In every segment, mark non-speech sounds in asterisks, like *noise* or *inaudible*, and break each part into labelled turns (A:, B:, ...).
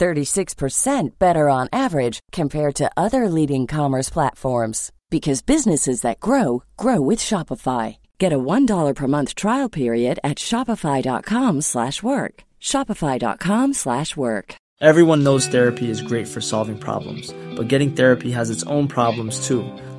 A: 36% better on average compared to other leading commerce platforms because businesses that grow grow with Shopify. Get a $1 per month trial period at shopify.com/work. shopify.com/work.
B: Everyone knows therapy is great for solving problems, but getting therapy has its own problems too,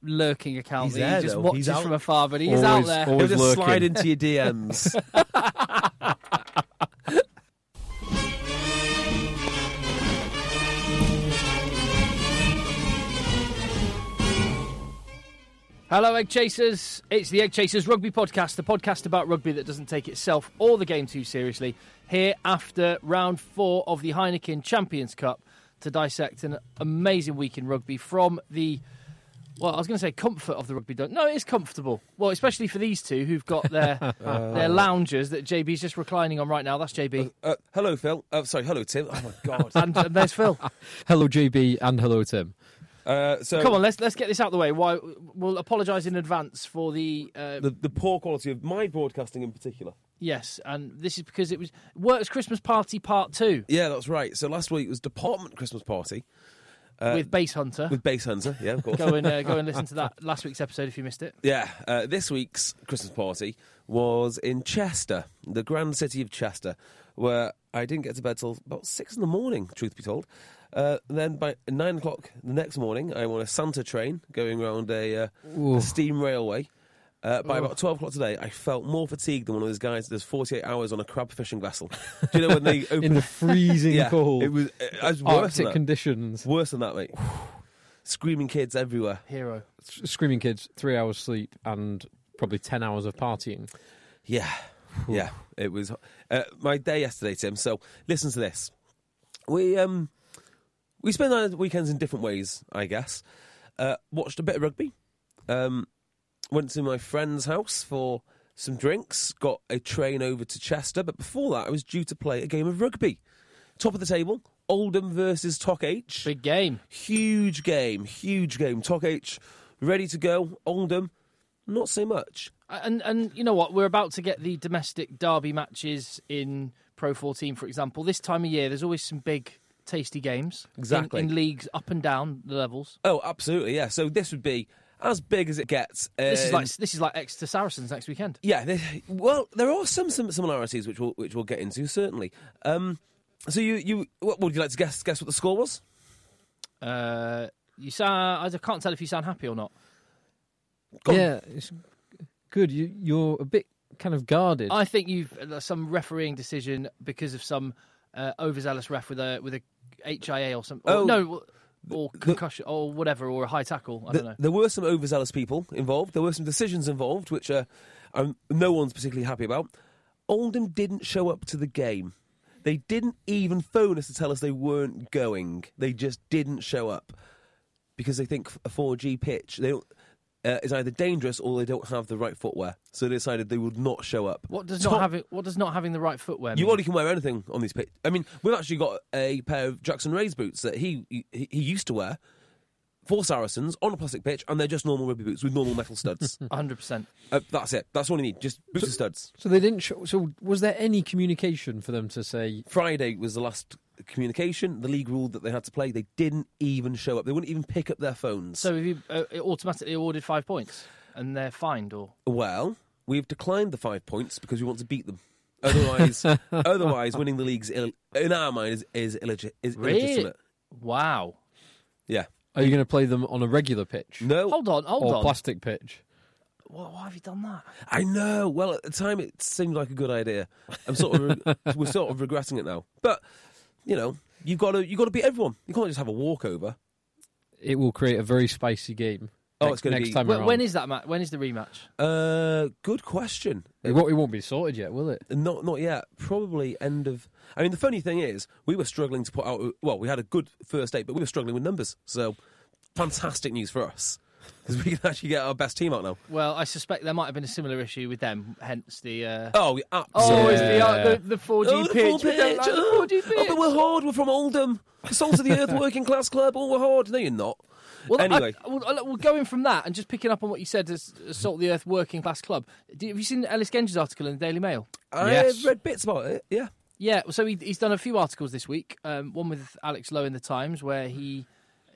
C: lurking at Calvi.
D: He's there,
C: he just
D: though.
C: watches
D: He's out-
C: from afar, but he's
E: Always-
C: out there.
E: always
D: He'll just
E: lurking.
D: slide into your *laughs* DMs.
C: Hello, Egg Chasers. It's the Egg Chasers Rugby Podcast, the podcast about rugby that doesn't take itself or the game too seriously. Here after round four of the Heineken Champions Cup to dissect an amazing week in rugby from the. Well, I was going to say comfort of the rugby. Don't. No, it is comfortable. Well, especially for these two who've got their their loungers that JB's just reclining on right now. That's JB.
D: uh, hello, Phil. Uh, sorry, hello, Tim. Oh my God.
C: And, and there's Phil.
E: Hello, JB, and hello, Tim.
D: Uh, so
C: Come on, let's let's get this out of the way. Why we'll apologise in advance for the, uh,
D: The, the poor quality of my broadcasting in particular.
C: yes, and this is because it was works Christmas party part two
D: Yeah, that's right. So last week was department Christmas party
C: with Base Hunter.
D: Uh, with Bass Hunter. Yeah, of course.
C: go and uh, go and listen to that *laughs* last week's episode if you missed it.
D: Yeah, uh, this week's Christmas party was in Chester, the grand city of Chester, where I didn't get to bed till about six in the morning, truth be told. Uh, then by nine o'clock the next morning, I'm on a Santa train going round a, uh, a steam railway. Uh, by about 12 o'clock today, I felt more fatigued than one of those guys that does 48 hours on a crab fishing vessel. Do you know when
E: *laughs*
D: they open
E: In the
D: *laughs*
E: freezing
D: yeah,
E: cold,
D: It was, uh, it was worse, than
E: Arctic
D: that.
E: conditions,
D: worse than that,
E: *sighs*
D: mate. Screaming kids everywhere.
C: Hero.
E: S- screaming kids, three hours sleep, and probably ten hours of partying.
D: Yeah, yeah. It was uh, my day yesterday, Tim. So listen to this. We um we spend our weekends in different ways, I guess. Uh, watched a bit of rugby. Um, went to my friend's house for some drinks. Got a train over to Chester, but before that, I was due to play a game of rugby. Top of the table, Oldham versus Tock H.
C: Big game.
D: Huge game, huge game. Tock H ready to go. Oldham, not so much.
C: And and you know what? We're about to get the domestic derby matches in Pro 14, for example. This time of year, there's always some big tasty games. in-
D: Exactly.
C: in, leagues up and down the levels.
D: Oh, absolutely, yeah. So this would be as big as it gets.
C: This is
D: um,
C: like this is like Exeter Saracens next weekend.
D: yeah. th well, there are some, sim similarities which we'll which we'll get into certainly. Um, so you you what, would you like to guess guess what the score was?
C: Uh, you sound, I can't tell if you sound happy or not.
D: Go on.
E: yeah, it's good. You, you're a bit kind of guarded.
C: I think you've uh, some refereeing decision because of some uh, overzealous ref with a with a HIA or something.
D: Oh.
C: Oh no, or concussion or whatever, or a high tackle. I
D: Th-
C: don't know.
D: There were some overzealous people involved. There were some decisions involved which uh, um, no one's particularly happy about. Oldham didn't show up to the game. They didn't even phone us to tell us they weren't going. They just didn't show up because they think a 4G pitch they don't, uh, is either dangerous or they don't have the right footwear. So they decided they would not show up.
C: What does
D: Top-
C: not having what does not having the right footwear?
D: you
C: mean?
D: only can wear anything on these pitch. I mean, we've actually got a pair of Jackson Ray's boots that he, he he used to wear for Saracens on a plastic pitch, and they're just normal rugby boots with normal
C: *laughs*
D: metal studs.
C: hundred percent.
D: uh, that's it. That's all you need. Just boots and studs.
E: so they didn't. Show, so was there any communication for them to say?
D: Friday was the last communication. The league ruled that they had to play. They didn't even show up. They wouldn't even pick up their phones.
C: So have you uh, it automatically awarded five points and they're fined or
D: well, we've declined the five points because we want to beat them.
C: *laughs*
D: Otherwise, otherwise, winning the league's Ill- in our mind is is, illegi- is
C: Really?
D: illegitimate.
C: wow.
D: Yeah.
E: Are you going to play them on a regular pitch
D: No,
C: Hold on, hold
E: or
C: on.
E: plastic pitch?
C: Why, why have you done that?
D: I know. Well, at the time, it seemed like a good idea. I'm sort of re- we're sort of regretting it now. But you know, you've got to you've got to beat everyone. You can't just have a walkover.
E: It will create a very spicy game.
D: Oh,
E: next,
D: it's gonna
E: next
D: be-
E: time
C: When,
E: around.
C: when is that match? When is the rematch?
D: Uh, good question. Uh,
E: it won't, it won't be sorted yet, will it?
D: Not not yet. Probably end of. I mean, the funny thing is, we were struggling to put out. Well, we had a good first date, but we were struggling with numbers. So, fantastic news for us because we can actually get our best team out now.
C: Well, I suspect there might have been a similar issue with them, hence the. Uh...
D: Oh, we absolutely.
C: Oh,
E: Yeah.
C: it's the, uh, the the 4G
D: Oh, the
C: pitch.
D: full
C: We don't like the
D: pitch.
C: 4G
D: Oh, but
C: pitch.
D: we're hard. We're from Oldham, the salt of the
C: *laughs*
D: earth working class club. Oh, we're hard. No, you're not.
C: Well,
D: anyway,
C: I, well, I- well, going from that and just picking up on what you said as Salt of the Earth Working Class Club, do, have you seen Ellis Genge's article in the Daily Mail?
D: I,
E: Yes.
D: read bits about it. Yeah,
C: Yeah, so he, he's done a few articles this week. Um, one with Alex Lowe in the Times, where he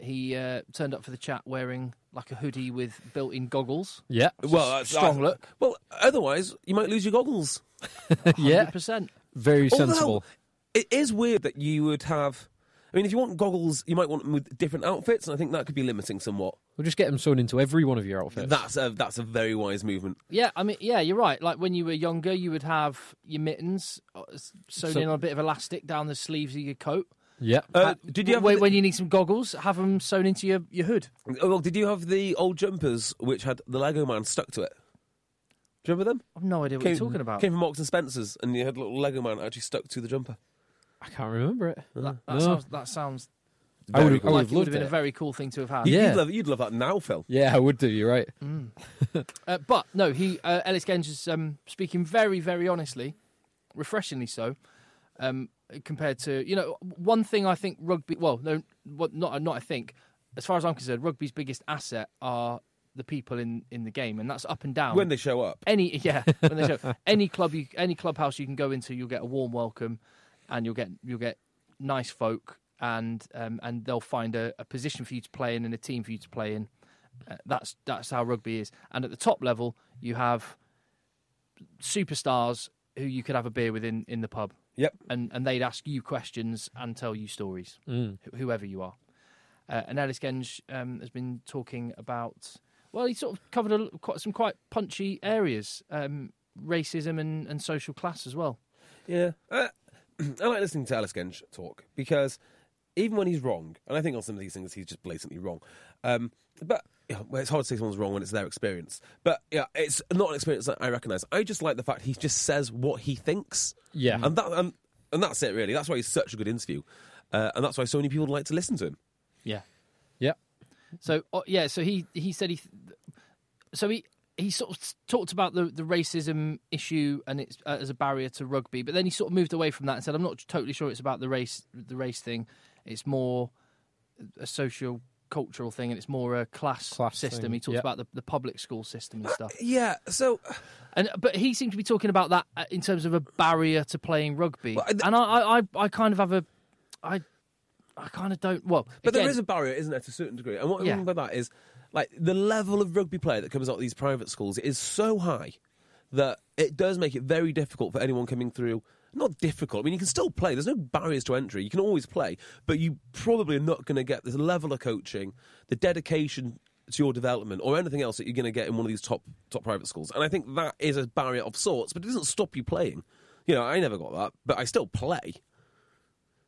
C: he uh, turned up for the chat wearing like a hoodie with built-in goggles.
E: Yeah.
D: Well, that's-
C: strong
D: I-
C: look,
D: Well, otherwise you might lose your goggles.
E: yeah.
C: hundred percent.
E: Very
D: Although,
E: sensible.
D: It is weird that you would have. I mean, if you want goggles, you might want them with different outfits, and I think that could be limiting somewhat.
E: We'll just get them sewn into every one of your outfits.
D: That's a that's a very wise movement.
C: Yeah, I mean, yeah, you're right. Like when you were younger, you would have your mittens uh, s- sewn
E: So-
C: in on a bit of elastic down the sleeves of your coat.
E: yeah.
D: Uh, did you have?
C: when,
D: the-
C: when you need some goggles? Have them sewn into your, your hood.
D: oh, well, did you have the old jumpers which had the Lego Man stuck to it? Do you remember them?
C: I've no idea what you're talking about.
D: Came from Marks and Spencers, and you had a little Lego Man actually stuck to the jumper.
E: I can't remember it.
C: that, that
E: No.
C: sounds that sounds
E: I would
D: Very
E: have, I
D: cool.
E: would
C: like
E: have
C: it would
E: Oh, loved
C: have been a
E: it.
C: very cool thing to have had.
D: You-
E: Yeah.
D: You'd love you'd love that now, Phil.
E: yeah, I would do. You're right.
C: Uh, but no, he uh, Ellis Genge is um, speaking very, very honestly, refreshingly so. Um, compared to you know one thing I think rugby. Well, no, what not not I think. As far as I'm concerned, rugby's biggest asset are the people in, in the game, and that's up and down.
D: When they show up,
C: any yeah, when they show, any club you any clubhouse you can go into, you'll get a warm welcome, and you'll get you'll get nice folk, and um, and they'll find a, a position for you to play in and a team for you to play in. Uh, that's that's how rugby is. And at the top level, you have superstars who you could have a beer with in, in the pub.
D: Yep.
C: And and they'd ask you questions and tell you stories, wh- whoever you are. Uh, and Ellis Genge um, has been talking about. Well, he sort of covered a, l- quite, some quite punchy areas, um, racism and, and social class as well.
D: yeah. Uh, *clears throat* I like listening to Alice Genge talk because even when he's wrong, and I think on some of these things he's just blatantly wrong. Um, but yeah, well, it's hard to say someone's wrong when it's their experience. But yeah, it's not an experience that I recognise. I just like the fact he just says what he thinks.
E: Yeah.
D: and that and, and that's it really. That's why he's such a good interview, uh, and that's why so many people like to listen to him.
C: Yeah.
E: Yeah.
C: So uh, yeah, so he he said he, th- so he he sort of s- talked about the the racism issue and it's uh, as a barrier to rugby, but then he sort of moved away from that and said, I'm not totally sure it's about the race the race thing. It's more a social cultural thing and it's more a class,
E: Class
C: system.
E: thing,
C: He talked
E: yeah.
C: about the, the public school system and stuff.
D: Yeah, so
C: And but he seemed to be talking about that uh, in terms of a barrier to playing rugby.
D: Well, I-
C: and I, I, I, I kind of have a, I, I kind of don't. Well,
D: But
C: again,
D: there is a barrier, isn't there, to a certain degree? And what
C: Yeah.
D: I mean by that is, like, the level of rugby player that comes out of these private schools is so high that it does make it very difficult for anyone coming through. Not difficult. I mean, you can still play. There's no barriers to entry. You can always play, but you probably are not going to get the level of coaching, the dedication to your development, or anything else that you're going to get in one of these top top private schools. And I think that is a barrier of sorts, but it doesn't stop you playing. You know, I never got that, but I still play.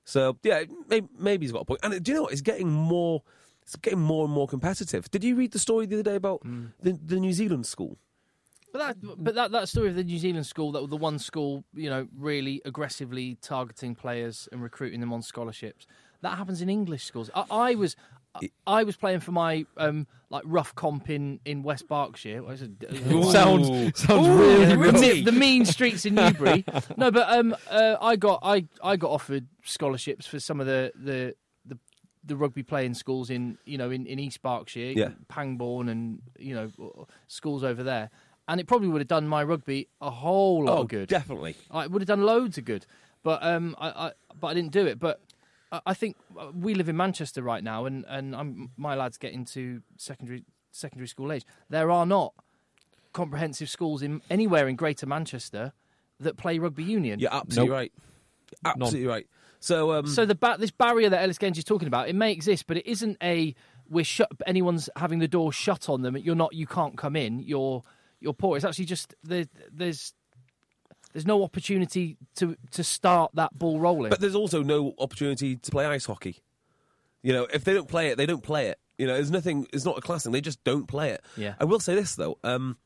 D: So yeah, maybe, maybe he's got a point. And uh, do you know what? It's getting more. It's getting more and more competitive. Did you read the story the other day about the, the New Zealand school?
C: But that, but that, that story of the New Zealand school, that was the one school, you know, really aggressively targeting players and recruiting them on scholarships. That happens in English schools. I, I was, I, I was playing for my um, like rough comp in, in West Berkshire. Well, it's a-
D: *laughs*
E: Sounds sounds
C: the,
E: really
C: the
E: rough.
C: me- the mean streets
E: *laughs*
C: in Newbury. no, but um, uh, I got I, I got offered scholarships for some of the the the, the rugby playing schools in you know in, in East Berkshire,
D: Yeah.
C: Pangbourne, and you know schools over there. And it probably would have done my rugby a whole lot
E: Oh,
C: of Oh, good.
D: definitely.
C: I would have done loads of good, but um, I, I but I didn't do it. But I, I think uh, we live in Manchester right now, and and I'm, my lads get into secondary secondary school age. There are not comprehensive schools in anywhere in Greater Manchester that play rugby union.
D: You're absolutely
E: Nope.
D: right. Absolutely right. So, um,
C: Mm. So the ba- this barrier that Ellis Genge is talking about, it may exist, but it isn't a we're shut. Anyone's having the door shut on them. You're not. You can't come in. You're you're poor. It's actually just there, there's there's no opportunity to to start that ball rolling.
D: But there's also no opportunity to play ice hockey. You know, if they don't play it, they don't play it. You know, there's nothing. It's not a class thing. They just don't play it.
C: Yeah.
D: I will say this though. Um,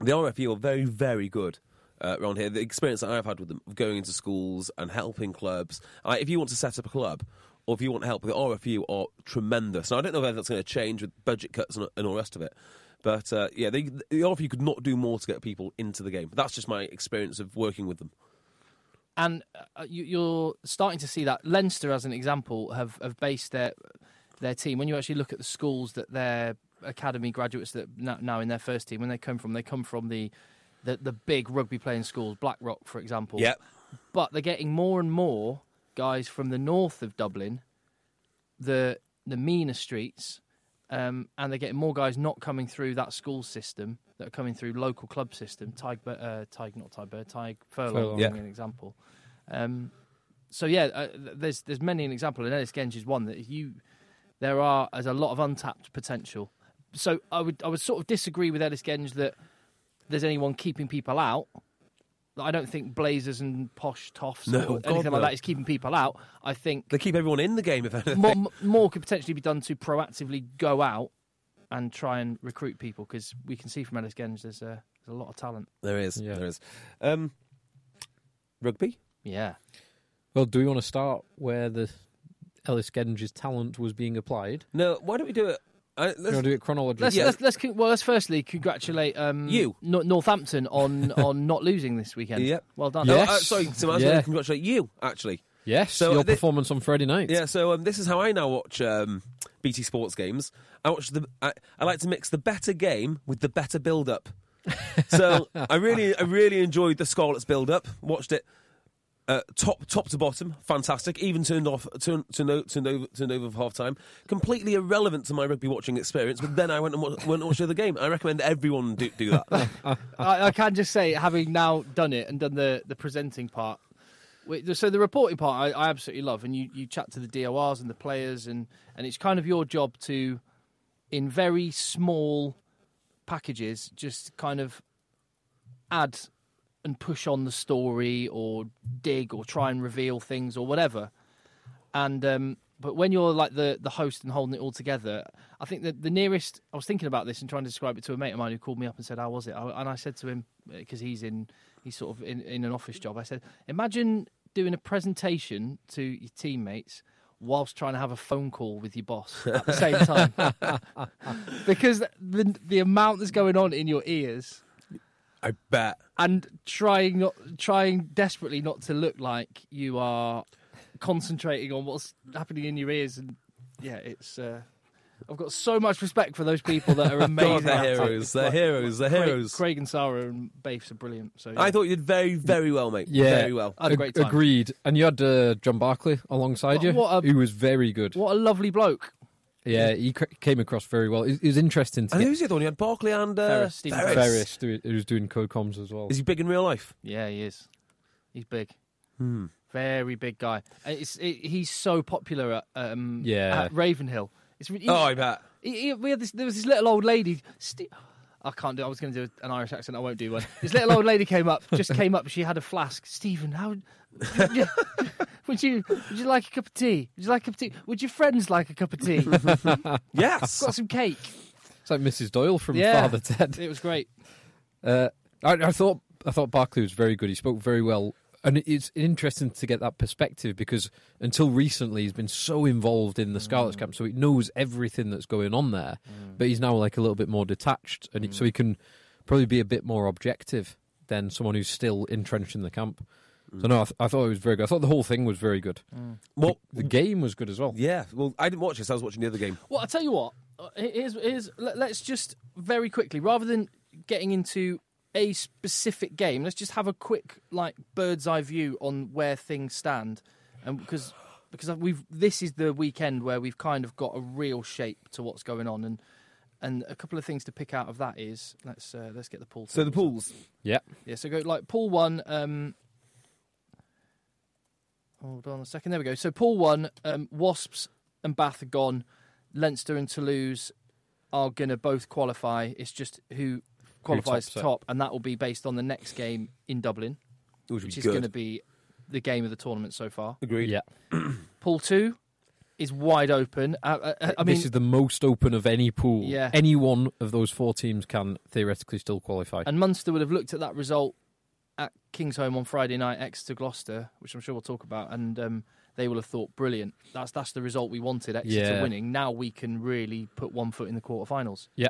D: the RFU are very, very good uh, around here. The experience that I've had with them of going into schools and helping clubs. I, if you want to set up a club or if you want help, the RFU are tremendous. Now, I don't know whether that's going to change with budget cuts and, and all the rest of it. But uh, yeah, they, the RFU could not do more to get people into the game. That's just my experience of working with them.
C: and uh, you, you're starting to see that Leinster, as an example, have have based their their team. When you actually look at the schools that their academy graduates that na- now in their first team, when they come from, they come from the the, the big rugby playing schools, Blackrock, for example.
D: Yeah.
C: But they're getting more and more guys from the north of Dublin, the the meaner streets, um, and they're getting more guys not coming through that school system that are coming through local club system. Tig, Bur- uh, Tig, not Tig Bird, Tig Furlong,
E: Furlong.
D: Yeah.
C: an example. Um, so yeah, uh, th- there's there's many an example, and Ellis Genge is one that you there are as a lot of untapped potential. So I would I would sort of disagree with Ellis Genge that there's anyone keeping people out. I don't think Blazers and posh toffs
D: No,
C: or
D: God,
C: anything like
D: no.
C: that is keeping people out. I think
D: They keep everyone in the game, if anything.
C: more, m- more could potentially be done to proactively go out and try and recruit people because we can see from Ellis Genge there's a, there's a lot of talent.
D: There is.
E: Yeah.
D: There is. Um, rugby.
C: Yeah.
E: Well, do we want to start where the Ellis Genge's talent was being applied?
D: No, why don't we do it? I,
E: Do you
D: let's,
E: want to do it chronologically?
C: Let's,
D: Yeah.
C: let's, let's, con- well, let's firstly congratulate um,
D: You.
C: Nor- Northampton
D: *laughs*
C: on, on not losing this weekend.
D: Yep.
C: Well done.
D: no,
E: Yes.
D: uh, sorry, Tim. I was
E: Yeah.
D: going to congratulate you actually.
E: Yes,
D: So,
E: your
D: uh, thi-
E: performance on Friday night.
D: Yeah. So um, this is how I now watch um, BT Sports games. I watch the. I, I like to mix the better game with the better build-up. so I really, I really enjoyed the Scarlets build-up. Watched it. Uh, top top to bottom, fantastic. Even turned off turned turned over turned over, turned over for half time. Completely irrelevant to my rugby watching experience. But then I went and wa- went and watched the other game. I recommend everyone do, do that.
C: I, I can just say, having now done it and done the, the presenting part, wait, so the reporting part I, I absolutely love, and you, you chat to the DORs and the players, and, and it's kind of your job to, in very small packages, just kind of add and push on the story or dig or try and reveal things or whatever. And um, but when you're like the the host and holding it all together, I think that the nearest I was thinking about this and trying to describe it to a mate of mine who called me up and said, "How was it?" I, and I said to him because he's in he's sort of in, in an office job. I said, "Imagine doing a presentation to your teammates." Whilst trying to have a phone call with your boss at the same time, *laughs* because the the amount that's going on in your ears,
D: I bet.
C: and trying not trying desperately not to look like you are concentrating on what's happening in your ears and yeah it's uh, I've got so much respect for those people
D: *laughs*
C: that are amazing.
D: God, they're
C: at it.
D: heroes. They're
C: Like,
D: heroes. They're
C: Craig,
D: heroes.
C: Craig and Sarah and Bafe are brilliant. So yeah.
D: I thought you did very, very well, mate.
E: Yeah.
D: Very well.
C: I had a
E: Ag-
C: great time.
E: Agreed. And you had uh, John Barkley alongside
C: What-
E: you,
C: what a-
E: who was very good.
C: what a lovely bloke.
E: Yeah, he c- came across very well. It, it was interesting to
D: And
E: get
D: who's the other one? You had Barkley and uh,
C: Ferris, Stephen
D: Ferris.
E: Ferris, do- who was doing code comms as well.
D: Is he big in real life?
C: Yeah, he is. He's big.
D: Hmm.
C: Very big guy. And It's, it, he's so popular at, um,
E: Yeah.
C: at Ravenhill. It's, re- he-
D: Oh, I bet.
C: He, he, we had this, there was this little old lady. Sti- I can't do. I was going to do an Irish accent. I won't do one. This little old lady came up. Just came up. She had a flask. Stephen, how would you, would you would you like a cup of tea? Would you like a cup of tea? Would your friends like a cup of tea? Got
D: *laughs* Yes.
C: some cake.
E: It's like Mrs. Doyle from
C: Yeah.
E: Father Ted.
C: It was great.
E: Uh, I, I thought I thought Barkley was very good. He spoke very well, and it's interesting to get that perspective because until recently he's been so involved in the
C: Mm.
E: Scarlets camp, so he knows everything that's going on there. But he's now like a little bit more detached, and he- so he
C: Mm.
E: can probably be a bit more objective than someone who's still entrenched in the camp.
C: Mm.
E: So no, I, th- I thought it was very good. I thought the whole thing was very good.
D: Well,
E: The game was good as well.
D: yeah. Well, I didn't watch this. I was watching the other game.
C: Well, I tell you what. uh, Here's, here's let- let's just very quickly, rather than getting into a specific game, let's just have a quick like bird's eye view on where things stand, and because because we've this is the weekend where we've kind of got a real shape to what's going on, and and a couple of things to pick out of that is let's uh, let's get the pool.
D: So the
C: tables up.
D: pools.
E: Yeah,
C: Yeah, so go like pool one. Um, hold on a second. There we go. So pool one, um, Wasps and Bath are gone. Leinster and Toulouse are going to both qualify. It's just who qualifies
E: tops it.
C: top, and that will be based on the next game in Dublin,
D: Which,
C: which
D: is
C: is going
D: good.
C: to be the game of the tournament so far.
D: Agreed.
E: Yeah,
C: Pool two is wide open. Uh, uh, I mean,
E: this is the most open of any pool.
C: Yeah.
E: Any one of those four teams can theoretically still qualify.
C: and Munster would have looked at that result at King's Home on Friday night, Exeter Gloucester, which I'm sure we'll talk about, and um, they will have thought, brilliant. That's that's the result we wanted. Exeter
E: Yeah.
C: winning. Now we can really put one foot in the quarterfinals.
E: Yeah.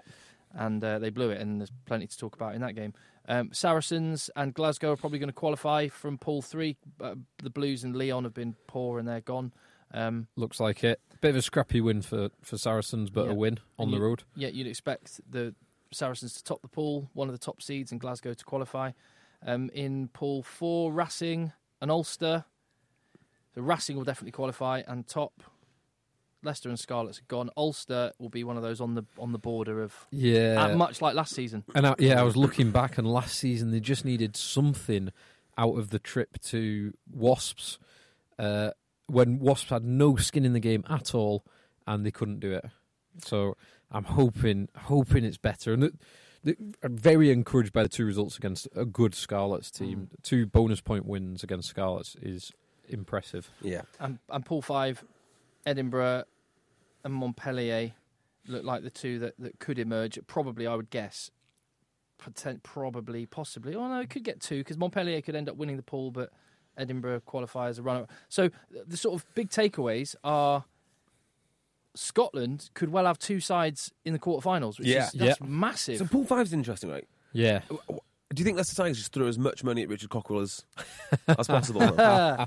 C: and uh, they blew it, and there's plenty to talk about in that game. Um, Saracens and Glasgow are probably going to qualify from Pool Three. Uh, the Blues and Leon have been poor, and they're gone. Um,
E: Looks like it. Bit of a scrappy win for, for Saracens, but
C: Yeah.
E: a win on
C: And
E: the
C: you-
E: road.
C: Yeah, you'd expect the Saracens to top the pool, one of the top seeds, and Glasgow to qualify. Um, in pool four, Racing and Ulster. So Racing will definitely qualify and top. Leicester and Scarlets are gone. Ulster will be one of those on the on the border of
E: Yeah.
C: uh, much like last season.
E: And I, yeah, I was looking back, and last season they just needed something out of the trip to Wasps uh, when Wasps had no skin in the game at all, and they couldn't do it. So I'm hoping, hoping it's better. And th- th- I'm very encouraged by the two results against a good Scarlets team.
C: Mm.
E: Two bonus point wins against Scarlets is impressive.
D: Yeah.
C: And and pool five, Edinburgh and Montpellier look like the two that, that could emerge. Probably, I would guess. Potent, probably, possibly. Oh no, it could get two because Montpellier could end up winning the pool, but Edinburgh qualify as a runner. So th- the sort of big takeaways are Scotland could well have two sides in the quarterfinals, which
D: Yeah.
C: is that's
E: Yeah.
C: massive.
D: So pool five's interesting, right?
E: Yeah,
D: W- w- Do you think Leicester Tigers just threw as much money at Richard Cockrell
E: *laughs*
D: as, as possible? though?
C: Ah,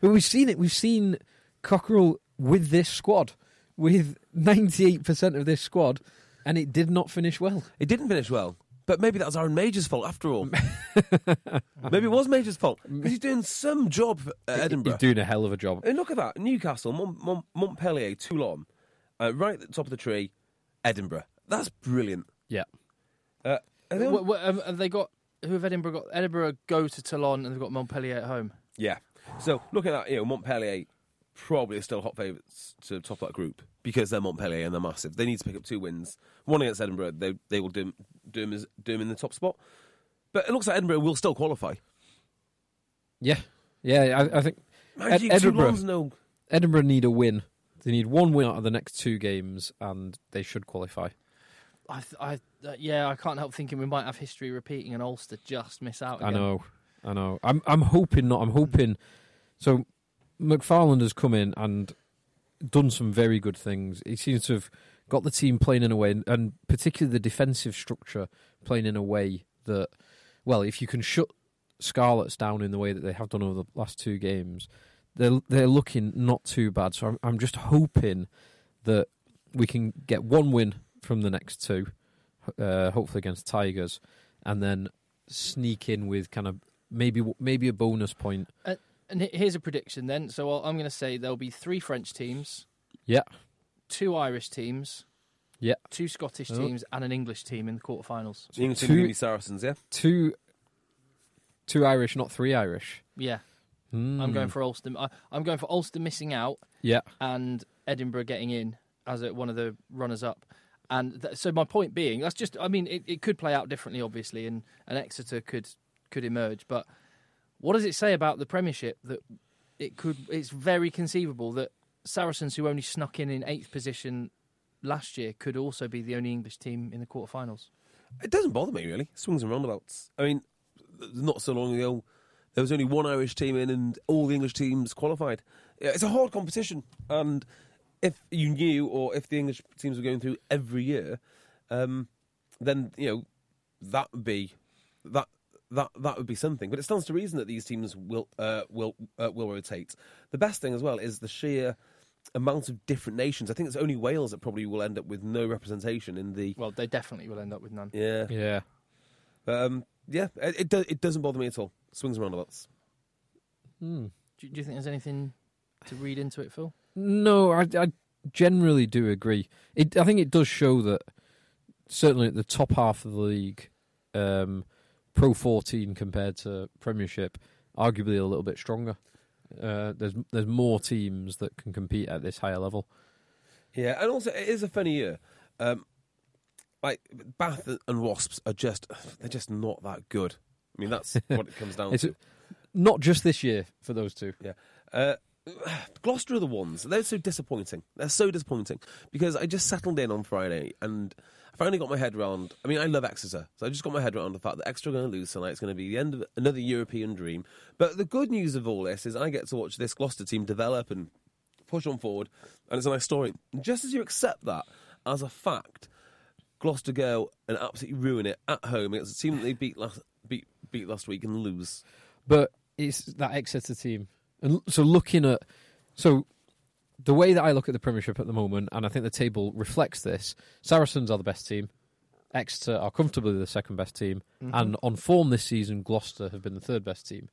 E: But we've seen it. We've seen Cockerell with this squad, with 98% of this squad, and it did not finish well.
D: it didn't finish well, but maybe that was Aaron Major's fault after
E: *laughs*
D: all. maybe it was Major's fault. 'Cause He's doing some job at Edinburgh.
E: He's doing a hell of a job.
D: And look at that Newcastle, Mon- Mon- Montpellier, Toulon, uh, right at the top of the tree, Edinburgh. That's brilliant.
E: Yeah.
D: Uh, I think-
C: wh- wh- um, have they got who have Edinburgh got? Edinburgh go to Toulon and they've got Montpellier at home.
D: yeah. So look at that. You know, Montpellier probably are still hot favourites to top that group because they're Montpellier and they're massive. They need to pick up two wins. One against Edinburgh, they they will do 'em- do 'em as do 'em in the top spot. But it looks like Edinburgh will still qualify.
E: Yeah. Yeah, I, I think
D: Man,
E: Ed-
D: you-
E: Edinburgh.
D: Toulon's no.
E: Edinburgh need a win. They need one win out of the next two games, and they should qualify.
C: I, th- I uh, yeah, I can't help thinking we might have history repeating and Ulster just miss out. Again.
E: I know, I know. I'm, I'm hoping not. I'm hoping. So, McFarland has come in and done some very good things. He seems to have got the team playing in a way, and, and particularly the defensive structure playing in a way that, well, if you can shut Scarlets down in the way that they have done over the last two games, they're they're looking not too bad. So I'm I'm just hoping that we can get one win from the next two, uh, hopefully against Tigers, and then sneak in with kind of maybe maybe a bonus point.
C: Uh, And he- here's a prediction then. So I'll, I'm going to say there'll be three French teams,
E: Yeah,
C: two Irish teams,
E: Yeah.
C: two Scottish
E: Oh.
C: teams, and an English team in the quarterfinals.
D: The English
E: Two-
D: team are gonna be Saracens, yeah.
E: two two Irish, not three Irish.
C: Yeah,
E: Hmm.
C: I'm going for Ulster. I, I'm going for Ulster missing out
E: yeah.
C: and Edinburgh getting in as a, one of the runners up. And th- so my point being, that's just, I mean, it, it could play out differently, obviously, and, and Exeter could could emerge. But what does it say about the Premiership that it could? It's very conceivable that Saracens, who only snuck in in eighth position last year, could also be the only English team in the quarterfinals.
D: It doesn't bother me really. Swings and roundabouts. I mean, not so long ago, there was only one Irish team in, and all the English teams qualified. Yeah, It's a hard competition, and if you knew, or if the English teams were going through every year, um, then you know that would be that. That, that would be something, but it stands to reason that these teams will uh, will uh, will rotate. The best thing as well is the sheer amount of different nations. I think it's only Wales that probably will end up with no representation in the
C: Well, they definitely will end up with none.
D: yeah
E: Yeah.
D: but, um, yeah, it it, do, it doesn't bother me at all. Swings and roundabouts.
E: Hmm.
C: Do, do you think there's anything to read into it, Phil?
E: No, I, I generally do agree. It, I think it does show that certainly at the top half of the league, um, Pro 14 compared to Premiership, arguably a little bit stronger. Uh, there's there's more teams that can compete at this higher level.
D: Yeah, and also it is a funny year. Um, like Bath and Wasps are just they're just not that good. I mean, *laughs* that's what it comes down
E: It's
D: to.
E: not just this year for those two.
D: Yeah. Uh, *sighs* Gloucester are the ones. They're so disappointing. They're so disappointing because I just settled in on Friday and I finally got my head round. I mean, I love Exeter, so I just got my head round the fact that Exeter are going to lose tonight. It's going to be the end of another European dream. But the good news of all this is I get to watch this Gloucester team develop and push on forward, and it's a nice story. Just as you accept that as a fact, Gloucester go and absolutely ruin it at home against a team that they beat last beat beat last week and lose.
E: but it's that Exeter team. And l- so looking at so the way that I look at the Premiership at the moment, and I think the table reflects this. Saracens are the best team. Exeter are comfortably the second best team, and on form this season, Gloucester have been the third best team.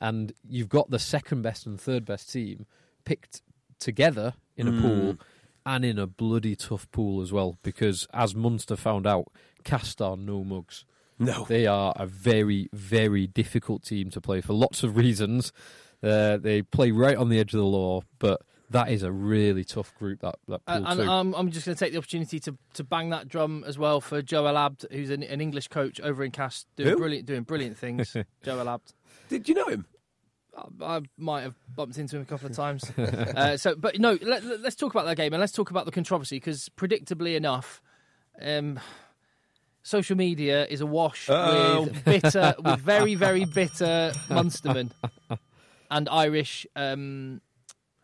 E: And you've got the second best and third best team picked together in a pool, and in a bloody tough pool as well. Because as Munster found out, Cast are no mugs.
D: No.
E: They are a very, very difficult team to play for lots of reasons. Uh, they play right on the edge of the law, but that is a really tough group. That that
C: Uh,
E: pool
C: and
E: too.
C: um, I'm just going to take the opportunity to, to bang that drum as well for Joel Abt, who's an, an English coach over in Cast, doing
D: Who?
C: brilliant doing brilliant
D: *laughs*
C: things. Joel Abt.
D: Did you know him?
C: I, I might have bumped into him a couple of times. *laughs* uh, so, but no, let, let- let's talk about that game and let's talk about the controversy because, predictably enough, um, social media is awash
D: Uh-oh. *laughs*
C: with bitter, with very, very bitter Munstermen and Irish um,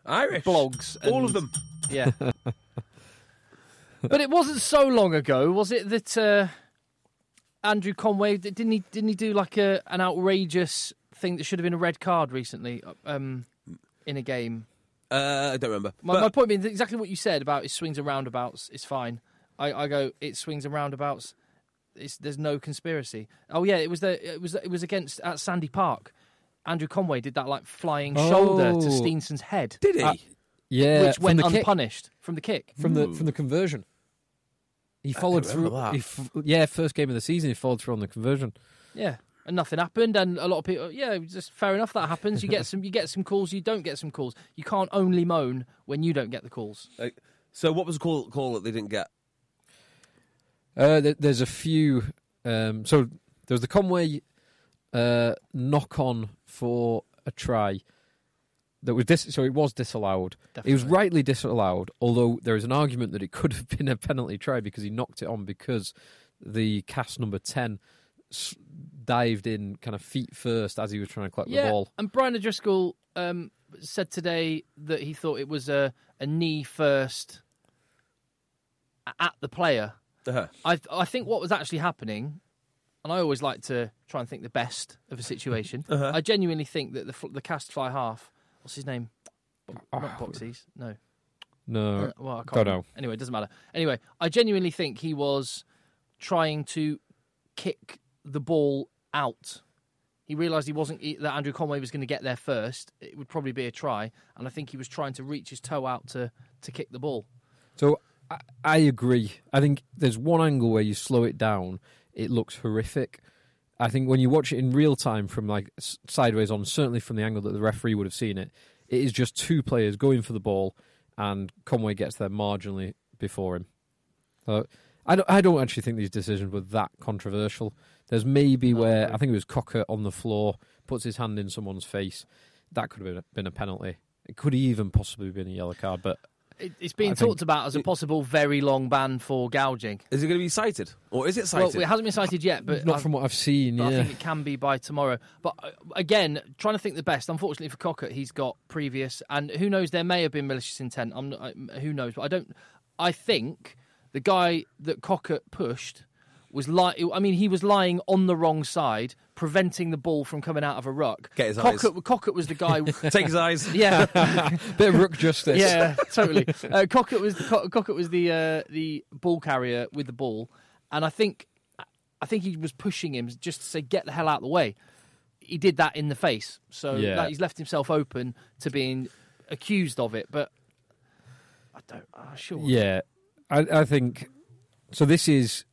D: Irish
C: blogs. And,
D: All of them.
C: yeah. but it wasn't so long ago, was it? That uh, Andrew Conway d- didn't he didn't he do like a an outrageous thing that should have been a red card recently um, in a game?
D: Uh, I don't remember.
C: My,
D: But-
C: my point being exactly what you said about it swings and roundabouts is fine. I, I go it swings and roundabouts. It's, there's no conspiracy. Oh yeah, it was the it was it was against at Sandy Park. Andrew Conway did that like flying shoulder to
E: Oh.
C: Steenson's head,
D: did he?
E: Uh, yeah,
C: which
E: from
C: went
E: the kick-
C: unpunished from the kick.
E: from the from the conversion. He followed through.
D: remember that.
E: He f- yeah, first game of the season, he followed through on the conversion.
C: Yeah, and nothing happened, and a lot of people. Yeah, just fair enough. That happens. You get *laughs* some. You get some calls. You don't get some calls. You can't only moan when you don't get the calls.
D: Like, so what was the call, call that they didn't get?
E: Uh, there, there's a few. Um, so there was the Conway uh, knock on for a try that was dis- so it was disallowed. It was
C: Definitely.
E: rightly disallowed, although there is an argument that it could have been a penalty try because he knocked it on because the cast number ten s- dived in kind of feet first as he was trying to collect the
C: yeah,
E: ball.
C: and Brian O'Driscoll um, said today that he thought it was a, a knee first a- at the player.
D: Uh-huh.
C: I I think what was actually happening, and I always like to try and think the best of a
E: *laughs*
C: situation.
D: Uh-huh.
C: I genuinely think that the fl- the cast fly half. What's his name? Bo-
E: Ah,
C: Not Boxies. No.
E: No,
C: Uh, well, I can't
E: don't
C: remember. Anyway, it doesn't matter. Anyway, I genuinely think he was trying to kick the ball out. He realised he wasn't he- that Andrew Conway was going to get there first. It would probably be a try, and I think he was trying to reach his toe out to to kick the ball.
E: So I, I agree. I think there's one angle where you slow it down, it looks horrific. I think when you watch it in real time from like s- sideways on, certainly from the angle that the referee would have seen it, it is just two players going for the ball, and Conway gets there marginally before him. So I don't, I don't actually think these decisions were that controversial. There's maybe where I think it was Cocker on the floor puts his hand in someone's face. That could have been a, been a penalty. It could even possibly have been a yellow card, but
C: It, it's being
E: I think-
C: talked about as a possible very long ban for gouging.
D: Is it going to be cited? Or is it cited?
C: Well, it hasn't been cited yet, but
E: not
C: I've-
E: from what I've seen.
C: but I
E: yeah.
C: think it can be by tomorrow. But uh, again, trying to think the best. Unfortunately for Cocker, he's got previous, and who knows? There may have been malicious intent. I'm not, I, who knows? But I don't. I think the guy that Cocker pushed was like. I mean, he was lying on the wrong side, preventing the ball from coming out of a ruck.
D: Get his eyes.
C: Cocker, Cocker was the
D: *laughs*
C: guy.
D: Take his
E: *laughs*
D: eyes.
C: yeah.
E: Bit of rook justice.
C: Yeah,
E: *laughs*
C: totally. Uh, Cockett was the Cock- Cockett was the uh, the ball carrier with the ball, and I think I think he was pushing him just to say get the hell out of the way. He did that in the face, so
E: Yeah.
C: that, he's left himself open to being accused of it. But I don't. I'm sure.
E: Yeah. I, I think so. This is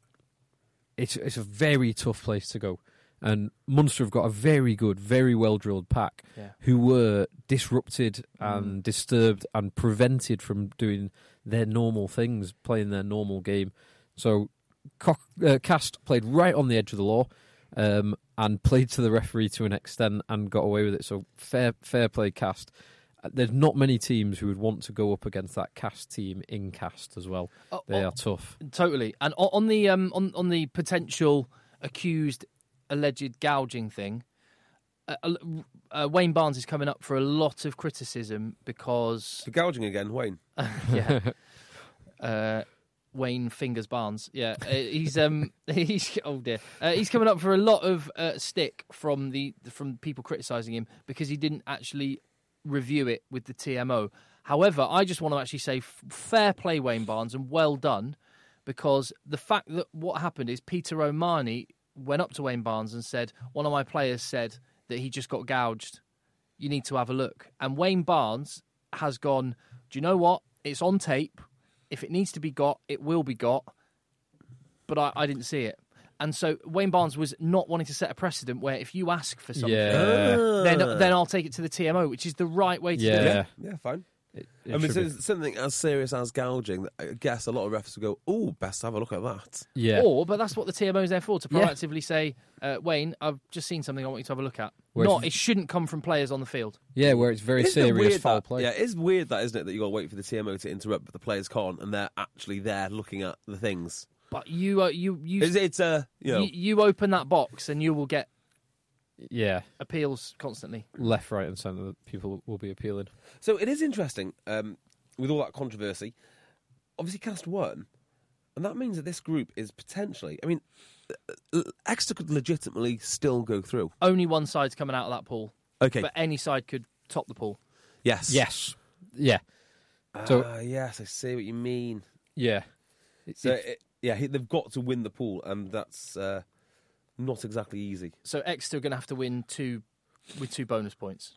E: it's it's a very tough place to go, and Munster have got a very good, very well drilled pack
C: Yeah. Mm.
E: who were disrupted and disturbed and prevented from doing their normal things, playing their normal game. So Cock, uh, Cast played right on the edge of the law um, and played to the referee to an extent and got away with it. So fair, fair play, Cast. Uh, There's not many teams who would want to go up against that Cast team in Cast as well.
C: Oh,
E: They
C: oh.
E: are tough.
C: Totally. And o- on the um, on on the potential accused alleged gouging thing, uh, uh, uh, Wayne Barnes is coming up for a lot of criticism because
D: For gouging again, Wayne.
C: yeah, *laughs* uh, Wayne fingers Barnes. Yeah, uh, he's um *laughs* he's oh dear, uh, he's coming up for a lot of uh, stick from the from people criticising him because he didn't actually review it with the TMO. However, I just want to actually say f- fair play, Wayne Barnes, and well done, because the fact that what happened is Peter Romani went up to Wayne Barnes and said, "One of my players said that he just got gouged. You need to have a look." And Wayne Barnes has gone. Do you know what? It's on tape. If it needs to be got, it will be got. But I, I didn't see it. And so Wayne Barnes was not wanting to set a precedent where if you ask for something,
E: Yeah,
C: then then I'll take it to the TMO, which is the right way to
D: Oh.
C: do it.
E: yeah.
D: Yeah, fine.
E: It-
D: I mean,
E: it should be-
D: so it's something as serious as gouging, that I guess a lot of refs will go, "Ooh, best have a look at that."
E: yeah.
C: Or, but that's what the TMO is there for to
E: Yeah.
C: proactively say, uh, Wayne, I've just seen something I want you to have a look at.
E: Whereas-
C: Not, it shouldn't come from players on the field.
E: Yeah, where it's very
D: Isn't it
E: serious
D: weird
E: foul
D: that-
E: play.
D: Yeah, it is weird that, isn't it, that you got to wait for the TMO to interrupt, but the players can't, and they're actually there looking at the things.
C: But you, uh, you, you,
D: It's, it's uh, you know,
C: you, you open that box and you will get
E: yeah,
C: appeals constantly.
E: left, right, and centre. People will be appealing.
D: so it is interesting um, with all that controversy. Obviously, cast one, and that means that this group is potentially. I mean, uh, uh, Exeter could legitimately still go through.
C: Only one side's coming out of that pool,
D: Okay.
C: but any side could top the pool.
D: yes.
E: Yes. Yeah. So
D: Ah, yes, I see what you mean.
E: yeah. It-
D: So
E: it-
D: it, yeah, he- they've got to win the pool, and that's uh, not exactly easy.
C: So Exeter are going to have to win two with two bonus points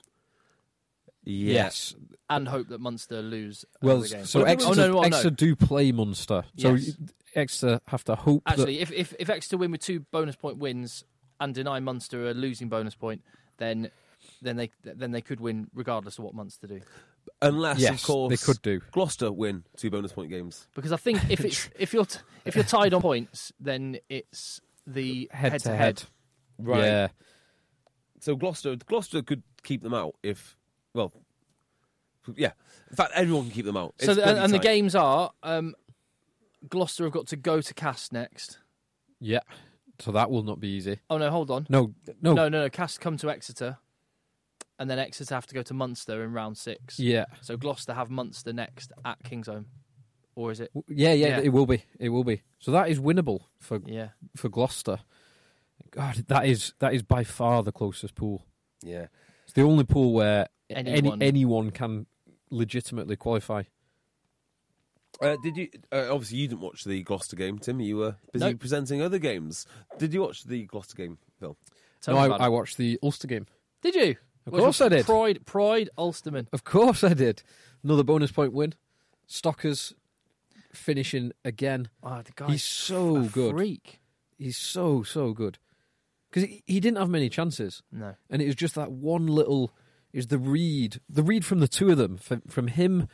E: yes.
C: and hope that Munster lose.
E: Well,
C: another game.
E: so
C: Oh, no,
E: Exeter,
C: no, no, no.
E: Exeter do play Munster. So
C: Yes.
E: Exeter have to hope
C: Actually, if, if if Exeter win with two bonus point wins and deny Munster a losing bonus point, then then they then they could win regardless of what Munster do.
D: Unless,
E: that yes,
D: of course,
E: they could do.
D: Gloucester win two bonus point games.
C: Because I think if
E: *laughs*
C: it's if you're t- if you're tied on points, then it's the
E: Head to head. Yeah.
D: So Gloucester, Gloucester could keep them out if, well, yeah. In fact, everyone can keep them out.
C: So
D: It's
C: the, and,
D: bloody
C: and the
D: tight.
C: games are um, Gloucester have got to go to Cast next.
E: Yeah. So that will not be easy.
C: Oh no, hold on.
E: No, no.
C: No, no, no. Cast come to Exeter, and then Exeter have to go to Munster in round six.
E: Yeah.
C: So Gloucester have Munster next at King's Home, or is it?
E: W- Yeah, yeah,
C: Yeah.
E: it will be. It will be. So that is winnable for
C: Yeah.
E: for Gloucester. God, that is that is by far the closest pool.
D: Yeah.
E: It's the only pool where
C: Anyone.
E: any anyone can legitimately qualify.
D: Uh, did you? Uh, obviously, you didn't watch the Gloucester game, Tim. You were busy
C: Nope.
D: presenting other games. Did you watch the Gloucester game, Phil?
C: Tell
E: no,
C: me
E: I,
C: about it.
E: I watched the Ulster game.
C: Did you?
E: Of
C: Which
E: course
C: was
E: I did.
C: Pride, Pride Ulsterman.
E: Of course I did. Another bonus point win. Stockers finishing again.
C: Oh, the guy.
E: He's so good.
C: Freak.
E: He's so so good because he, he didn't have many chances,
C: No.
E: and it was just that one little is the read, the read from the two of them, from, from him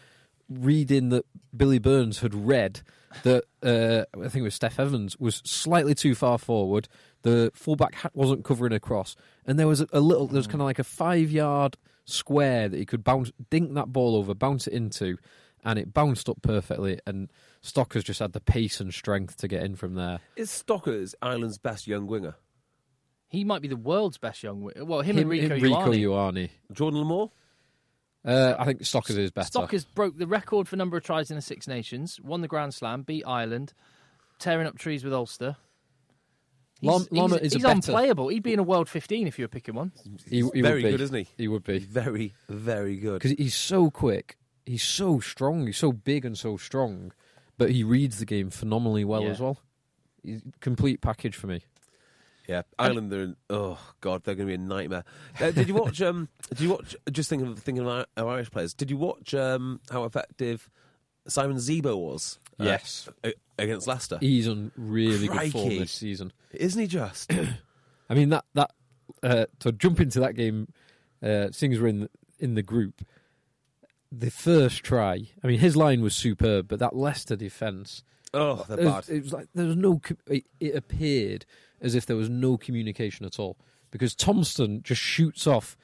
E: reading that Billy Burns had read that uh, I think it was Steph Evans was slightly too far forward. The fullback ha- wasn't covering a cross, and there was a, a little, there was kind of like a five yard square that he could bounce, dink that ball over, bounce it into, and it bounced up perfectly. And Stockers just had the pace and strength to get in from there.
D: Is Stockers Ireland's best young winger?
C: He might be the world's best young. wi- Well, him, and Rico,
E: Enrico
C: Ioane.
E: Ioane.
D: Jordan Lamore?
E: Uh, I think Stockers is better.
C: Stockers broke the record for number of tries in the Six Nations, won the Grand Slam, beat Ireland, tearing up trees with Ulster. He's-
E: Lom- Lama
C: he's,
E: is a
C: he's
E: better-
C: unplayable. He'd be in a world 15 if you were picking one.
E: He, he
D: very
E: would be.
D: good, isn't he?
E: He would be
D: Very, very good.
E: because he's so quick. He's so strong. He's so big and so strong, but he reads the game phenomenally well
C: Yeah.
E: as well. He's complete package for me.
D: Yeah, Ireland. They're in, oh god, they're going to be a nightmare. Uh, did you watch? um, did you watch? Just thinking of thinking of our Irish players. Did you watch um, how effective Simon Zebo was? uh,
E: Yes.
D: a- against Leicester,
E: He's on really good form
D: Crikey.
E: this season.
D: isn't he *clears throat* just?
E: I mean that that uh, to jump into that game, uh, seeing as we're in the, in the group, the first try. I mean, his line was superb, but that Leicester defence.
D: Oh,
E: It
D: they're bad.
E: was, it was like there was no. co- It, it appeared as if there was no communication at all because Thompson just shoots off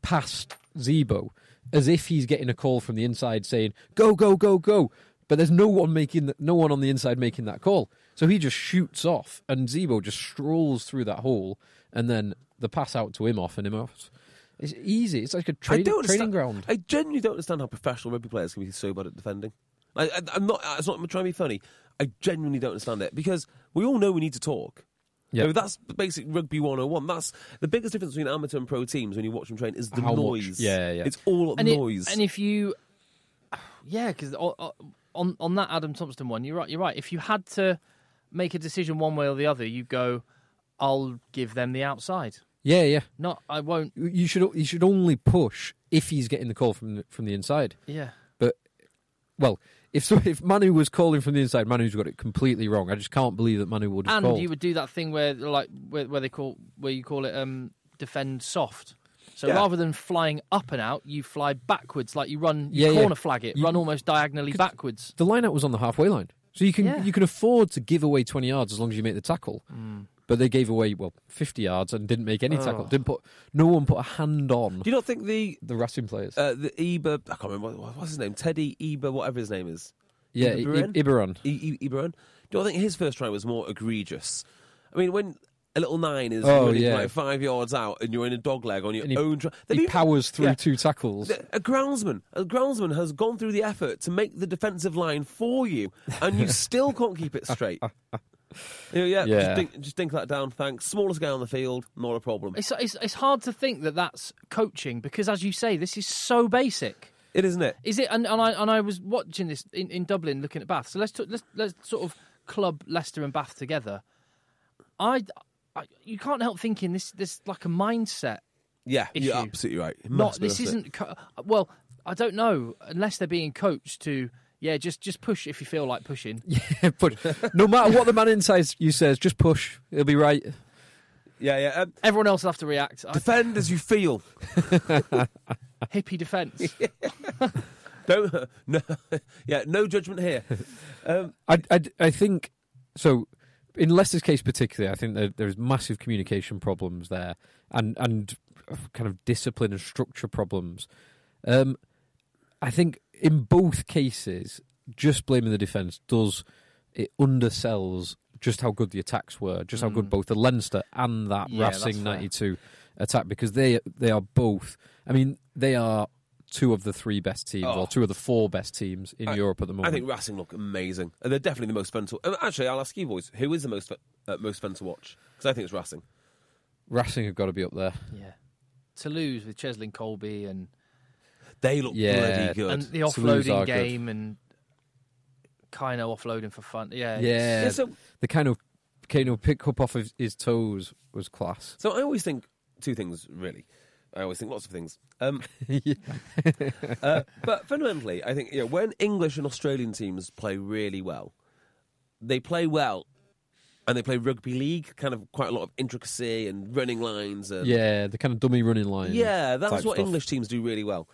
E: past Zebo as if he's getting a call from the inside saying "go, go, go, go," but there's no one making the, no one on the inside making that call. So he just shoots off, and Zebo just strolls through that hole, and then the pass out to him off and him out. It's easy. It's like a
D: I
E: training,
D: don't
E: training
D: understand-
E: ground.
D: I genuinely don't understand how professional rugby players can be so bad at defending. I, I, I'm not. It's not I'm trying to be funny. I genuinely don't understand it because we all know we need to talk.
E: Yeah.
D: I mean, that's basic rugby 101. That's the biggest difference between amateur and pro teams when you watch them train is the
E: How much-
D: noise.
E: yeah, yeah.
D: It's all
C: and, it-
D: noise.
C: and if you, yeah, because on on that Adam Thompson one, you're right. You're right. If you had to make a decision one way or the other, you go, I'll give them the outside.
E: Yeah, yeah.
C: Not, I won't.
E: You should you should only push if he's getting the call from the, from the inside.
C: Yeah,
E: But well, if so, *laughs* if Manu was calling from the inside, Manu's got it completely wrong. I just can't believe that Manu will just
C: and
E: call.
C: you would do that thing where like where, where they call where you call it um defend soft. So
D: Yeah.
C: rather than flying up and out, you fly backwards, like you run, you
E: Yeah, yeah.
C: corner flag it,
E: You-
C: run almost diagonally
E: 'Cause-
C: backwards.
E: the lineout was on the halfway line, so you can
C: Yeah.
E: you can afford to give away twenty yards as long as you make the tackle. But they gave away well fifty yards and didn't make any tackle.
C: Oh.
E: Didn't put no one put a hand on
D: Do you not think the
E: the Racing players.
D: uh, the Eber? I can't remember what, what's his name. Teddy Eber, whatever his name is.
E: yeah, I-
D: Ibarren?
E: I- Ibarren.
D: I- I- Ibrahim. Do you think his first try was more egregious? I mean, when a little nine is
E: Oh,
D: running
E: yeah.
D: like five yards out and you're in a dog leg on your
E: And he-
D: own try,
E: He
D: They'd be-
E: powers through
D: yeah.
E: two tackles. *laughs*
D: The- A groundsman, a groundsman has gone through the effort to make the defensive line for you, and
E: *laughs*
D: you still can't keep it straight. You know, yeah,
E: Yeah.
D: Just, dink, just dink that down. Thanks. Smallest guy on the field, not a problem.
C: It's, it's it's hard to think that that's coaching because, as you say, this is so basic.
D: It isn't it.
C: Is it? And, and I and I was watching this in, in Dublin, looking at Bath. So let's talk, let's let's sort of club Leicester and Bath together. I, I you can't help thinking this this like a mindset.
D: Yeah, you're
C: Issue.
D: absolutely right. It
C: Not
D: must be,
C: this
D: must be.
C: isn't co- well. I don't know unless they're being coached to yeah just just push if you feel like pushing.
E: Yeah, push. No matter what the man inside you says, just push. It'll be right.
D: *laughs* Yeah, yeah. Um,
C: Everyone else will have to react. I,
D: defend as you feel.
C: hippie
D: *laughs*
C: defence.
D: Don't. *laughs* no. Yeah. No judgment here.
C: *laughs*
D: Um,
E: I, I, I think so. In Leicester's case, particularly, I think there there's massive communication problems there, and and uh, kind of discipline and structure problems. Um, I think in both cases, just blaming the defence does it undersells just how good the attacks were, just how good
C: Mm.
E: both the Leinster and that
C: Yeah, that's
E: Racing
C: fair.
E: ninety two attack because they they are both. I mean, they are two of the three best teams
D: Oh.
E: or two of the four best teams in
D: I-
E: Europe at the
D: I
E: moment.
D: think Racing look amazing, and they're definitely the most fun to. um, Actually, I'll ask you boys who is the most fu- uh, most fun to watch because I think it's Racing.
E: Racing have got to be up there.
C: yeah, Toulouse with Cheslin Colby and
D: They look
E: Yeah.
D: bloody good.
C: and the
E: Toulouse
C: offloading
E: are good.
C: game and Kino offloading for fun. Yeah, it's-
E: Yeah.
D: Yeah, so
E: the kind of Kano pick up off of his toes was class.
D: So I always think two things really. I always think lots of things. Um, *laughs* uh, but fundamentally, I think you know, when English and Australian teams play really well, they play well, and they play rugby league, kind of quite a lot of intricacy and running lines. And,
E: Yeah, the kind of dummy running line.
D: yeah, that's
E: type
D: what
E: stuff.
D: English teams do really well.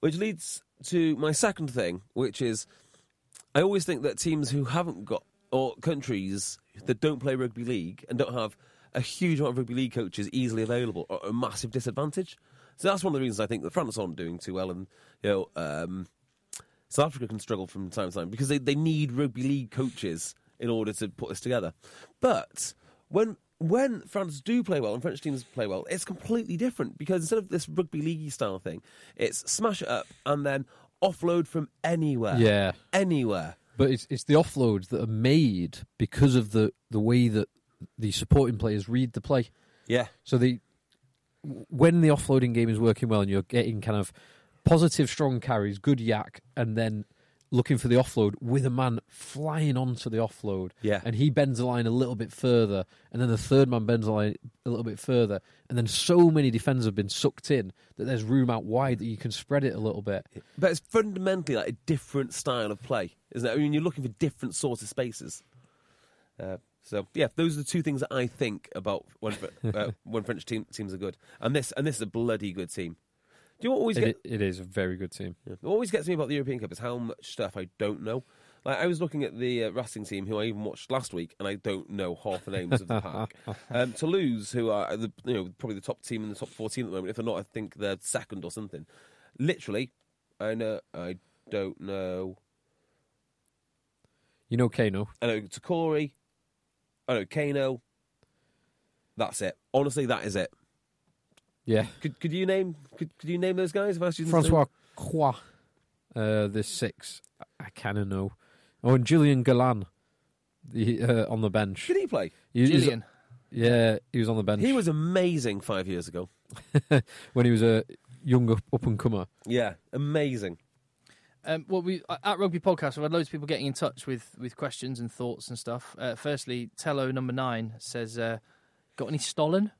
D: Which leads to my second thing, which is I always think that teams who haven't got, or countries that don't play rugby league and don't have a huge amount of rugby league coaches easily available are at a massive disadvantage. So that's one of the reasons I think that France aren't doing too well and, you know, um, South Africa can struggle from time to time because they, they need rugby league coaches in order to put this together. But when when France do play well and French teams play well, it's completely different because instead of this rugby league style thing, it's smash it up and then offload from anywhere.
E: Yeah.
D: Anywhere.
E: But it's it's the offloads that are made because of the, the way that the supporting players read the play.
D: Yeah.
E: So the when the offloading game is working well and you're getting kind of positive strong carries, good yak, and then looking for the offload with a man flying onto the offload.
D: Yeah.
E: And he bends the line a little bit further, and then the third man bends the line a little bit further, and then so many defenders have been sucked in that there's room out wide that you can spread it a little bit.
D: But it's fundamentally like a different style of play, isn't it? I mean, you're looking for different sorts of spaces. Uh, so yeah, those are the two things that I *laughs* think about when Fr- uh, when French team, teams are good, and this and this is a bloody good team. Do you always
E: It,
D: get
E: i- it is a very good team.
D: Yeah. What always gets me about the European Cup is how much stuff I don't know. Like I was looking at the uh, Racing team, who I even watched last week, and I don't know half the names of the pack. Um, Toulouse, who are the, you know probably the top team in the top fourteen at the moment. If they're not, I think they're second or something. Literally, I know I don't know.
E: *laughs* You know Kano.
D: I know Takori. I know Kano. That's it. Honestly, that is it.
E: Yeah.
D: Could could you name could, could you name those guys? If I asked you to-
E: Francois Croix, uh, the six. I, I kind of know. Oh, and Julian Galan the, uh, on the bench.
D: Did he play?
E: He was-
C: Gillian.
E: yeah, he was on the bench
D: He was amazing five years ago.
E: when he was a young up and comer.
D: Yeah, amazing.
C: Um, well, we at Rugby Podcast, we've had loads of people getting in touch with with questions and thoughts and stuff. Uh, firstly, Tello number nine says, uh, "Got any Stollen?"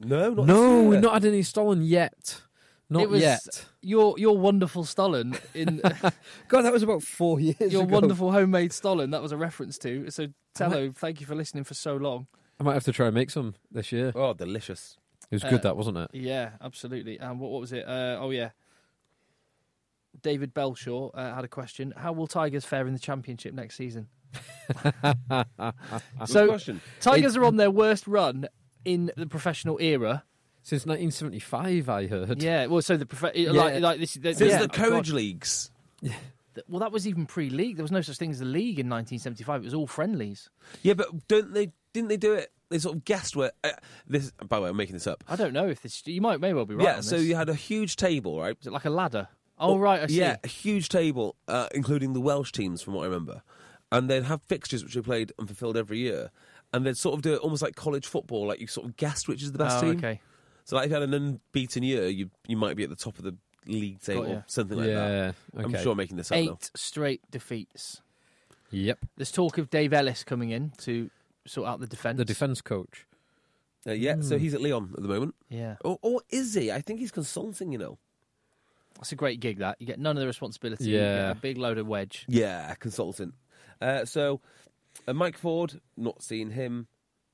D: No, not
E: No,
D: this year.
E: we've not had any stolen yet. Not
C: It was-
E: yet.
C: Your your wonderful Stollen in
E: God, that was about four years
C: your wonderful homemade Stollen. That was a reference to. So Tello, thank you for listening for so long.
E: I might have to try and make some this year.
D: Oh, delicious.
E: It was
C: Uh,
E: good, that wasn't it?
C: Yeah, absolutely. And what what was it? Uh, oh yeah. David Belshaw uh, had a question. How will Tigers fare in the championship next season?
D: Good
C: Uh, so
D: question.
C: Tigers are on their worst run in the professional era.
E: Since 1975, I heard.
C: Yeah, well, so the prof-
E: Yeah.
C: like, like this. The,
D: Since
C: yeah,
D: the
C: oh, God.
D: courage leagues.
C: Th- Well, that was even pre-league. There was no such thing as the league in 1975. It was all friendlies.
D: Yeah, but don't they? Didn't they do it? They sort of guessed where uh, this. By the way, I'm making this up.
C: I don't know if this. You might may well be Oh, right.
D: yeah,
C: on
D: so
C: this.
D: you had a huge table, right?
C: is it like a ladder? Oh, right, I see.
D: Yeah, a huge table, uh, including the Welsh teams, from what I remember, and they'd have fixtures which they played and fulfilled every year, and they'd sort of do it almost like college football, like you sort of guessed which is the best
C: Oh,
D: team.
C: okay.
D: So, like if you had an unbeaten year, you you might be at the top of the league table,
C: ya.
D: something like that.
E: Yeah.
D: I'm
E: okay.
D: sure I'm making this up now.
C: Eight straight defeats.
E: Yep.
C: There's talk of Dave Ellis coming in to sort out the defence.
E: The defence coach. *laughs*
D: Uh, yeah,
C: Hmm.
D: so he's at Leon at the moment,
C: Yeah,
D: or, or is he? I think he's consulting. You know.
C: that's a great gig. That you get none of the responsibility. you
E: Yeah.
C: get a big load of wedge.
D: Yeah, consultant. Uh, so, uh, Mike Ford, not seen him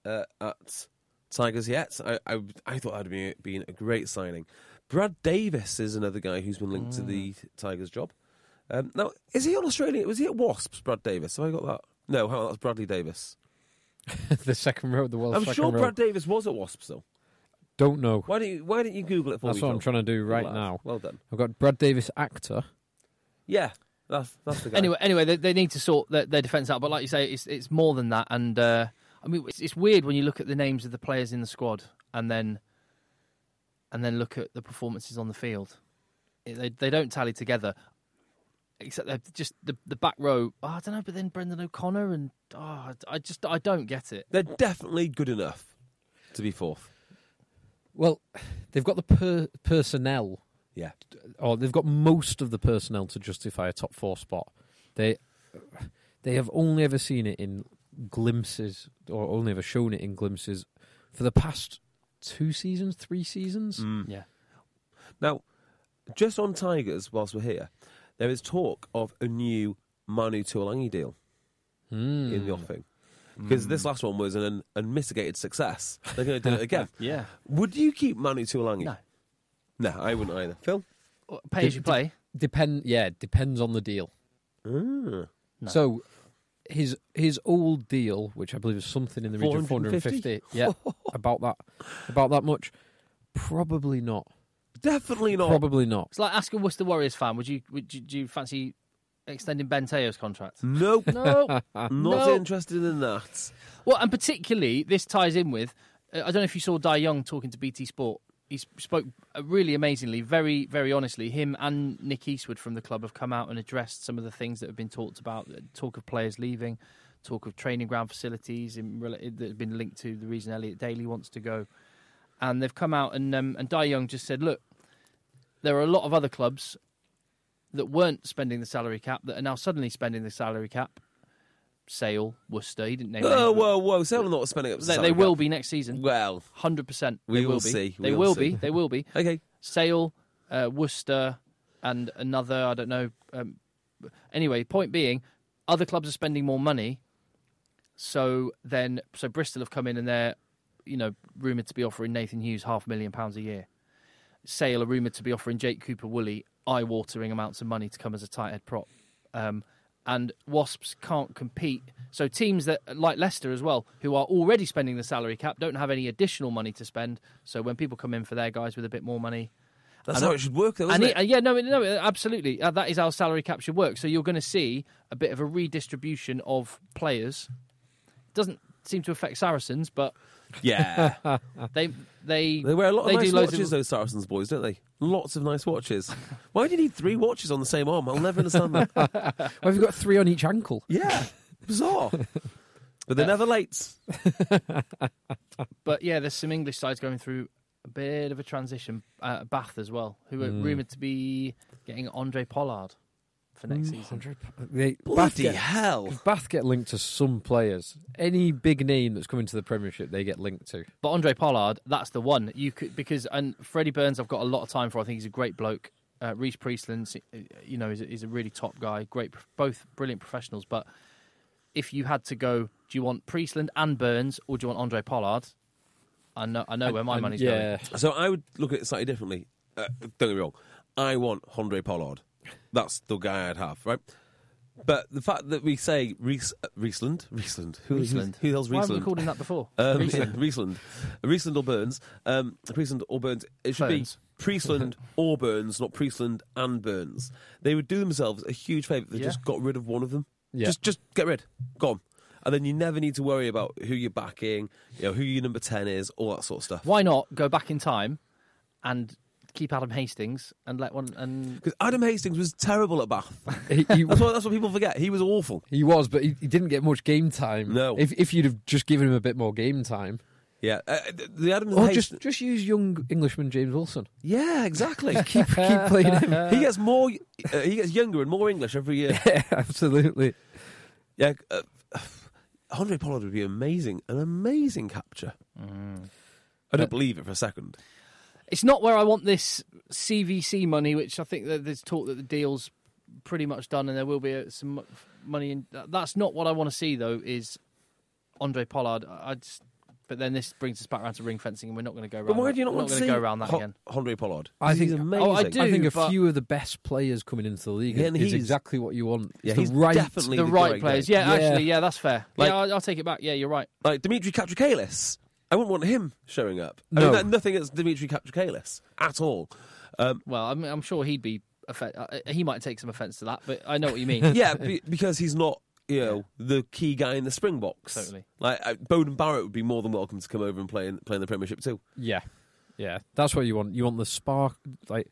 D: uh, at Tigers yet. I, I, I thought that'd be been a great signing. Brad Davis is another guy who's been linked to the
E: Mm.
D: Tigers job. Um, now, is he on Australia? Was he at Wasps, Brad Davis? Have I got that? No, hang on, that's Bradley Davis.
E: the second row, the world's
D: I'm
E: second
D: sure
E: row.
D: Brad Davis was at Wasps, though.
E: Don't know.
D: Why don't you, why don't you Google it for
E: That's
D: me?
E: what I'm
D: Phil?
E: trying to do
D: Good
E: right
D: lad.
E: now.
D: Well done.
E: I've got Brad Davis, actor.
D: Yeah, that's, that's the guy.
C: Anyway, anyway, they, they need to sort their, their defence out. But like you say, it's it's more than that. And uh, I mean, it's, it's weird when you look at the names of the players in the squad and then and then look at the performances on the field. It- they they don't tally together. Except they're just the the back row. Oh, I don't know, but then Brendan O'Connor and oh, I- I just I don't get it.
D: They're definitely good enough to be fourth.
E: Well, *sighs* they've got the per- personnel,
D: Yeah.
E: or they've got most of the personnel to justify a top four spot. They *sighs* they have only ever seen it in glimpses, or only ever shown it in glimpses, for the past two seasons, three seasons.
C: Yeah,
D: Now, just on Tigers, whilst we're here, there is talk of a new Manu Tuolangi deal
C: Hmm.
D: in the offing. Because this last one was an un- unmitigated success. They're going to
C: *laughs*
D: do it again.
C: yeah.
D: Would you keep Manu Tuolangi?
C: No.
D: No, I wouldn't either. Phil?
C: Well, Uh, Pay as you play.
E: Depend, yeah, depends on the deal.
C: Ah.
E: So his his old deal, which I believe is something in the region of
D: 450?
E: 450, yeah, about that, about that much, probably not.
D: Definitely not.
E: Probably not.
C: It's like asking Worcester Warriors fan. Would you would you, do you fancy extending Ben Teo's contract?
D: Nope.
C: *laughs* No,
D: Not
C: No.
D: interested in that.
C: Well, and particularly this ties in with uh, I don't know if you saw Dai Young talking to BT Sport. He s- spoke uh, really amazingly, very, very honestly. Him and Nick Eastwood from the club have come out and addressed some of the things that have been talked about. uh, Talk of players leaving, talk of training ground facilities in, rela- uh, that have been linked to the reason Elliot Daly wants to go. And they've come out and um, and Dai Young just said, look, there are a lot of other clubs that weren't spending the salary cap that are now suddenly spending the salary cap. Sale, Worcester, he didn't name.
D: Whoa,
C: names, but-
D: Oh, whoa, whoa. Sale not spending up to
C: they,
D: salary
C: they will
D: cap.
C: be next season.
D: Well,
C: Hundred percent.
D: We
C: they will
D: will
C: be.
D: see.
C: They
D: We
C: will
D: will
C: be.
D: see.
C: They will be.
D: okay.
C: Sale, uh, Worcester, and another. I don't know. Um, anyway, point being, other clubs are spending more money. So then, so Bristol have come in and they're, you know, rumored to be offering Nathan Hughes half a million pounds a year. Sale are rumoured to be offering Jake Cooper Woolley eye watering amounts of money to come as a tight head prop. Um, and Wasps can't compete. So teams that like Leicester as well, who are already spending the salary cap, don't have any additional money to spend. So when people come in for their guys with a bit more money,
D: That's
C: And
D: how
C: I-
D: it should work, though,
C: and
D: isn't
C: it-
D: it?
C: yeah, no, no, absolutely. Uh, that is how salary cap should work. So you're going to see a bit of a redistribution of players. Doesn't seem to affect Saracens, but *laughs*
D: Yeah.
C: they they
D: They wear a lot of
C: they
D: nice
C: do loads
D: watches,
C: Of,
D: those Saracens boys, don't they? Lots of nice watches. Why do you need three watches on the same arm? I'll never
C: *laughs*
D: understand that.
E: Well, you've got three on each ankle.
D: yeah, bizarre. But they're never late.
C: but yeah, there's some English sides going through a bit of a transition. Uh, Bath as well, who are
D: Hmm.
C: rumoured to be getting Andre Pollard for next
D: Hmm.
C: season.
E: They, Bath,
D: Mm. Bloody
E: get,
D: hell!
E: Bath get linked to some players. Any big name that's coming to the Premiership, they get linked to.
C: But Andre Pollard, that's the one you could because and Freddie Burns, I've got a lot of time for. I think he's a great bloke. Uh, Reece Priestland, you know, is a, is a really top guy. Great, both brilliant professionals. But if you had to go, do you want Priestland and Burns, or do you want Andre Pollard? I know, I know where my
E: And-
C: money's going.
E: yeah.
D: So I would look at it slightly differently. Uh, don't get me wrong. I want Andre Pollard. That's the guy I'd have, right? But the fact that we say Rees, Riesland, Riesland, who,
C: Riesland.
D: who the hell's
C: Why haven't we
D: Riesland?
C: called him that
E: *laughs*
C: before?
D: Um,
C: Riesland.
D: Riesland. *laughs* Riesland. Riesland or Burns. Um, Riesland or Burns. It should
C: Burns.
D: be
E: *laughs*
D: Priestland or Burns, not Priestland and Burns. They would do themselves a huge favour if they
C: Yeah.
D: just got rid of one of them.
E: Yeah.
D: Just just get rid. Gone. And then you never need to worry about who you're backing, you know, who your number 10 is, all that sort of stuff.
C: Why not go back in time and keep Adam Hastings and let one and
D: Because Adam Hastings was terrible at Bath.
E: He, he- *laughs*
D: That's what, that's what people forget. He was awful.
E: he was, but he, he didn't get much game time.
D: No.
E: If, if you'd have just given him a bit more game time.
D: Yeah. Uh, the- the Adam
E: Or
D: Hastings.
E: just, just use young Englishman James Wilson.
D: yeah, exactly.
E: *laughs* Keep, *laughs* uh, keep playing him.
D: *laughs*
E: *laughs*
D: he gets more. Uh, he gets younger and more English every year.
E: Absolutely.
D: Yeah, uh, *sighs* Andre Pollard would be amazing, an amazing capture.
C: Mm.
D: I don't believe it for a second.
C: it's not where I want this CVC money, which I think that there's talk that the deal's pretty much done and there will be uh, some mo- money. In, that- that's not what I want to see though. Is Andre Pollard? I I just, but then this brings us back around to ring fencing, and we're not going to go. Around
D: But why
C: that.
D: do you not
C: We're
D: want to
C: gonna
D: see
C: go around that
D: Ho-
C: again?
D: Andre Pollard?
E: I
D: He's
E: think-
D: amazing.
C: Oh, I do.
E: I think a
C: but-
E: few of the best players coming into the league
D: Yeah, and
E: is
D: he's-
E: exactly what you want.
D: Yeah,
E: It's
D: he's
E: the right
D: definitely
C: The
D: the
C: right
D: correct
C: players,
D: guy.
C: yeah,
E: Yeah.
C: Actually, yeah, that's fair.
D: Like-
C: yeah, I'll, I'll take it back. Yeah, you're right.
D: Like Dimitri Katrikalis. I wouldn't want him showing up. I
E: No.
D: mean, that, nothing against Dimitri Katrikalis at all. Um,
C: Well, I'm, I'm sure he'd be. Offen- uh, he might take some offence to that, but I know what you
D: *laughs*
C: mean. *laughs*
D: yeah, be, because he's not, you know, the key guy in the Springboks.
C: Totally.
D: Like uh, Bowden Barrett would be more than welcome to come over and play in, play in the Premiership too.
E: Yeah, yeah, that's what you want. You want the spark, like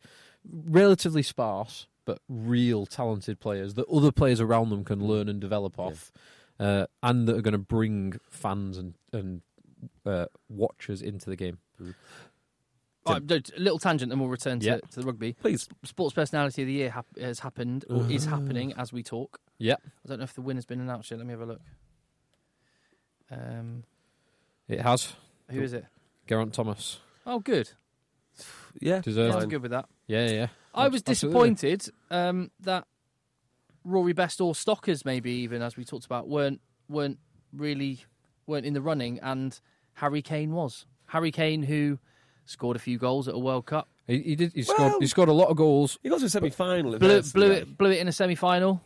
E: relatively sparse but real talented players that other players around them can learn and develop off, uh, and that are going to bring fans and and uh, watchers into the game.
C: All right, a little tangent, and we'll return to,
E: Yeah.
C: to the rugby.
D: Please.
C: Sports personality of the year hap- has happened or
D: Oh.
C: is happening as we talk.
E: Yeah,
C: I don't know if the winner's been announced yet. Let me have a look. Um,
E: it has
C: who is it?
E: Geraint Thomas
C: Oh, good.
D: Yeah.
C: Yeah,
E: deserves.
C: I'm good with that.
E: Yeah, yeah. yeah.
C: I was
E: Absolutely.
C: disappointed um, that Rory Best or Stockers, maybe even as we talked about, weren't weren't really weren't in the running, and Harry Kane was. Harry Kane, who scored a few goals at a World Cup,
E: He, he did. He scored.
D: Well-
E: He scored a lot of goals.
D: He got to a semi final.
C: blew, blew it blew it in a semi final.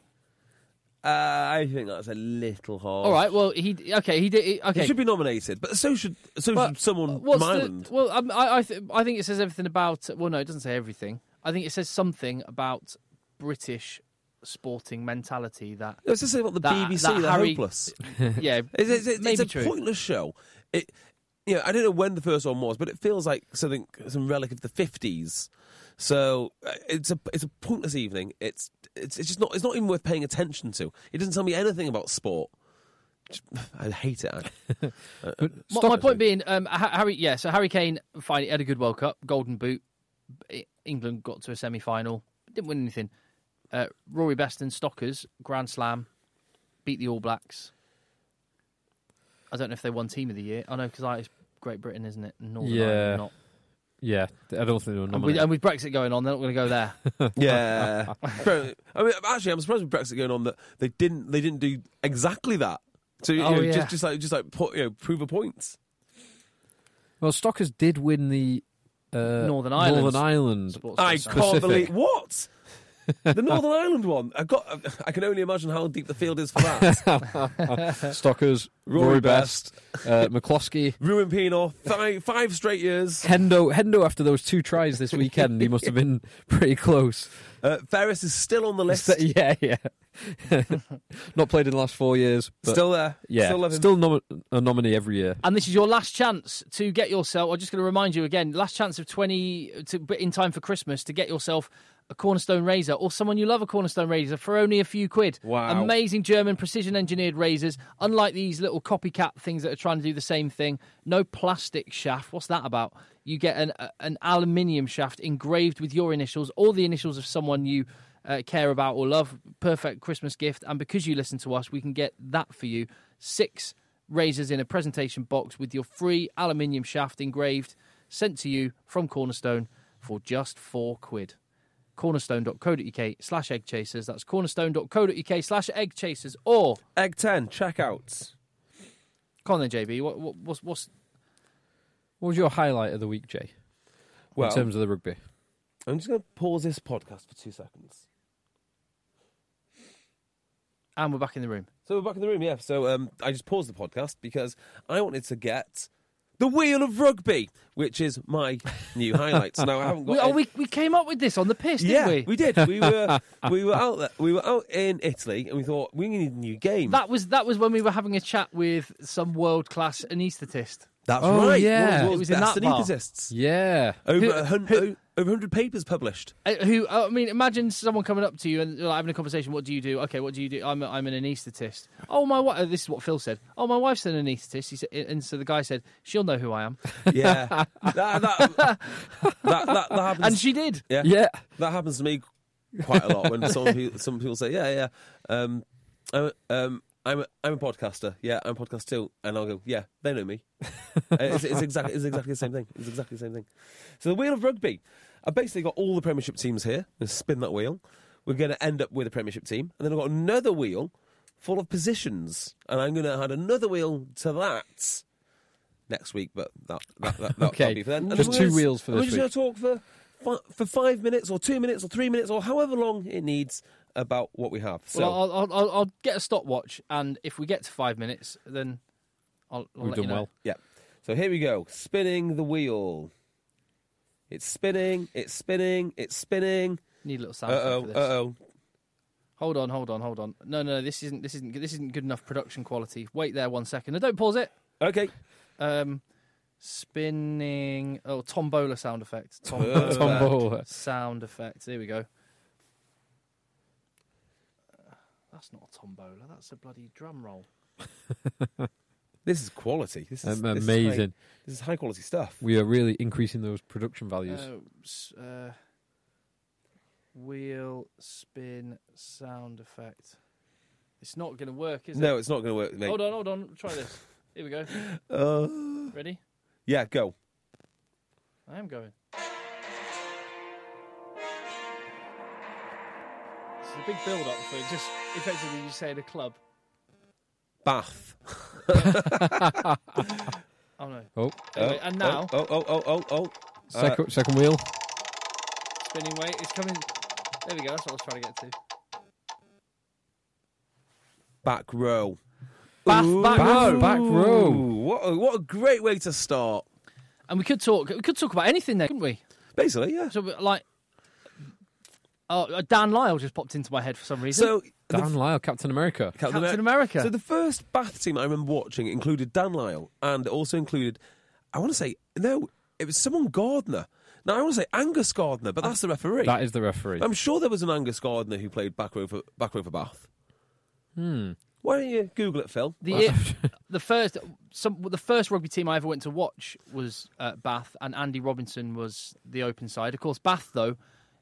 D: Uh, I think that's a little hard.
C: All right, well he okay he did okay.
D: He should be nominated, but so should so
C: But uh,
D: should *laughs* someone
C: what's
D: from
C: the-
D: Ireland.
C: well, um, I I, th- I think it says everything about. Well, no, it doesn't say everything. I think it says something about British sporting mentality
D: *laughs*
C: that
D: Let's just say about the
C: that-
D: BBC,
C: that
D: they're
C: Harry-
D: hopeless.
C: yeah
D: It's, it's, it's,
C: maybe
D: it's a
C: true.
D: pointless show. It, you know, I don't know when the first one was, but it feels like something, some relic of the fifties. So uh, it's a it's a pointless evening. It's it's it's just not it's not even worth paying attention to. It doesn't tell me anything about sport. Just- *sighs* I hate it. I-
E: But
C: My, my point being, um, Ha- Harry, yeah, so Harry Kane fine, he had a good World Cup, Golden Boot. E- England got to a semi final, didn't win anything. Uh, Rory Beston, Stockers, Grand Slam, beat the All Blacks. I don't know if they won Team of the Year. I know because it's Great Britain, isn't it? And Northern
E: Yeah.
C: Ireland not.
E: yeah, I don't think they were
C: And with,
E: nominated.
C: and with Brexit going on, they're not going to go there.
D: yeah. Apparently- *laughs* I mean, actually, I'm surprised with Brexit going on that they didn't they didn't do exactly that. So you
C: Oh,
D: know,
C: yeah.
D: just just like just like put, you know, prove a point.
E: Well, Stockers did win the uh,
C: Northern Ireland.
E: Northern Ireland.
C: Sports
D: I
C: Specific.
D: can't believe
E: *laughs*
D: what the Northern Ireland one. I got. I can only imagine how deep the field is for
E: *laughs*
D: that.
E: Stockers, Rory,
D: Rory
E: Best, uh, McCloskey.
D: Ruin Pino, five five straight years.
E: Hendo, Hendo, after those two tries this weekend, he must have been pretty close.
D: Uh, Ferris is still on the list.
E: yeah, yeah. *laughs* Not played in the last four years, but
D: Still there.
E: yeah,
D: Still,
E: still,
D: living.
E: nom- a nominee every year.
C: And this is your last chance to get yourself. I'm just going to remind you again: last chance of twenty to but in time for Christmas to get yourself a Cornerstone razor or someone you love a Cornerstone razor for only a few quid.
D: Wow.
C: Amazing German precision engineered razors. Unlike these little copycat things that are trying to do the same thing, no plastic shaft. What's that about? You get an a- an aluminium shaft engraved with your initials or the initials of someone you. Uh, care about or love perfect christmas gift and because you listen to us we can get that for you six razors in a presentation box with your free aluminium shaft engraved, sent to you from Cornerstone for just four quid. Cornerstone.co.uk slash egg chasers. That's cornerstone.co.uk slash egg chasers. Or,
D: Egg ten. Check out.
C: come on then, JB, what, what, what's, what's
E: What was your highlight of the week, Jay?
D: Well,
E: in terms of the rugby,
D: I'm just going to pause this podcast for two seconds.
C: and we're back in the room.
D: So we're back in the room, yeah. So um, I just paused the podcast because I wanted to get the wheel of rugby, which is my new highlight. So now I haven't
C: *laughs*
D: got.
C: We, oh,
D: any-
C: we, we came up with this on the piss,
D: yeah,
C: didn't we?
D: did.
C: *laughs*
D: We were we were out there, we were out in Italy, and we thought we need a new game.
C: That was that was when we were having a chat with some world class anaesthetist.
D: That's
E: Oh,
D: right. One
E: yeah.
D: of the
C: It
D: world's
C: was in
D: best
C: that bar.
D: anaesthetists. *laughs*
E: yeah,
D: Over
C: Who-
D: a hun- o- over 100
C: *laughs*
D: papers published.
C: Uh, Who uh, I mean, imagine someone coming up to you and like, having a conversation. What do you do? Okay, what do you do? I'm, a, I'm an anaesthetist. Oh my, wife. This is what Phil said. Oh, my wife's an anaesthetist. He said, and so the guy said, she'll know who I
E: *laughs*
C: am,
D: Yeah, that, that, that, that, that happens.
C: and she did.
D: yeah, *laughs*
E: yeah.
D: that happens to me quite a lot
E: *laughs*
D: when some people, some people say, "Yeah, yeah, um, I'm, a- um, I'm, a, I'm a podcaster. Yeah, I'm a podcaster too." And I'll go, "Yeah, they know
E: *laughs*
D: me." Uh, it's, it's exactly it's exactly the same thing. It's exactly the same thing. So the wheel of rugby. I've basically got all the Premiership teams here. Let's spin that wheel. We're going to end up with a Premiership team, and then I've got another wheel full of positions, and I'm going to add another wheel to that. Next week, but that, that, that, that
E: *laughs* Okay.
D: that'll be for then. And then
E: Just
D: we're
E: two
D: gonna-
E: wheels for
D: and
E: this
D: We're just going to talk for fi- for five minutes or two minutes or three minutes or however long it needs about what we have. So
C: Well, I'll, I'll, I'll, I'll get a stopwatch, and if we get to five minutes, then I'll, I'll
E: We've
C: let
E: done
C: you know.
E: well.
D: yeah, so here we go. Spinning the wheel. It's spinning. It's spinning. It's spinning.
C: Need a little
D: Uh
C: sound effect
D: oh.
C: for
D: Uh
C: this.
D: oh.
C: Hold on, hold on, hold on. No, no, this isn't. This isn't. This isn't good enough production quality. Wait there one second. No, don't pause it.
D: Okay.
C: Um, spinning. Oh, tombola sound effect. Tombola.
D: Perfect.
E: Tombola.
C: sound effects. Here we go. That's not a tombola. That's a bloody drum roll.
D: This is quality. This is
E: Um,
D: this is high-
E: amazing.
D: this is high quality stuff.
E: We are really increasing those production values.
C: Uh, s- uh, wheel spin sound effect. It's not going to work, is
D: No,
C: it?
D: it's not going to work, mate.
C: Hold on, hold on. Try this. Here we go.
D: Uh,
C: Ready?
D: yeah, go.
C: I am going. This is a big build up for just effectively you say the club.
D: Bath.
C: Oh no.
E: oh,
C: Anyway,
D: Oh,
C: and now
D: Oh, oh, oh, oh, oh. Uh,
E: second, second wheel.
C: spinning weight is coming. There we go. That's what I was trying to get to.
D: back row.
C: Bath, back row.
E: Back row.
D: Ooh, what a, what a great way to start.
C: And we could talk. We could talk about anything there, couldn't we?
D: Basically, yeah.
C: So we- like, oh, Dan Lyle just popped into my head for some reason.
D: So the
E: Dan Lyle, Captain America.
D: Captain,
C: Captain
D: Amer-
C: America.
D: So the first Bath team I remember watching included Dan Lyle and also included, I want to say, no, it was someone Gardner. Now I want to say Angus Gardner, but that's the referee.
E: That is the referee.
D: I'm sure there was an Angus Gardner who played back row for back row for Bath. Hmm. Why don't you Google it, Phil?
C: the the first some the first rugby team I ever went to watch was uh, Bath, and Andy Robinson was the open side. Of course, Bath though,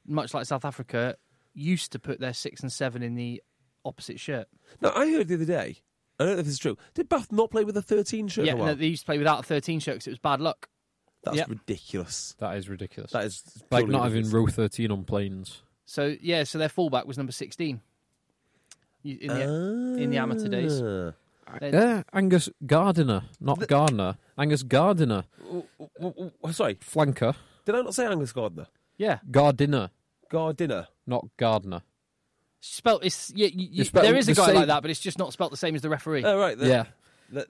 C: much like South Africa, used to put their six and seven in the opposite shirt.
D: Now I heard the other day. I don't know if this is true. Did Bath not play with a 13 shirt?
C: yeah,
D: for a while?
C: no, they used to play without a thirteen shirt because it was bad luck.
D: That's
C: yeah.
D: ridiculous.
E: that is ridiculous.
D: That is
E: like
D: purely
E: not having
D: ridiculous.
E: row 13 on planes.
C: So yeah, so their fullback was number sixteen. You- In the, in the amateur days.
D: Ah.
C: They-
E: Yeah, Angus
D: Oh,
E: Gardiner, not Gardner. Angus Gardiner,
D: W- w- w- Sorry,
E: flanker.
D: Did I not say Angus Gardner?
C: Yeah,
E: Gardiner,
D: Gardiner.
E: not Gardner.
C: spelt. It's, yeah, you, you,
E: It's spelt
C: there is a
E: the
C: guy
E: same-
C: like that, but it's just not spelt the same as the referee.
D: Oh, right. the-
E: yeah,
D: the-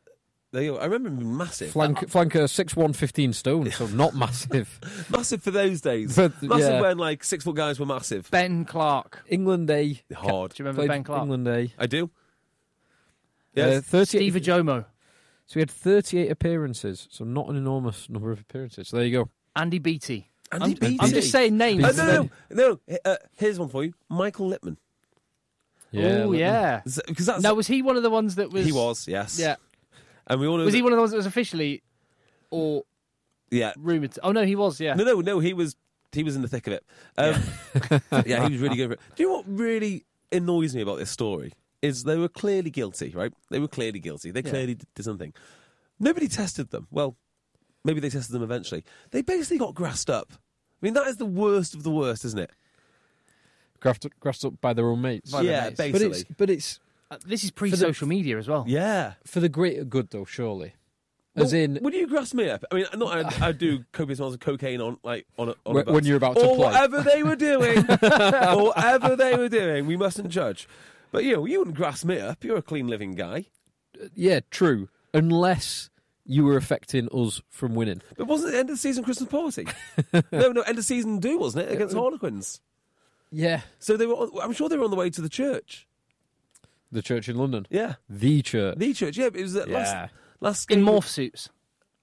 D: there you are. I remember him being massive.
E: flank, flanker six one fifteen stone, so not massive.
D: massive for
C: *laughs*
D: those days.
E: But,
D: massive
E: yeah.
D: when, like, six foot guys were massive.
C: ben Clark.
E: England A
D: Hard.
C: Do you remember Ben Clark?
E: England A.
D: I do.
E: Uh,
D: Yes.
E: 38
C: Steve Ajomo.
E: So we had 38 appearances, so not an enormous number of appearances. So there you go.
C: Andy Beatty.
D: Andy
C: I'm,
D: Beatty.
C: I'm just saying names.
D: Uh, no, no, no. no. Uh, here's one for you Michael Lippman.
C: oh,
E: let-
C: yeah.
D: Because that's.
C: Now, was he one of the ones that was.
D: he was, yes.
C: Yeah.
D: And we all know.
C: Was he
D: that-
C: one of the ones that was officially or
D: Yeah.
C: rumoured? To... Oh, no, he was, yeah.
D: *laughs* No, no, no. He was he was in the thick of it. Um, *laughs* yeah. he was really good. For it. Do you know what really annoys me about this story is they were clearly guilty, right? They were clearly guilty. They
C: Yeah.
D: clearly did did something. Nobody tested them. Well, maybe they tested them eventually. They basically got grassed up. I mean, that is the worst of the worst, isn't it?
E: Grafted, grassed up by their own mates.
C: By the
D: yeah,
C: mates. But
E: But
D: basically.
E: it's, but it's
C: Uh, This is pre social media as well.
D: yeah.
E: for the greater good, though, surely. As
D: Well,
E: in,
D: would you grass me up? I mean, not I, I do copious amounts of cocaine on like on, a, on a
E: When-
D: bus.
E: when you're about to
D: or
E: play.
D: whatever they were
E: *laughs*
D: doing, or whatever they were doing. We mustn't judge. But you know, you wouldn't grass me up. You're a clean living guy.
E: yeah, true. Unless you were affecting us from winning.
D: But wasn't it the end of the season Christmas
E: *laughs*
D: party? no, no, end of season do wasn't it against Harlequins?
E: Yeah.
D: So they were. On, I'm sure they were on the way to the church.
E: The church in London.
D: Yeah,
E: The church.
D: the church. Yeah, but it was that
E: Yeah.
D: last last
C: In
D: game-
C: morph suits.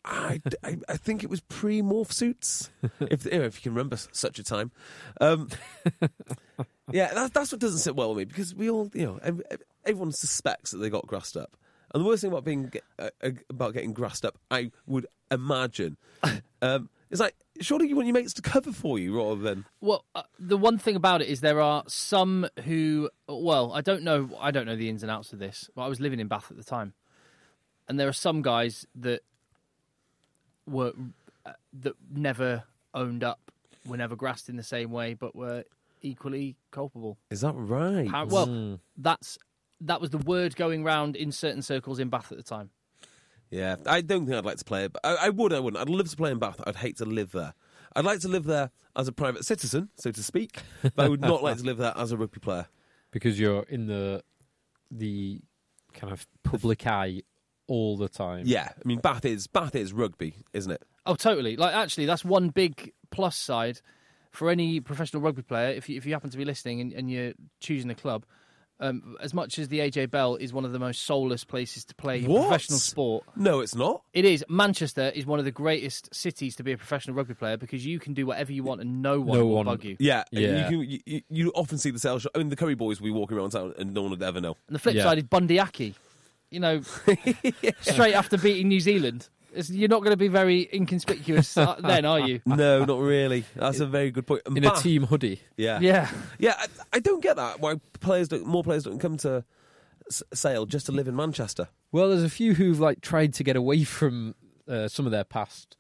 D: I, I, I think it was pre morph suits, if you know, if you can remember s- such a time. Um, yeah, that, that's what doesn't sit well with me because we all, you know, ev- ev- everyone suspects that they got grassed up. And the worst thing about being ge- uh, uh, about getting grassed up, I would imagine, um, is like surely you want your mates to cover for you rather than
C: Well, uh, the one thing about it is there are some who, well, I don't know, I don't know the ins and outs of this, but I was living in Bath at the time, and there are some guys that were uh, that never owned up, were never grassed in the same way, but were equally culpable.
D: is that right?
C: Appa- Well, that's that was the word going round in certain circles in Bath at the time.
D: Yeah, I don't think I'd like to play it, but I, I would. I wouldn't. I'd love to play in Bath. I'd hate to live there. I'd like to live there as a private citizen, so to speak, but I would not like to live there as a rugby
E: *laughs*
D: player.
E: Because you're in the the kind of public eye all the time.
D: Yeah, I mean Bath is Bath is rugby, isn't it?
C: Oh, totally. Like, actually, that's one big plus side for any professional rugby player. If you, if you happen to be listening and, and you're choosing a club, um, as much as the AJ Bell is one of the most soulless places to play in
D: What?
C: professional sport,
D: No, it's not.
C: it is. Manchester is one of the greatest cities to be a professional rugby player because you can do whatever you want and no one
E: No
C: will
E: one-
C: bug you.
D: Yeah,
E: Yeah.
D: You, can, you, you often see the sales. shop. I mean, the Curry boys will be walking around town, and no one would ever know.
C: And the flip
E: Yeah.
C: side is Bundyaki. You
E: *laughs*
C: know, straight after beating New Zealand. It's- You're not going to be very inconspicuous uh, then, are
E: *laughs*
C: you?
D: No, not really. That's a very good point. And
E: In
D: Bath-
E: a team hoodie.
D: yeah,
C: Yeah.
D: yeah. I, I don't get that. Why players don't, more players don't come to S- Sale just to live in Manchester?
E: Well, there's a few who've like tried to get away from uh, some of their past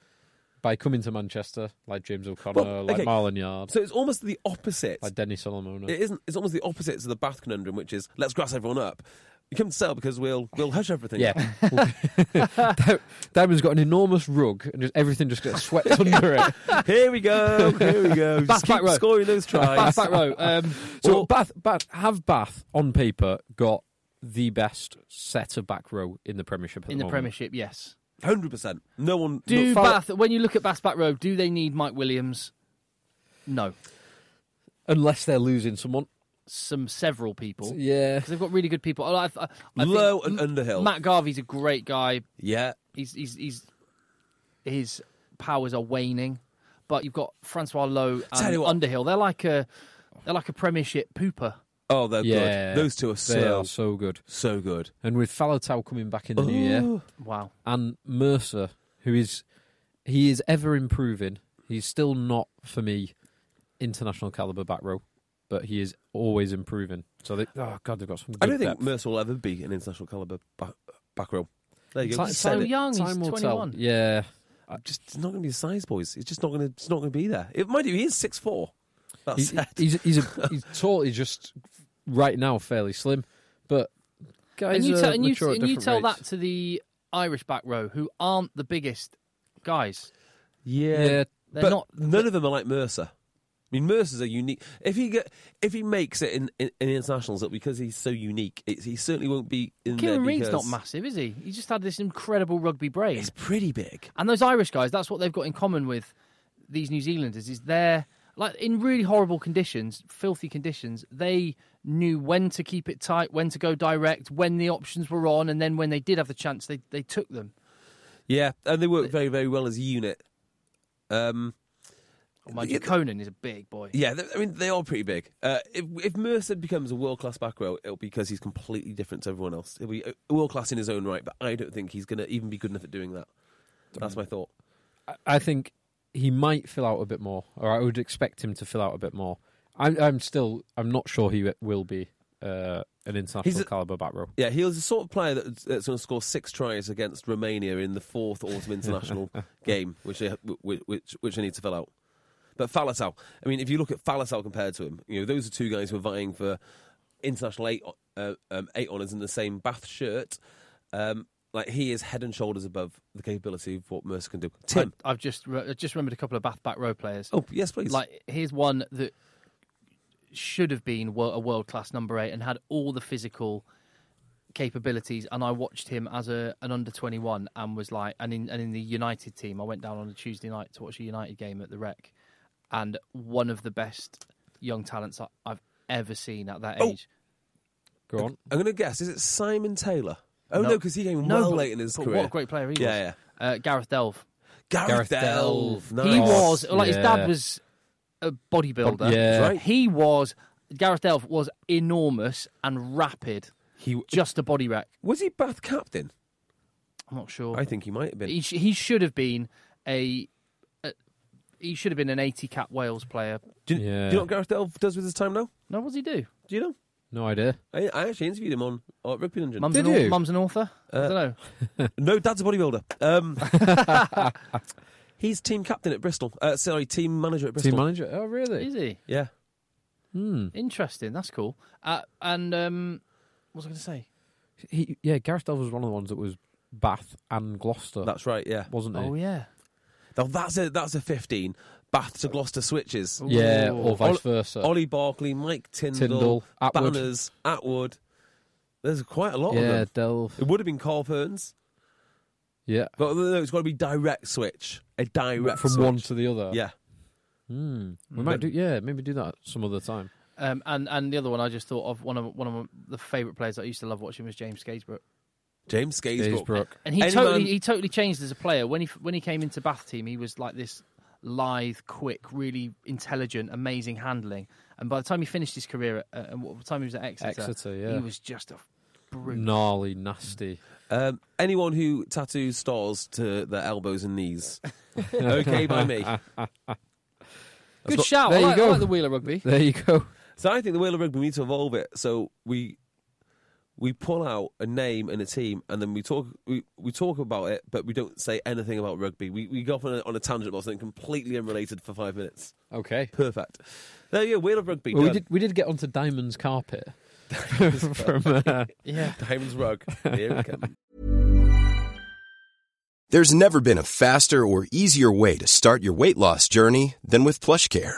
E: by coming to Manchester, like James O'Connor,
D: Well,
E: like
D: okay.
E: Marlon Yard,
D: So it's almost the opposite.
E: like Denny Solomon.
D: it isn't. It's almost the opposite to the Bath conundrum, which is let's grass everyone up. You come to sell because we'll we'll hush everything.
E: Yeah, Di- Diamond's got an enormous rug, and just, everything just gets *laughs* swept under
D: *laughs*
E: it.
D: Here we go. Here we go.
E: *laughs* Bath
D: Just
E: back
D: keep
E: row.
D: scoring those
C: Back,
D: tries.
C: back row. Um,
E: So Bath, Bath, have Bath on paper got the best set of back row in the Premiership. At
C: in the
E: moment.
C: Premiership, yes.
D: Hundred percent. No one.
C: Do
D: no-
C: Bath when you look at Bath back row? Do they need Mike Williams? No,
E: unless they're losing someone.
C: some several
D: Oh.
C: people.
E: Yeah,
C: 'Cause They've got really good people. I, I, I think
D: Lowe and
C: M-
D: Underhill.
C: Matt Garvey's a great guy.
D: yeah.
C: He's, he's he's his powers are waning, but you've got Francois Lowe
D: Tell
C: and
D: you what.
C: Underhill. They're like a they're like a Premiership pooper.
D: Oh, they're
E: yeah.
D: good. Those two are
E: they
D: so
E: are so good.
D: so good.
E: And with Falatau coming back in the new year,
D: Oh.
C: Wow.
E: and Mercer, who is he is ever improving. He's still not for me international caliber back row, but he is always improving. So they, oh god, they've got some. Good
D: I don't think
E: depth.
D: Mercer will ever be an international caliber back, back row. There you go.
E: Ti-
D: You said
C: so
D: it.
C: young. He's
E: Time will tell.
C: 21.
E: Yeah,
D: Just it's not going to be a size, boys. It's just not going to. It's not going to be there. It might be. He is six four. That's
E: he's
D: said.
E: he's he's,
D: *laughs*
E: a, he's totally just right now fairly slim, but guys
C: And you
E: are
C: tell and you,
E: mature at
C: and you
E: different
C: tell that
E: rates.
C: to the Irish back row who aren't the biggest guys.
E: Yeah,
C: They're
D: but
C: not.
D: none of them are like Mercer. I mean, Mercer's a unique. If he get, if he makes it in, in, in internationals, it'll be because he's so unique. It's, he certainly won't be in
C: Kieran
D: there.
C: Reid's not
D: because
C: massive, is he? He just had this incredible rugby brain.
D: It's pretty big.
C: And those Irish guys, that's what they've got in common with these New Zealanders, is they're like in really horrible conditions, filthy conditions, they knew when to keep it tight, when to go direct, when the options were on, and then when they did have the chance, they, they took them.
D: Yeah, and they work very very well as a unit. Um,
C: Oh, mind you,
D: Yeah.
C: Conan is a big boy.
D: yeah, they- I mean they are pretty big. Uh, if, if Mercer becomes a world class back row, it'll be because he's completely different to everyone else. He'll be world class in his own right, but I don't think he's going to even be good enough at doing that. That's my thought.
E: I- I think he might fill out a bit more, or I would expect him to fill out a bit more. I'm, I'm still, I'm not sure he will be uh, an international
D: a-
E: caliber back row.
D: Yeah, he was the sort of player that, that's going to score six tries against Romania in the fourth
C: *laughs*
D: autumn international game, which they, which, which which they need to fill out. But Falasau, I mean, if you look at Falasau compared to him, you know those are two guys who are vying for international eight uh, um, eight honours in the same Bath shirt. Um, like he is head and shoulders above the capability of what Mercer can do. Tim,
C: I, have just re- I just remembered a couple of Bath back row players.
D: oh yes, please.
C: Like here's one that should have been wor- a world class number eight and had all the physical capabilities. And I watched him as a an under twenty one and was like, and in and in the United team, I went down on a Tuesday night to watch a United game at the Rec, and one of the best young talents I, I've ever seen at that
D: Oh,
C: age.
E: Go on.
D: I'm going to guess is it Simon Taylor? Oh
C: No.
D: no, because he came
C: No,
D: well
C: but-
D: late in his
C: but
D: career.
C: what a great player he was.
D: yeah, yeah.
C: Uh, Gareth Delve.
D: Gareth,
E: Gareth
D: Delve,
E: Delve.
C: He
D: nice.
C: was like his
E: Yeah.
C: dad was a bodybuilder.
E: Yeah.
D: Right.
C: He was Gareth Delve was enormous and rapid.
E: He
C: Just a body wreck.
D: Was he Bath captain?
C: I'm not sure.
E: Oh.
D: I think he might have been.
C: he, sh- he should have been a, a he should have been an 80 cap Wales player.
D: do, you,
E: Yeah.
D: do you know what Gareth Delve does with his time now?
C: No, what does he do?
D: Do you know?
E: no idea.
D: I, I actually interviewed him on uh, Rugby Dungeon.
C: Mum's,
E: Did
C: an, au-
E: you?
C: mum's an author. I don't know.
D: No, dad's a bodybuilder. Um, *laughs* he's team captain at Bristol. Uh, sorry, team manager at Bristol.
E: Team manager. Oh, really?
C: Is he
D: yeah.
E: Hmm.
C: interesting? That's cool. Uh, and um, what was I going to say?
E: He, yeah, Gareth Delve was one of the ones that was Bath and Gloucester,
D: That's right, yeah.
E: wasn't he?
C: Oh yeah,
D: Now, that's a, that's a 15. Bath to Gloucester switches.
C: Ooh.
E: yeah,
C: Ooh.
E: or vice
D: Oli-
E: versa.
D: Ollie Barkley, Mike Tyndall,
E: Tyndall, Atwood.
D: Banners, Atwood. There's quite a lot of
E: yeah,
D: them.
E: Delve.
D: It would have been Carl Perns,
E: Yeah,
D: but no, no, it's got to be direct switch. A direct
E: from
D: switch.
E: one to the other.
D: Yeah.
E: Hmm.
C: Mm.
E: We might do. Yeah, maybe do that some other time.
C: um, and and the other one I just thought of one of one of my- the favourite players that I used to love watching was James Gadesbrook.
D: James Skaysbrook.
E: Brook.
C: And he
D: Any
C: totally
D: man-
C: he totally changed as a player when he when he came into Bath team. He was like this lithe, quick, really intelligent, amazing handling. And by the time he finished his career, at, uh, and what time he was at Exeter,
E: Exeter, yeah.
C: he was just a brute.
E: Gnarly, nasty.
D: Um, anyone who tattoos stars to their elbows and
E: *laughs*
D: knees, okay by me.
C: Good
D: got-
C: shout.
E: There
C: I
E: you
C: like, I
E: go.
C: like the wheel of
E: *laughs*
C: rugby.
E: There you go.
D: So I think the Wheel of Rugby we need to evolve it. So we we pull out a name and a team, and then we talk we, we talk about it, but we don't say anything about rugby. We we go off on a, on a tangent about something completely unrelated for five minutes.
E: Okay.
D: Perfect. There you go. Wheel of Rugby.
E: Well, we
D: done.
E: did. We did get onto
D: *laughs*
E: Diamond's carpet. from, uh,
C: Yeah.
D: Diamonds rug. Here we
E: *laughs*
D: come.
F: There's never been a faster or easier way to start your weight loss journey than with PlushCare.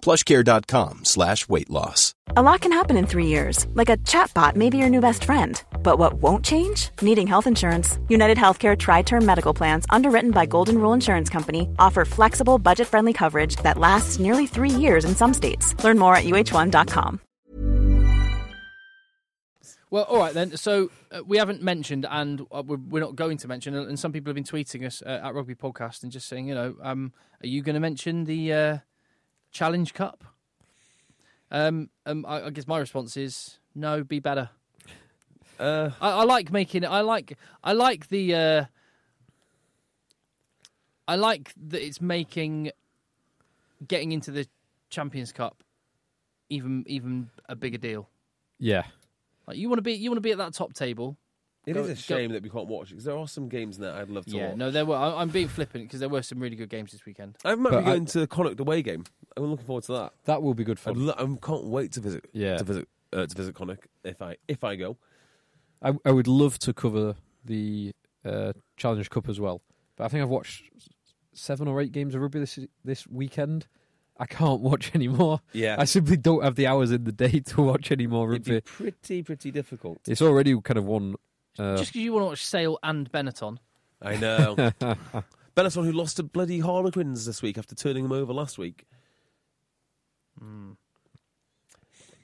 F: plushcare.com slash weight loss.
G: A lot can happen in three years, like a chatbot may be your new best friend. But what won't change? Needing health insurance. United Healthcare Tri Term Medical Plans, underwritten by Golden Rule Insurance Company, offer flexible, budget friendly coverage that lasts nearly three years in some states. Learn more at uh1.com.
C: Well, all right then. So uh, we haven't mentioned, and uh, we're, we're not going to mention. And and some people have been tweeting us uh, at Rugby Podcast and just saying, you know, um, are you going to mention the uh, Challenge Cup? Um, um, I, I guess my response is no. Be better.
D: Uh,
C: I, I like making it. I like. I like the. Uh, I like that it's making getting into the Champions Cup even even a bigger deal.
E: yeah.
C: Like you want to be you want to be at that top table.
D: It is
C: Go-
D: a
C: go-
D: shame that we can't watch because there are some games in there I'd love to
C: yeah,
D: watch.
C: no, there were. I, I'm being flippant because there were some really good games this weekend.
D: I might
E: But
D: be
E: I-
D: going to the Connacht away game. I'm looking forward to that.
E: That will be good
D: I'd
E: fun.
D: lo- I can't wait to visit.
E: Yeah.
D: to visit uh, to visit Connacht if I if I go.
E: I, I would love to cover the uh, Challenge Cup as well, but I think I've watched s- seven or eight games of rugby this this weekend. I can't watch anymore.
D: Yeah,
E: I simply don't have the hours in the day to watch any more
D: it'd be
E: rugby.
D: pretty pretty difficult.
E: It's already kind of one. Uh,
C: Just because you want to watch Sale and Benetton,
D: I
E: *laughs*
D: know. Benetton who lost to bloody Harlequins this week after turning them over last week. Hmm.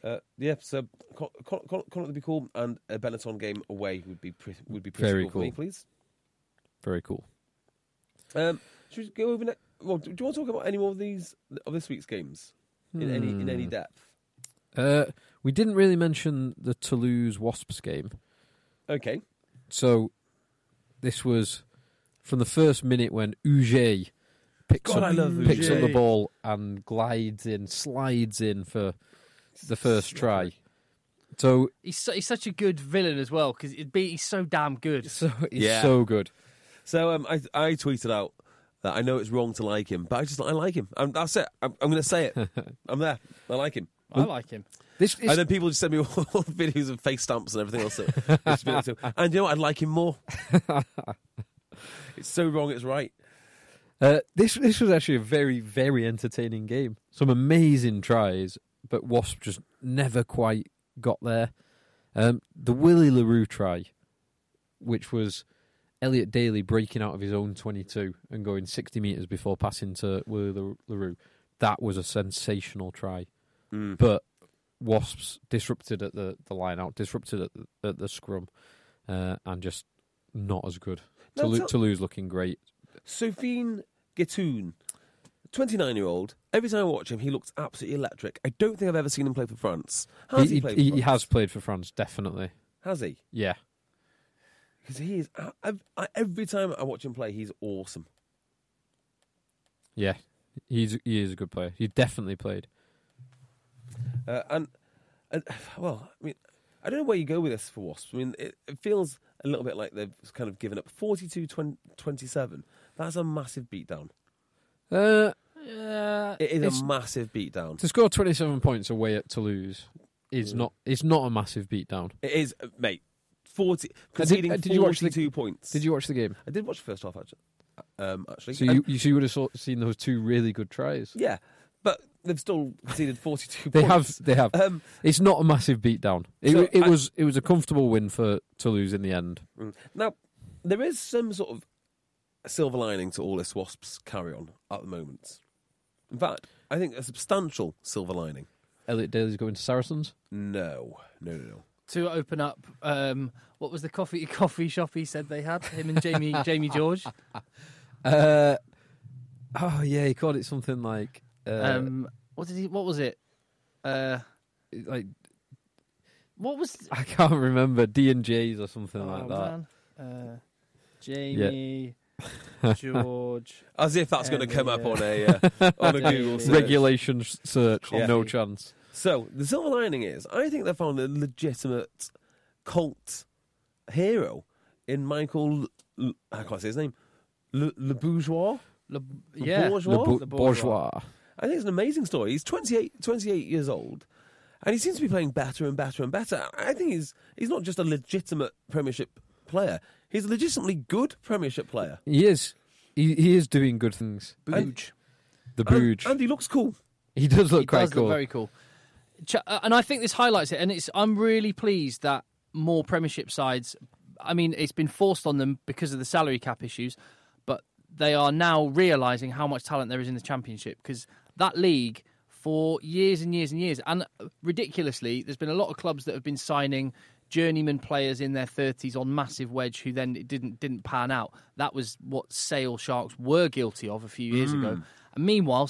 D: Uh, yeah, so Con- Con- Con- Connacht would be cool, and a Benetton game away would be pre- would be pretty
E: Very
D: cool, for me,
E: cool.
D: please.
E: very cool.
D: Um, should we go over? Ne- well, do do you want to talk about any more of these of this week's games in any in any
E: Hmm.
D: depth?
E: Uh, we didn't really mention the Toulouse Wasps game.
D: Okay.
E: So this was from the first minute when Uge picks,
D: God,
E: up,
D: I love
E: picks up
D: Uge.
E: the ball and glides in, slides in for the first try. So
C: he's su- he's such a good villain as well because it'd be he's so damn good.
E: so it's
D: Yeah.
E: so good.
D: So um, I I tweeted out that I know it's wrong to like him, but I just I like him. i that's it. I'm, I'm going to say *laughs* it. I'm there. I like him.
C: *laughs* I like him.
E: This is
D: and then people just send me *laughs* all the videos of face stamps and everything else. that- that's been to- *laughs* and you know what? I'd like him *laughs* more. it's so wrong. It's right.
E: uh, this this was actually a very very entertaining game. Some amazing tries, but Wasp just never quite got there. Um, the Willie Larue try, which was Elliot Daly breaking out of his own 22 and going 60 meters before passing to Willie Lar- Larue, that was a sensational try.
D: Mm.
E: but Wasps disrupted at the, the line out, disrupted at the, at the scrum, uh, and just not as good.
D: No,
E: Toulouse,
D: tell-
E: Toulouse looking great.
D: Sophine Getoun, 29 year old. Every time I watch him, he looks absolutely electric. I don't think I've ever seen him play for France. Has he,
E: he,
D: played?
E: he-
D: for
E: he
D: France?
E: has played for France, definitely.
D: Has he?
E: Yeah.
D: Because he is. I, I've- I, every time I watch him play, he's awesome.
E: Yeah. He's he is a good player. He definitely played.
D: Uh, and, and well, I mean, I don't know where you go with this for Wasps. I mean, it, it feels a little bit like they've kind of given up. 42 twen- 27. That's a massive beatdown.
E: Uh,
C: Yeah,
D: It is
E: It's-
D: a massive beatdown.
E: to score twenty seven points away at Toulouse is not it's not a massive beatdown.
D: It is, uh, mate. 40
E: did-
D: conceding
E: uh, did you watch the-
D: 42 points.
E: Did you watch the game?
D: I did watch the first half actually. Um, actually,
E: So
D: And-
E: you, you so you would have saw, seen those two really good tries.
D: yeah, but they've still conceded 42
E: They
D: points.
E: have they have.
D: Um,
E: It's not a massive beatdown. It,
D: So
E: it
D: I-
E: was it was a comfortable win for Toulouse in the end.
D: Mm. Now, there is some sort of silver lining to all this Wasps carry on at the moment. In fact, I think a substantial silver lining.
E: Elliot Daly's going to Saracens.
D: No, no, no, no.
C: to open up. Um, what was the coffee *laughs* coffee shop he said they had? Him and Jamie Jamie George.
E: Uh, oh yeah, he called it something like uh,
C: Um, what did he? What was it? Uh,
E: like
C: what was?
E: I can't remember D and J's or something like that.
C: Oh, man. Uh, Jamie
E: *laughs*
C: George.
D: As if that's going to
C: Um,
D: come up
C: yeah.
D: on a uh, on a Google search.
E: Regulation s- search,
D: Yeah.
E: no chance.
D: So the silver lining is, I think they found a legitimate cult hero in Michael. L- I can't say his name. Le, Le Bourgeois.
C: Le, yeah.
D: Bourgeois?
E: Le,
D: Bo-
E: bu- bourgeois.
D: I think it's an amazing story. He's 28, 28 years old, and he seems to be playing better and better and better. I think he's he's not just a legitimate Premiership player; he's a legitimately good Premiership player.
E: He is. He, he is doing good things.
D: Booge.
E: The
D: And,
E: Booge.
D: and he looks cool.
E: he does look
C: It
E: quite
C: does
E: cool.
C: look very cool. Ch- uh, And I think this highlights it. And it's I'm really pleased that more Premiership sides. I mean, it's been forced on them because of the salary cap issues, but they are now realizing how much talent there is in the Championship because that league for years and years and years. And ridiculously, there's been a lot of clubs that have been signing journeyman players in their 30s on massive wedge who then it didn't didn't pan out. That was what Sale Sharks were guilty of a few years
E: Mm.
C: ago. And meanwhile,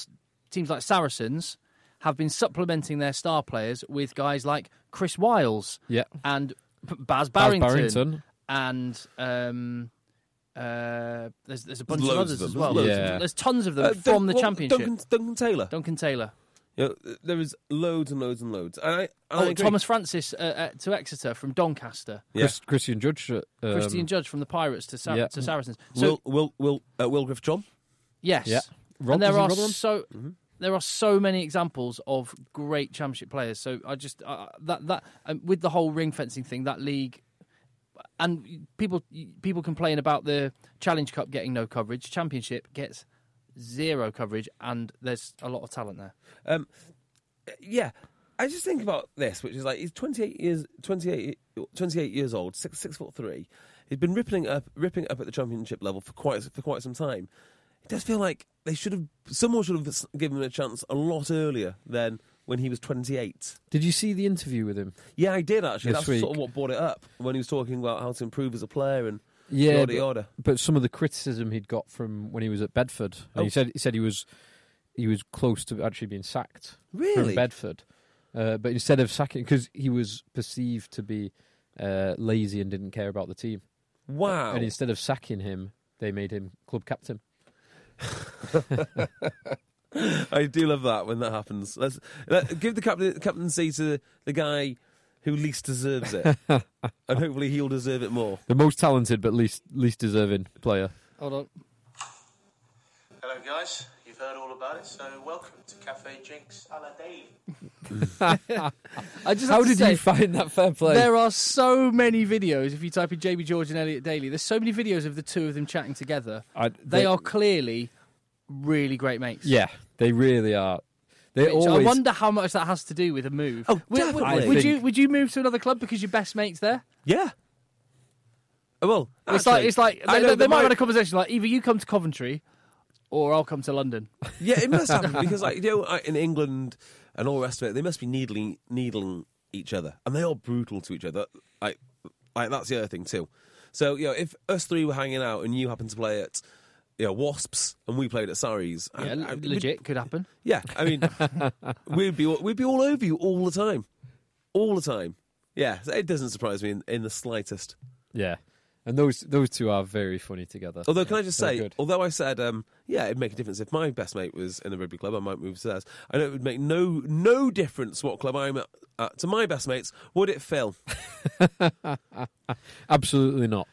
C: teams like Saracens have been supplementing their star players with guys like Chris Wiles
E: Yeah.
C: and P- Baz
E: Baz
C: Barrington,
E: Barrington.
C: and um, uh, there's there's a bunch
D: Loads
C: of
D: of
C: others
D: them.
C: as well.
D: Loads
E: of them.
C: There's tons of them
D: Uh,
C: from
D: Dun-
C: the
D: well,
C: championship.
D: Duncan, Duncan Taylor.
C: Duncan Taylor.
D: You know, there is loads and loads and lodes. And I, and I
C: Oh,
D: agree.
C: Thomas Francis uh, uh, to Exeter from Doncaster.
D: Yeah.
E: Chris, Christian Judge. uh, Um,
C: Christian Judge from the Pirates to, Sar-
E: yeah.
C: to Saracens. So
D: Will Will Will uh, Will Griff John.
C: yes,
E: Yeah. Rob-
C: and there
E: was it
C: are
E: Rotherham?
C: so there are so many examples of great championship players. So I just uh, that that um, with the whole ring fencing thing, that league, and people people complain about the Challenge Cup getting no coverage. Championship gets zero coverage, and there's a lot of talent there.
D: Um, yeah, I just think about this, which is like he's 28 years 28, 28 years old, six six foot three. He's been ripping up ripping up at the championship level for quite for quite some time. It does feel like they should have someone should have given him a chance a lot earlier than when he was 28.
E: Did you see the interview with him?
D: Yeah, I did actually.
E: This
D: That's sort of
E: week.
D: what brought it up when he was talking about how to improve as a player and
E: Yeah,
D: yada
E: but-
D: yada.
E: but some of the criticism he'd got from when he was at Bedford, and
D: Oh.
E: he said he said he was he was close to actually being sacked
D: Really?
E: from Bedford, uh, but instead of sacking because he was perceived to be uh, lazy and didn't care about the team,
D: Wow.
E: and instead of sacking him, they made him club captain.
D: I do love that when that happens. Let's let, give the captain, captaincy to the guy who least
C: *laughs*
D: deserves it, and hopefully he'll deserve it more.
E: The most talented but least least deserving player.
C: Hold on.
H: Hello, guys. You've heard all about it, so welcome to Cafe Jinx a la Dave.
C: I just
E: How
C: have to
E: did
C: say,
E: you find that fair play?
C: There are so many videos. If you type in JB George and Elliot Daly, there's so many videos of the two of them chatting together.
E: I-
C: they,
E: they-
C: are clearly really great mates.
E: yeah, they really are. They
C: Which
E: always.
C: I wonder how much that has to do with a move.
D: Oh,
C: would, would-
D: definitely.
C: would
E: I
C: you
E: think-
C: would you move to another club because your best mate's there?
D: Yeah. Oh, Well,
C: it's like
D: actually,
C: it's like
D: I
C: they,
D: know
C: they-
D: that
C: they might
D: my-
C: have had a conversation like either you come to Coventry or I'll come to
D: *laughs*
C: London.
D: Yeah, it must
C: *laughs*
D: happen because, like, you know, like, in England and all the rest of it, they must be needling needling each other, and they are brutal to each other. Like, like that's the other thing too. So, you know, if us three were hanging out and you happened to play at, you know, Wasps and we played at Surrey's, I-
C: Yeah,
D: I- we'd-
C: legit could happen.
D: yeah, I mean, we'd be all- we'd be all over you all the time, all the time. Yeah, so it doesn't surprise me in, in the slightest.
E: yeah, and those those two are very funny together.
D: Although, can I just
E: they're
D: say,
E: good.
D: although I said, um, yeah, it'd make a difference if my best mate was in the rugby club, I might move to theirs. I know it would make no no difference what club I'm at, at to my best mates, would it, Phil?
E: Absolutely not.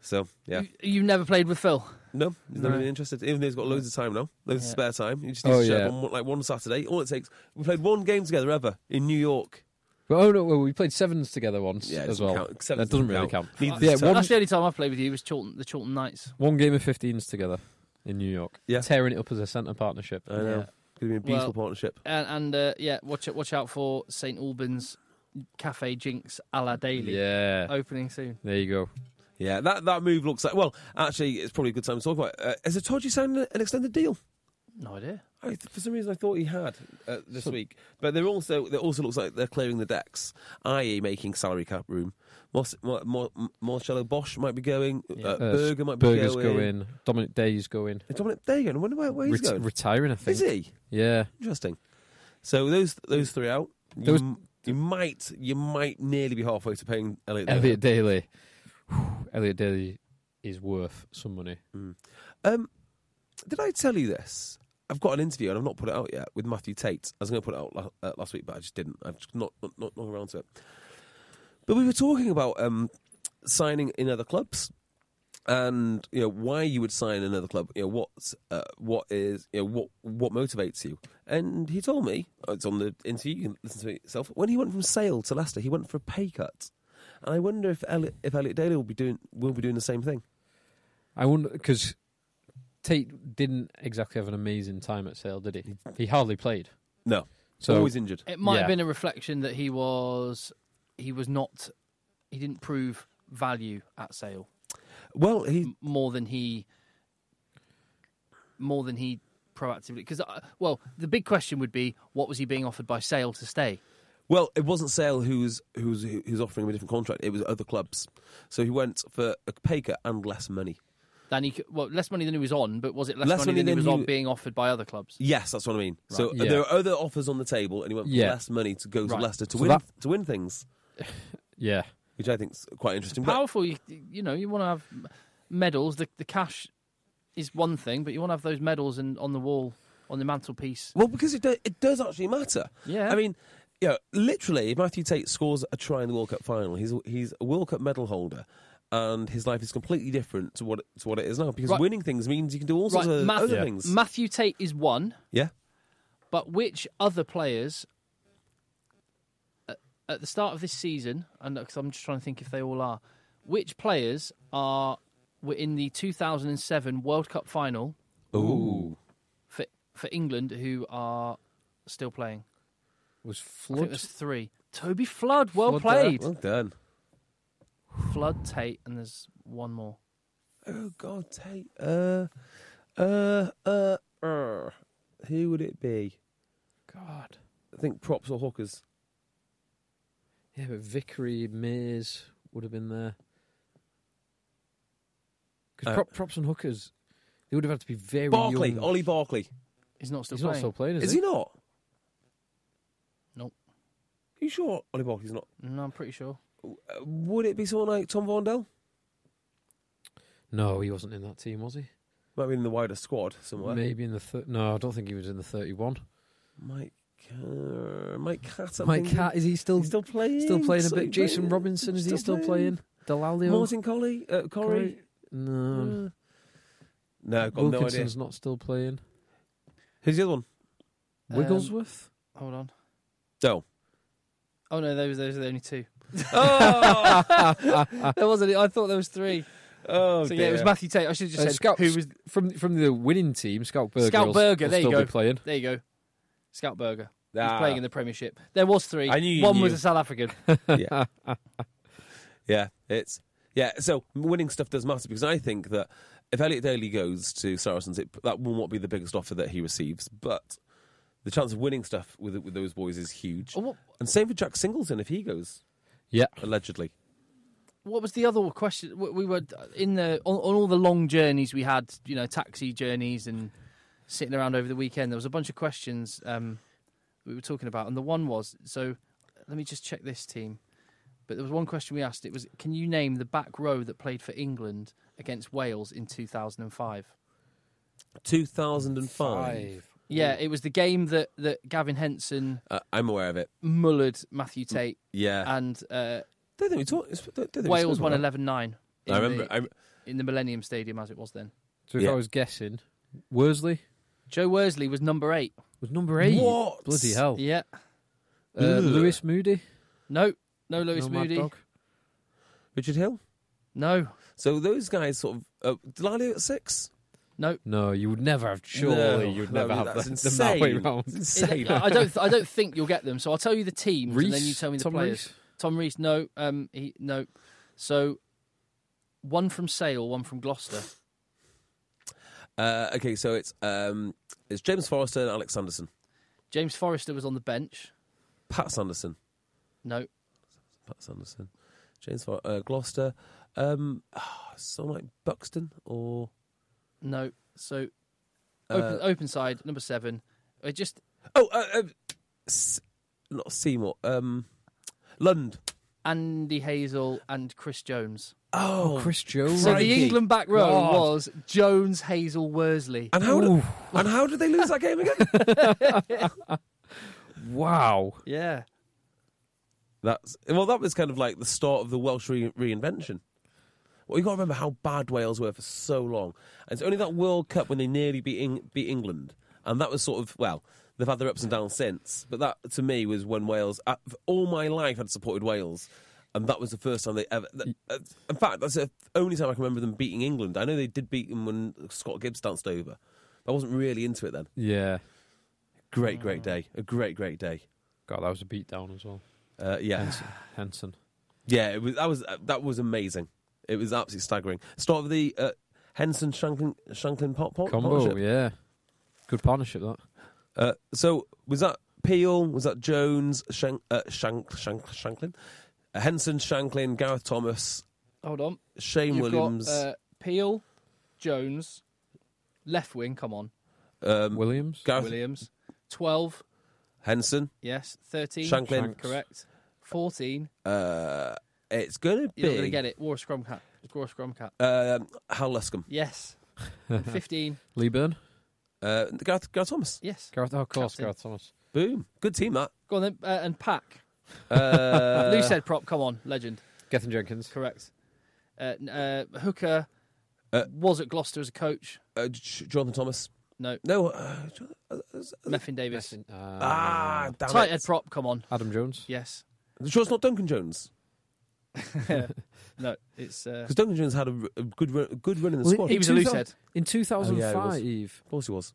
D: So, yeah.
C: You, you've never played with Phil.
D: No, he's not really interested. Even though he's got loads of time now, loads of
C: Yeah.
D: spare time. He just needs
E: Oh,
D: to show
E: yeah.
D: up on one- like one Saturday. All it takes. We played one game together ever in New York.
E: Well, oh no, well, we played sevens together once
D: Yeah, it
E: as
D: doesn't
E: well.
D: count. Sevens
E: That doesn't
D: doesn't
E: really
D: count.
E: count.
D: Neither
E: yeah,
D: does
E: one,
C: That's the only time I played with you was Chilton, the Chilton Knights.
E: one game of 15s together in New York.
D: Yeah. Uh,
E: Tearing it up as a centre partnership.
D: I know.
C: Yeah.
D: Could have been a beautiful
C: Well-
D: partnership.
C: and, and uh, yeah, watch it, watch out for St Albans Cafe Jinx a la Daily
E: Yeah.
D: Oh.
C: opening soon.
E: There you go.
D: Yeah, that, that move looks like. Well, actually, it's probably a good time to talk about. it. Uh, has Itoji signed an extended deal?
C: No idea.
D: I, th- for some reason, I thought he had uh, this week, but they're also they also looks like they're clearing the decks, i.e., making salary cap room. Mos- Mo- Mo- M- Marcelo Bosch might be going. Uh,
E: Uh,
D: Berger might be
E: Berger's
D: going.
E: going. Dominic Day's going.
D: And Dominic Dagan. I wonder where, where he's
E: Ret-
D: going.
E: Retiring, I think.
D: Is he
E: Yeah.
D: interesting? So those those three out. You,
E: Those-
D: m- you might you might nearly be halfway to paying Elliot. Dagan.
E: Elliot Daly. Whew, Elliot Daly is worth some money.
D: Um, did I tell you this? I've got an interview and I've not put it out yet with Matthew Tate. I was going to put it out la- uh, last week, but I just didn't. I've just not not, not not around to it. But we were talking about um, signing in other clubs, and you know why you would sign another club. You know what's uh, what is you know what what motivates you. And he told me oh, it's on the interview. You can listen to it yourself. When he went from Sale to Leicester, he went for a pay cut. And I wonder if Elliot, if Elliot Daly will be doing will be doing the same thing.
E: I wonder, because Tate didn't exactly have an amazing time at Sale, did he? He hardly played.
D: No,
E: So
D: always injured.
C: It might have
E: Yeah.
C: been a reflection that he was he was not he didn't prove value at sale
D: Well, he
C: m- more than he more than he proactively because uh, well the big question would be what was he being offered by sale to stay
D: Well, it wasn't Sale who's who's who's offering him a different contract. It was other clubs. So he went for a pay cut and less money.
C: then he c- well less money than he was on but was it less,
D: Less
C: money,
D: money
C: than he
D: than
C: was
D: he
C: on
D: w-
C: being offered by other clubs
D: Yes, that's what I mean. So uh,
E: Right. Yeah.
D: there are other offers on the table, and he went for
E: Yeah.
D: less money to go to
C: Right.
D: Leicester to
E: So
D: win
E: that-
D: to win things,
E: Yeah.
D: which I think is quite interesting. But
C: powerful you, you know you want to have m- medals the, the cash is one thing but you want to have those medals and on the wall on the mantelpiece.
D: Well, because it, do, it does actually matter.
C: Yeah.
D: I mean, you know, literally, if Matthew Tate scores a try in the World Cup final, he's he's a World Cup medal holder, and his life is completely different to what to what it is now because
C: Right.
D: winning things means you can do all sorts of
C: Matthew,
D: other things.
C: Matthew Tate is one,
D: yeah.
C: but which other players at- at the start of this season? And because I'm just trying to think if they all are, which players are were in the 2007 World Cup final
D: Ooh.
C: for for England who are still playing?
E: Was
C: I think
E: Flood?
C: there's three. Toby Flood, well
D: Well
C: played.
D: Done. uh, Well done.
C: Flood Tate, and there's one more.
D: Oh God, Tate. Uh, uh, uh, uh, who would it be?
E: God.
D: I think props or hookers.
E: Yeah, but Vickery, Mears would have been there. Because
D: Uh,
E: prop, props and hookers, they would have had to be very
D: Barkley,
E: young.
D: Ollie Barkley.
C: He's not still
E: He's
C: playing.
E: not still playing, is,
D: Is he not?
C: Nope.
D: Are you sure Ollie Barkley's not?
C: No, I'm pretty sure.
D: Uh, would it be someone like Tom Vondell?
E: No, he wasn't in that team, was he?
D: Might be in the wider squad somewhere.
E: Maybe in the thir- no, I don't think he was in the thirty-one.
D: Mike, uh, Mike Cat. I'm
E: Mike
D: thinking.
E: Cat, is he still
D: He's still playing.
E: still playing a
D: Still
E: bit? Jason
D: playing.
E: Robinson, is he still playing? Delalio,
D: Martin Colley, uh, Corey.
E: no,
D: Uh, no, I've got no idea.
E: Wilkinson's not still playing.
D: Who's the other one?
C: Um,
E: Wigglesworth,
C: Hold on.
D: No.
C: Oh no, those those are the only two.
D: *laughs* *laughs* Oh,
E: *laughs* Ah,
C: *laughs* there wasn't. I thought there was three.
D: oh
C: so yeah, it was
D: dear.
C: Matthew Tate. I should have just
E: Uh,
C: said
E: Scout-
C: who was.
E: from from the winning team, Scout Berger.
C: Scout
E: will-
C: Berger,
E: will
C: there you
E: still
C: go.
E: be playing.
C: There you go. Scout Berger. He's
D: Ah,
C: playing in the Premiership. There was three.
D: I knew you
C: One
D: knew.
C: was a South
D: *laughs*
C: African.
D: yeah. yeah, it's yeah. So winning stuff does matter because I think that if Elliot Daly goes to Saracens, it, that will not be the biggest offer that he receives, but the chance of winning stuff with with those boys is huge.
C: Oh, what,
D: And same for Jack Singleton if he goes
E: Yeah,
D: allegedly.
C: what was the other question? We- We were in the on, on all the long journeys we had. You know, taxi journeys and sitting around over the weekend. There was a bunch of questions um, we were talking about, and the one was so. Let me just check this team. But there was one question we asked. It was, can you name the back row that played for England against Wales in 2005?
D: Two thousand and five.
C: Yeah, it was the game that, that Gavin Henson
D: Uh, I'm aware of it.
C: mullered Matthew
D: Mm.
C: Tate
D: *laughs* Yeah.
C: and uh,
D: don't think we talked. it's- Don't, don't think we
C: Wales
D: spoke
C: won
D: about
C: 11 9
D: that. I remember.
C: the,
D: I,
C: in the Millennium Stadium as it was then.
E: So if
D: Yeah.
E: I was guessing, Worsley
C: Joe Worsley was number eight.
E: was number eight.
D: What?
E: Bloody
D: Oh.
E: hell!
C: Yeah. Um,
E: Uh, Lewis Moody,
C: No, no Lewis
E: no Mad
C: Moody.
E: Dog.
D: Richard Hill.
C: No,
D: So those guys sort of. Uh, Delalio at six.
C: no.
E: No, you would never have. Surely
D: No,
E: you'd
D: no,
E: never have
D: that's
E: that, *laughs* the that way
D: insane.
E: round.
D: It's insane.
C: I don't. I don't think you'll get them. So I'll tell you the teams, and then you
E: Reece?
C: tell me the
E: Tom
C: players.
E: Reece?
C: Tom Reese. No. Um. He. No. So, one from Sale, one from Gloucester.
D: Uh, okay, so it's um, it's James Forrester and Alex Sanderson.
C: James Forrester was on the bench.
D: Pat Sanderson.
C: No.
D: Pat Sanderson. James For- uh, Gloucester. Um, someone like Buxton or
C: No. So
D: uh,
C: open, open side number seven. I just
D: oh, uh, uh, S- not Seymour. Um, Lund.
C: Andy Hazel and Chris Jones.
D: Oh,
E: Chris Jones.
C: So the
D: Crikey.
C: England back row
E: God.
C: was Jones, Hazel, Worsley.
D: and how did, and how did they lose that game again?
E: Wow.
C: Yeah.
D: That's well, that was kind of like the start of the Welsh re- reinvention. Well, you got to remember how bad Wales were for so long. And it's only that World Cup when they nearly beat, Eng- beat England, and that was sort of well, they've had their ups and downs since. But that to me was when Wales. I, for all my life, I'd supported Wales, and that was the first time they ever. th- uh, in fact, that's the only time I can remember them beating England. I know they did beat them when Scott Gibbs danced over. but I wasn't really into it then.
E: Yeah.
D: Great, great day. A great, great day.
E: God, that was a beatdown as well.
D: Uh, yeah.
E: Henson. Henson.
D: Yeah, it was that was uh, that was amazing. It was absolutely staggering. Start of the uh, Henson Shanklin Shanklin pop pop
E: Combo,
D: partnership.
E: yeah. Good partnership, that.
D: Uh, so was that Peel? Was that Jones? Shank, uh, Shank, Shank, Shanklin, uh, Henson Shanklin, Gareth Thomas,
C: Hold on.
D: Shane
C: You've
D: Williams,
C: got uh, Peel, Jones, left wing. Come on,
D: um,
E: Williams.
D: Gareth
C: Williams. Twelve.
D: Henson.
C: Yes. Thirteen.
D: Shanklin. Shanks.
C: Correct. Fourteen.
D: Uh, it's going to be
C: You're not going to get it. War a scrum cat. War a scrum cat.
D: Um, Hal Luscombe.
C: Yes. Fifteen.
E: Lee Burn.
D: Uh, Gareth, Gareth Thomas.
C: Yes.
E: Gareth, oh, of course,
C: Captain.
E: Gareth Thomas.
D: Boom. Good team,
C: *laughs*
D: that.
C: Go on then. Uh, and Pack.
D: Uh,
C: Loose head prop. Come on. Legend.
E: Gethin Jenkins.
C: Correct. Uh, n- uh, Hooker
D: Uh,
C: was at Gloucester as a coach.
D: uh, J- Jonathan Thomas.
C: No.
D: No. Uh, Jon-
C: Meffin Davis.
E: Uh,
D: ah, damn
C: Tight
D: it.
C: head prop. Come on.
E: Adam Jones.
C: Yes.
D: Sure, it's not Duncan Jones
C: No. It's. Uh,
D: because Duncan Jones had a, r- a good run, a good run in the
E: Well,
D: squad.
C: he
E: in
C: was a loose
E: 2000
C: head.
E: In 2005,
D: Oh, yeah, Of course, he was.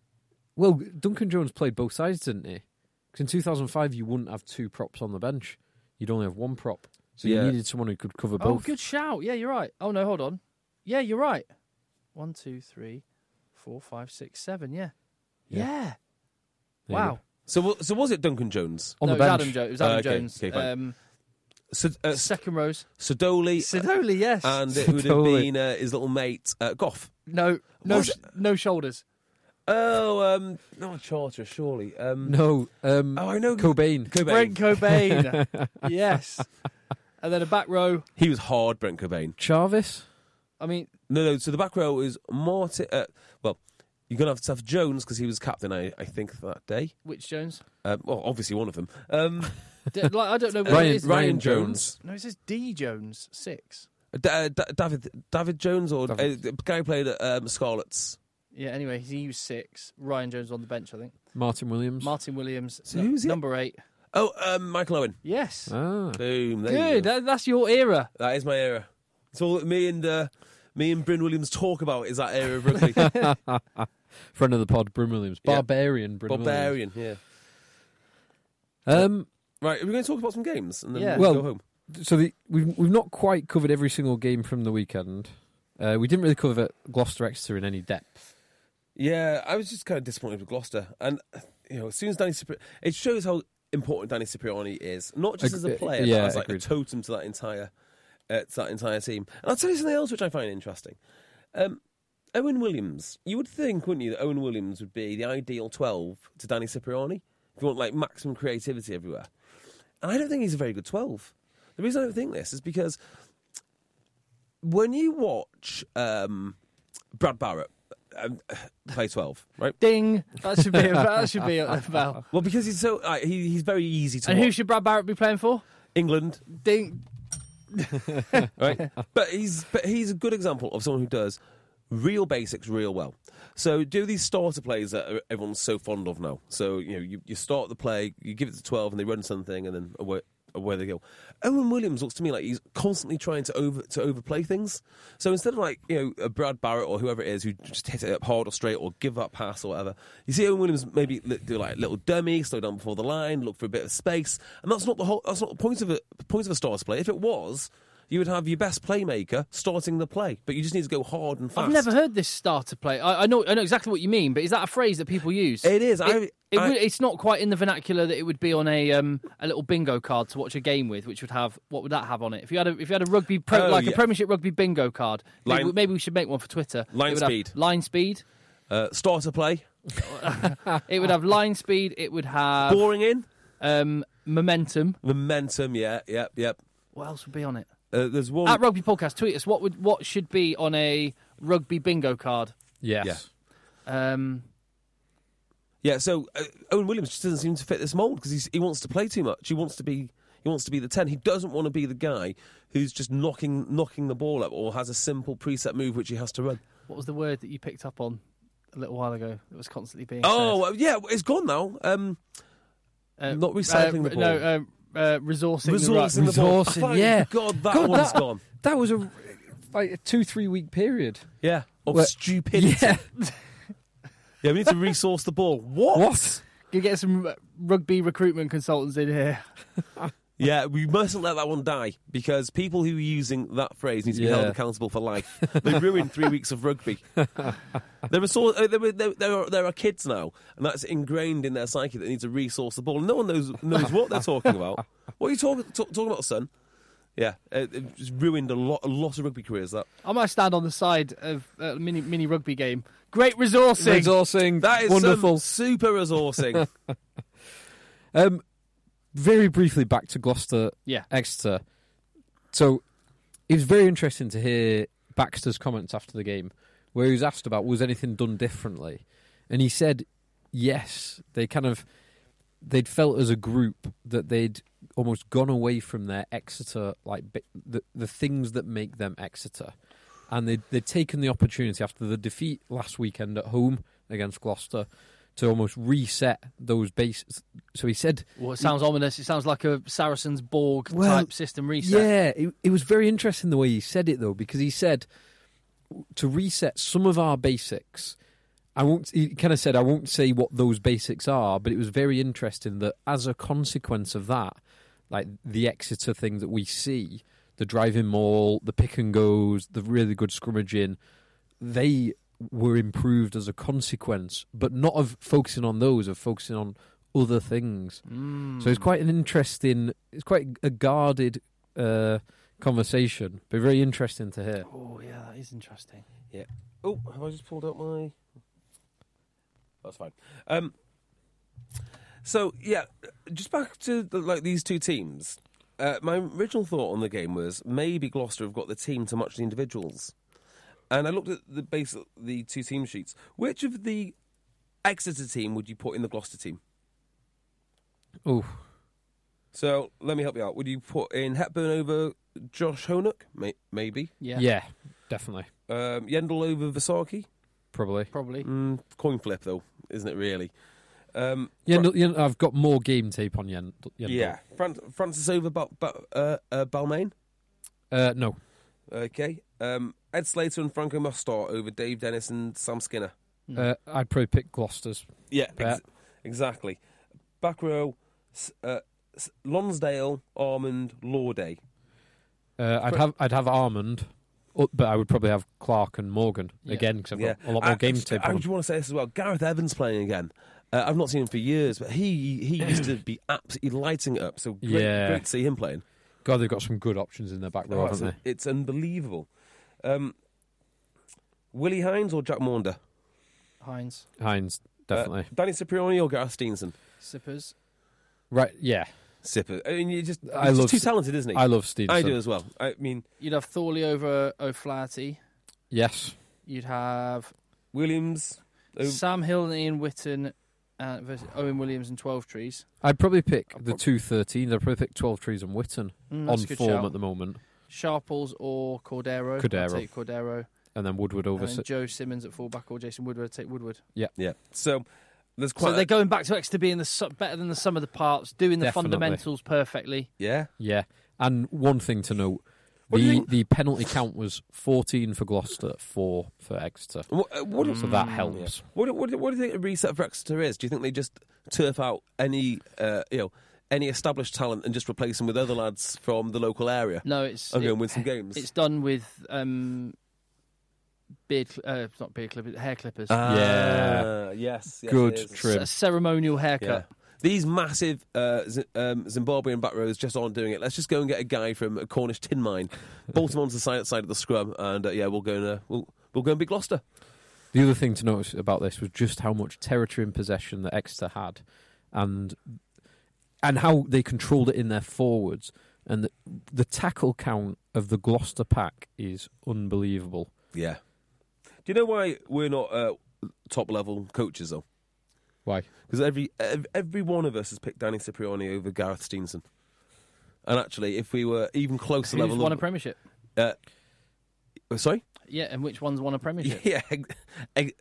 E: well, Duncan Jones played both sides, didn't he? Because in 2005, you wouldn't have two props on the bench. You'd only have one prop. So
D: Yeah.
E: you needed someone who could cover
C: Oh,
E: both.
C: good shout. Yeah, you're right. Oh no, hold on. Yeah, you're right. One, two, three, four, five, six, seven. Yeah. Yeah.
E: Yeah. There you
C: Wow.
D: So, wa- so was it Duncan Jones?
E: On
C: no,
E: the
C: it was
E: bench.
C: Adam, jo- it was Adam
D: Uh, okay,
C: Jones.
D: okay, fine.
C: um,
D: So, uh, S-
C: second rows.
D: Sodoli, uh,
C: Sidoli, yes.
D: and it would have
E: Sodoli.
D: been uh, his little mate uh, Goff.
C: no, no,
D: Was-
C: sh- no shoulders.
D: Oh, um, no, Charter, surely. Um,
E: No. Um,
D: Oh, I know.
E: Cobain.
D: Cobain.
C: Brent
D: *laughs*
C: Cobain. yes. And then a back row.
D: He was hard, Brent Cobain.
E: Jarvis.
C: I mean,
D: No, no. So the back row is Martin. Uh, well, you're gonna have to have Jones because he was captain, I, I think, that day.
C: which Jones?
D: Um, well, obviously one of them. Um,
C: D- like, I don't know what it
E: Ryan,
C: is.
D: Ryan
E: Ryan
D: Jones.
E: Jones.
C: No, it says D Jones six.
D: D- uh, D- David David Jones or
E: David.
D: Uh, the guy who played at um, Scarlets.
C: Yeah. Anyway, he used six. Ryan Jones on the bench, I think.
E: Martin Williams.
C: Martin Williams.
D: So who's it?
C: number eight?
D: Oh, um, Michael Owen.
C: Yes.
E: ah.
D: Boom. There you
C: Good.
D: go.
C: That, that's your era.
D: that is my era. It's all that me and uh, me and Bryn Williams talk about is that era of
C: *laughs*
D: rugby.
E: Friend of the pod, Bryn Williams.
D: Yeah.
E: Barbarian Bryn Williams.
D: Barbarian. Yeah.
E: Um,
D: Right. Are we going to talk about some games and then
C: Yeah.
D: we'll
E: Well-
D: go home?
E: so the, we've we've not quite covered every single game from the weekend. Uh, we didn't really cover Gloucester Exeter in any depth.
D: Yeah, I was just kind of disappointed with Gloucester, and you know, as soon as Danny Cipriani, it shows how important Danny Cipriani is, not just as a
E: Ag-
D: player,
E: yeah,
D: but as like
E: agreed.
D: a totem to that entire uh, to that entire team. And I'll tell you something else which I find interesting. Um, Owen Williams, you would think, wouldn't you, that Owen Williams would be the ideal twelve to Danny Cipriani if you want like maximum creativity everywhere. And I don't think he's a very good twelve. The reason I don't think this is because when you watch um, Brad Barrett um, *sighs* play twelve, right?
C: Ding. That should be a, that should be
D: *laughs*
C: a bell.
D: Well, because he's so uh, he, he's very easy to
C: And
D: watch.
C: who should Brad Barrett be playing for?
D: England,
C: Ding.
D: right? but he's but he's a good example of someone who does real basics real well. So do these starter plays that are- everyone's so fond of now. So you know you, you start the play, you give it to twelve, and they run something, and then away. Away they go. Owen Williams looks to me like he's constantly trying to over to overplay things. So instead of like you know a Brad Barrett or whoever it is who just hit it up hard or straight or give up pass or whatever, you see Owen Williams maybe li- do like a little dummy, slow down before the line, look for a bit of space, and that's not the whole. That's not the point of a point of a starter play. If it was, you would have your best playmaker starting the play, but you just need to go hard and fast.
C: I've never heard this starter play. I, I know I know exactly what you mean, but is that a phrase that people use?
D: It is. I-
C: it
D: I-
C: would- it's not quite in the vernacular that it would be on a um, a little bingo card to watch a game with, which would have what would that have on it? If you had a, if you had a rugby pro,
D: Oh,
C: like
D: yeah.
C: a Premiership rugby bingo card, maybe,
D: Line-
C: we- maybe we should make one for Twitter.
D: Line
C: It would have
D: speed.
C: line speed.
D: Uh, starter play,
C: It would have line speed. It would have
D: boring in
C: um, momentum.
D: momentum. Yeah, yep, yep.
C: What else would be on it?
D: Uh, there's one.
C: At Rugby Podcast, tweet us what would what should be on a rugby bingo card.
E: Yes.
C: Um,
D: Yeah, so uh, Owen Williams just doesn't seem to fit this mold because he wants to play too much. He wants to be he wants to be the ten. He doesn't want to be the guy who's just knocking knocking the ball up or has a simple preset move which he has to run.
C: what was the word that you picked up on a little while ago that was constantly being?
D: Oh well, yeah, it's gone now. Um,
C: said?
D: not recycling
C: uh,
D: the
C: No,
D: ball.
C: uh, uh, resourcing, the right-
D: resourcing the ball. Oh,
E: Resourcing,
D: Thank
E: yeah.
D: God, that
E: God,
D: one's
E: that-
D: gone.
E: That was a like a two three week period.
D: Yeah, of
E: Well,
D: stupidity. Yeah. we need to resource the ball. What?
E: What?
C: You get some uh, rugby recruitment consultants in here.
D: Yeah, we mustn't let that one die because people who are using that phrase need to be
E: Yeah.
D: held accountable for life. They ruined three weeks of
E: *laughs*
D: rugby. There are, so, uh, there, were- there, there, are, there are kids now, and that's ingrained in their psyche that they need to resource the ball. No one knows knows what they're talking about. What are you talking talk, talking about, son? Yeah, it, it just ruined a lot a lot of rugby careers. That
C: I might stand on the side of a mini mini rugby game. Great resourcing.
E: Resourcing.
D: that is some
E: wonderful.
D: super resourcing.
E: Um, very briefly back to Gloucester
C: yeah,
E: Exeter. So it was very interesting to hear Baxter's comments after the game, where he was asked about was anything done differently, and he said yes they kind of they'd felt as a group that they'd almost gone away from their exeter like bi- the, the things that make them exeter and they'd, they'd taken the opportunity after the defeat last weekend at home against gloucester to almost reset those bases so he said
C: Well, it sounds ominous. It sounds like a Saracens Borg
E: Well,
C: type system reset.
E: yeah, it, it was very interesting the way he said it though, because he said to reset some of our basics. I won't. He kind of said, "I won't say what those basics are," but it was very interesting that as a consequence of that, like the Exeter thing that we see, the driving maul, the pick and goes, the really good scrummaging, they were improved as a consequence, but not of focusing on those, of focusing on other things.
D: Hmm.
E: So it's quite an interesting, it's quite a guarded uh, conversation, but very interesting to hear.
C: Oh, yeah, that is interesting.
D: Yeah. Oh, have I just pulled out my? That's fine. Um. So yeah, just back to the, like these two teams. Uh, my original thought on the game was maybe Gloucester have got the team to match the individuals, and I looked at the base the two team sheets. Which of the Exeter team would you put in the Gloucester team?
E: Oh,
D: So let me help you out. Would you put in Hepburn over Josh Honock? May- maybe
C: Yeah,
E: yeah. definitely,
D: um, Yendel over Vasaki?
E: probably.
C: probably.
D: Mm, coin flip though, isn't it really? Um,
E: Yeah, no, yeah, I've got more game tape on Yen. Yen
D: Yeah, Fran- Francis over ba- ba- uh, uh, Balmain.
E: uh, no,
D: Okay. Um, Ed Slater and Franco Mostar over Dave Dennis and Sam Skinner.
E: uh, I'd probably pick Gloucester's.
D: Yeah,
E: Yeah.
D: exactly. Back row, S- uh, S- Lonsdale, Armand, Lawday.
E: Uh, I'd have I'd have Armand, uh, but I would probably have Clark and Morgan again because I've
D: Yeah, Uh,
E: got a lot more
D: I-
E: game tape.
D: I
E: on
D: just want to say this as well. Gareth Evans playing again. Uh, I've not seen him for years, but he he used to
E: *clears throat*
D: be absolutely lighting it up. So great,
E: Yeah.
D: great to see him playing.
E: God, they've got some good options in their back row,
D: Oh, it's,
E: haven't
D: it's unbelievable. Um, Willie Hines or Jack Maunder?
C: Heinz,
E: they? Hines,
D: Uh,
E: definitely.
D: Danny Cipriani or Gareth Steenson?
C: Sippers.
E: right, yeah.
D: Sipper. I mean, you just,
E: I
D: he's
E: love
D: too
E: S-
D: talented, isn't he?
E: I love Stevenson.
D: I do as well. I mean,
C: You'd have Thorley over O'Flaherty.
E: Yes.
C: You'd have
D: Williams. Oh.
C: Sam Hill and Ian Witten uh, versus Owen Williams and Twelve Trees.
E: I'd probably pick the two thirteen. I'd probably pick twelve trees and Witten
C: Mm,
E: on
C: that's a good
E: form
C: shout.
E: at the moment,
C: Sharples or Cordero. I'd
E: Cordero.
C: take Cordero.
E: and then Woodward over.
C: And then Joe Simmons at fullback or Jason Woodward. I'd take Woodward.
D: Yeah. So there's quite.
C: So
D: a-
C: they're going back to Exeter being the su- better than the sum of the parts, doing the
E: Definitely.
C: fundamentals perfectly.
D: yeah.
E: yeah, and one thing to note:
D: What do you
E: the
D: think-
E: the penalty count was fourteen for Gloucester, four for Exeter.
D: What, uh, what,
E: So
C: Mm,
E: that helps.
D: what, do- what, do- what do you think a reset for Exeter is? Do you think they just turf out any, uh, you know, any established talent and just replace them with other lads from the local area
C: No, it's
D: and
C: it-
D: go and win some games?
C: it's done with um, beard, cl- uh, not beard clippers, hair clippers.
D: Ah,
E: Yeah.
D: Yes. yes,
E: Good
D: it is.
E: trip.
C: a ceremonial haircut.
D: These massive uh, Z- um, Zimbabwean back rows just aren't doing it. Let's just go and get a guy from a Cornish
C: *laughs*
D: tin mine, bolt him onto the side, side of the scrum, and uh, yeah, we'll go and uh, we'll, we'll go and beat Gloucester.
E: The other thing to notice about this was just how much territory and possession that Exeter had, and and how they controlled it in their forwards. And the, the tackle count of the Gloucester pack is unbelievable.
D: Yeah. Do you know why we're not uh, top level coaches though?
E: Why?
D: Because every ev- every one of us has picked Danny Cipriani over Gareth Steenson. And actually, if we were even closer
C: Who's
D: level,
C: won a
D: of-
C: premiership?
D: uh, sorry,
C: Yeah, and which one's won a
E: *laughs*
C: premiership?
D: Yeah, *laughs* ex- ex-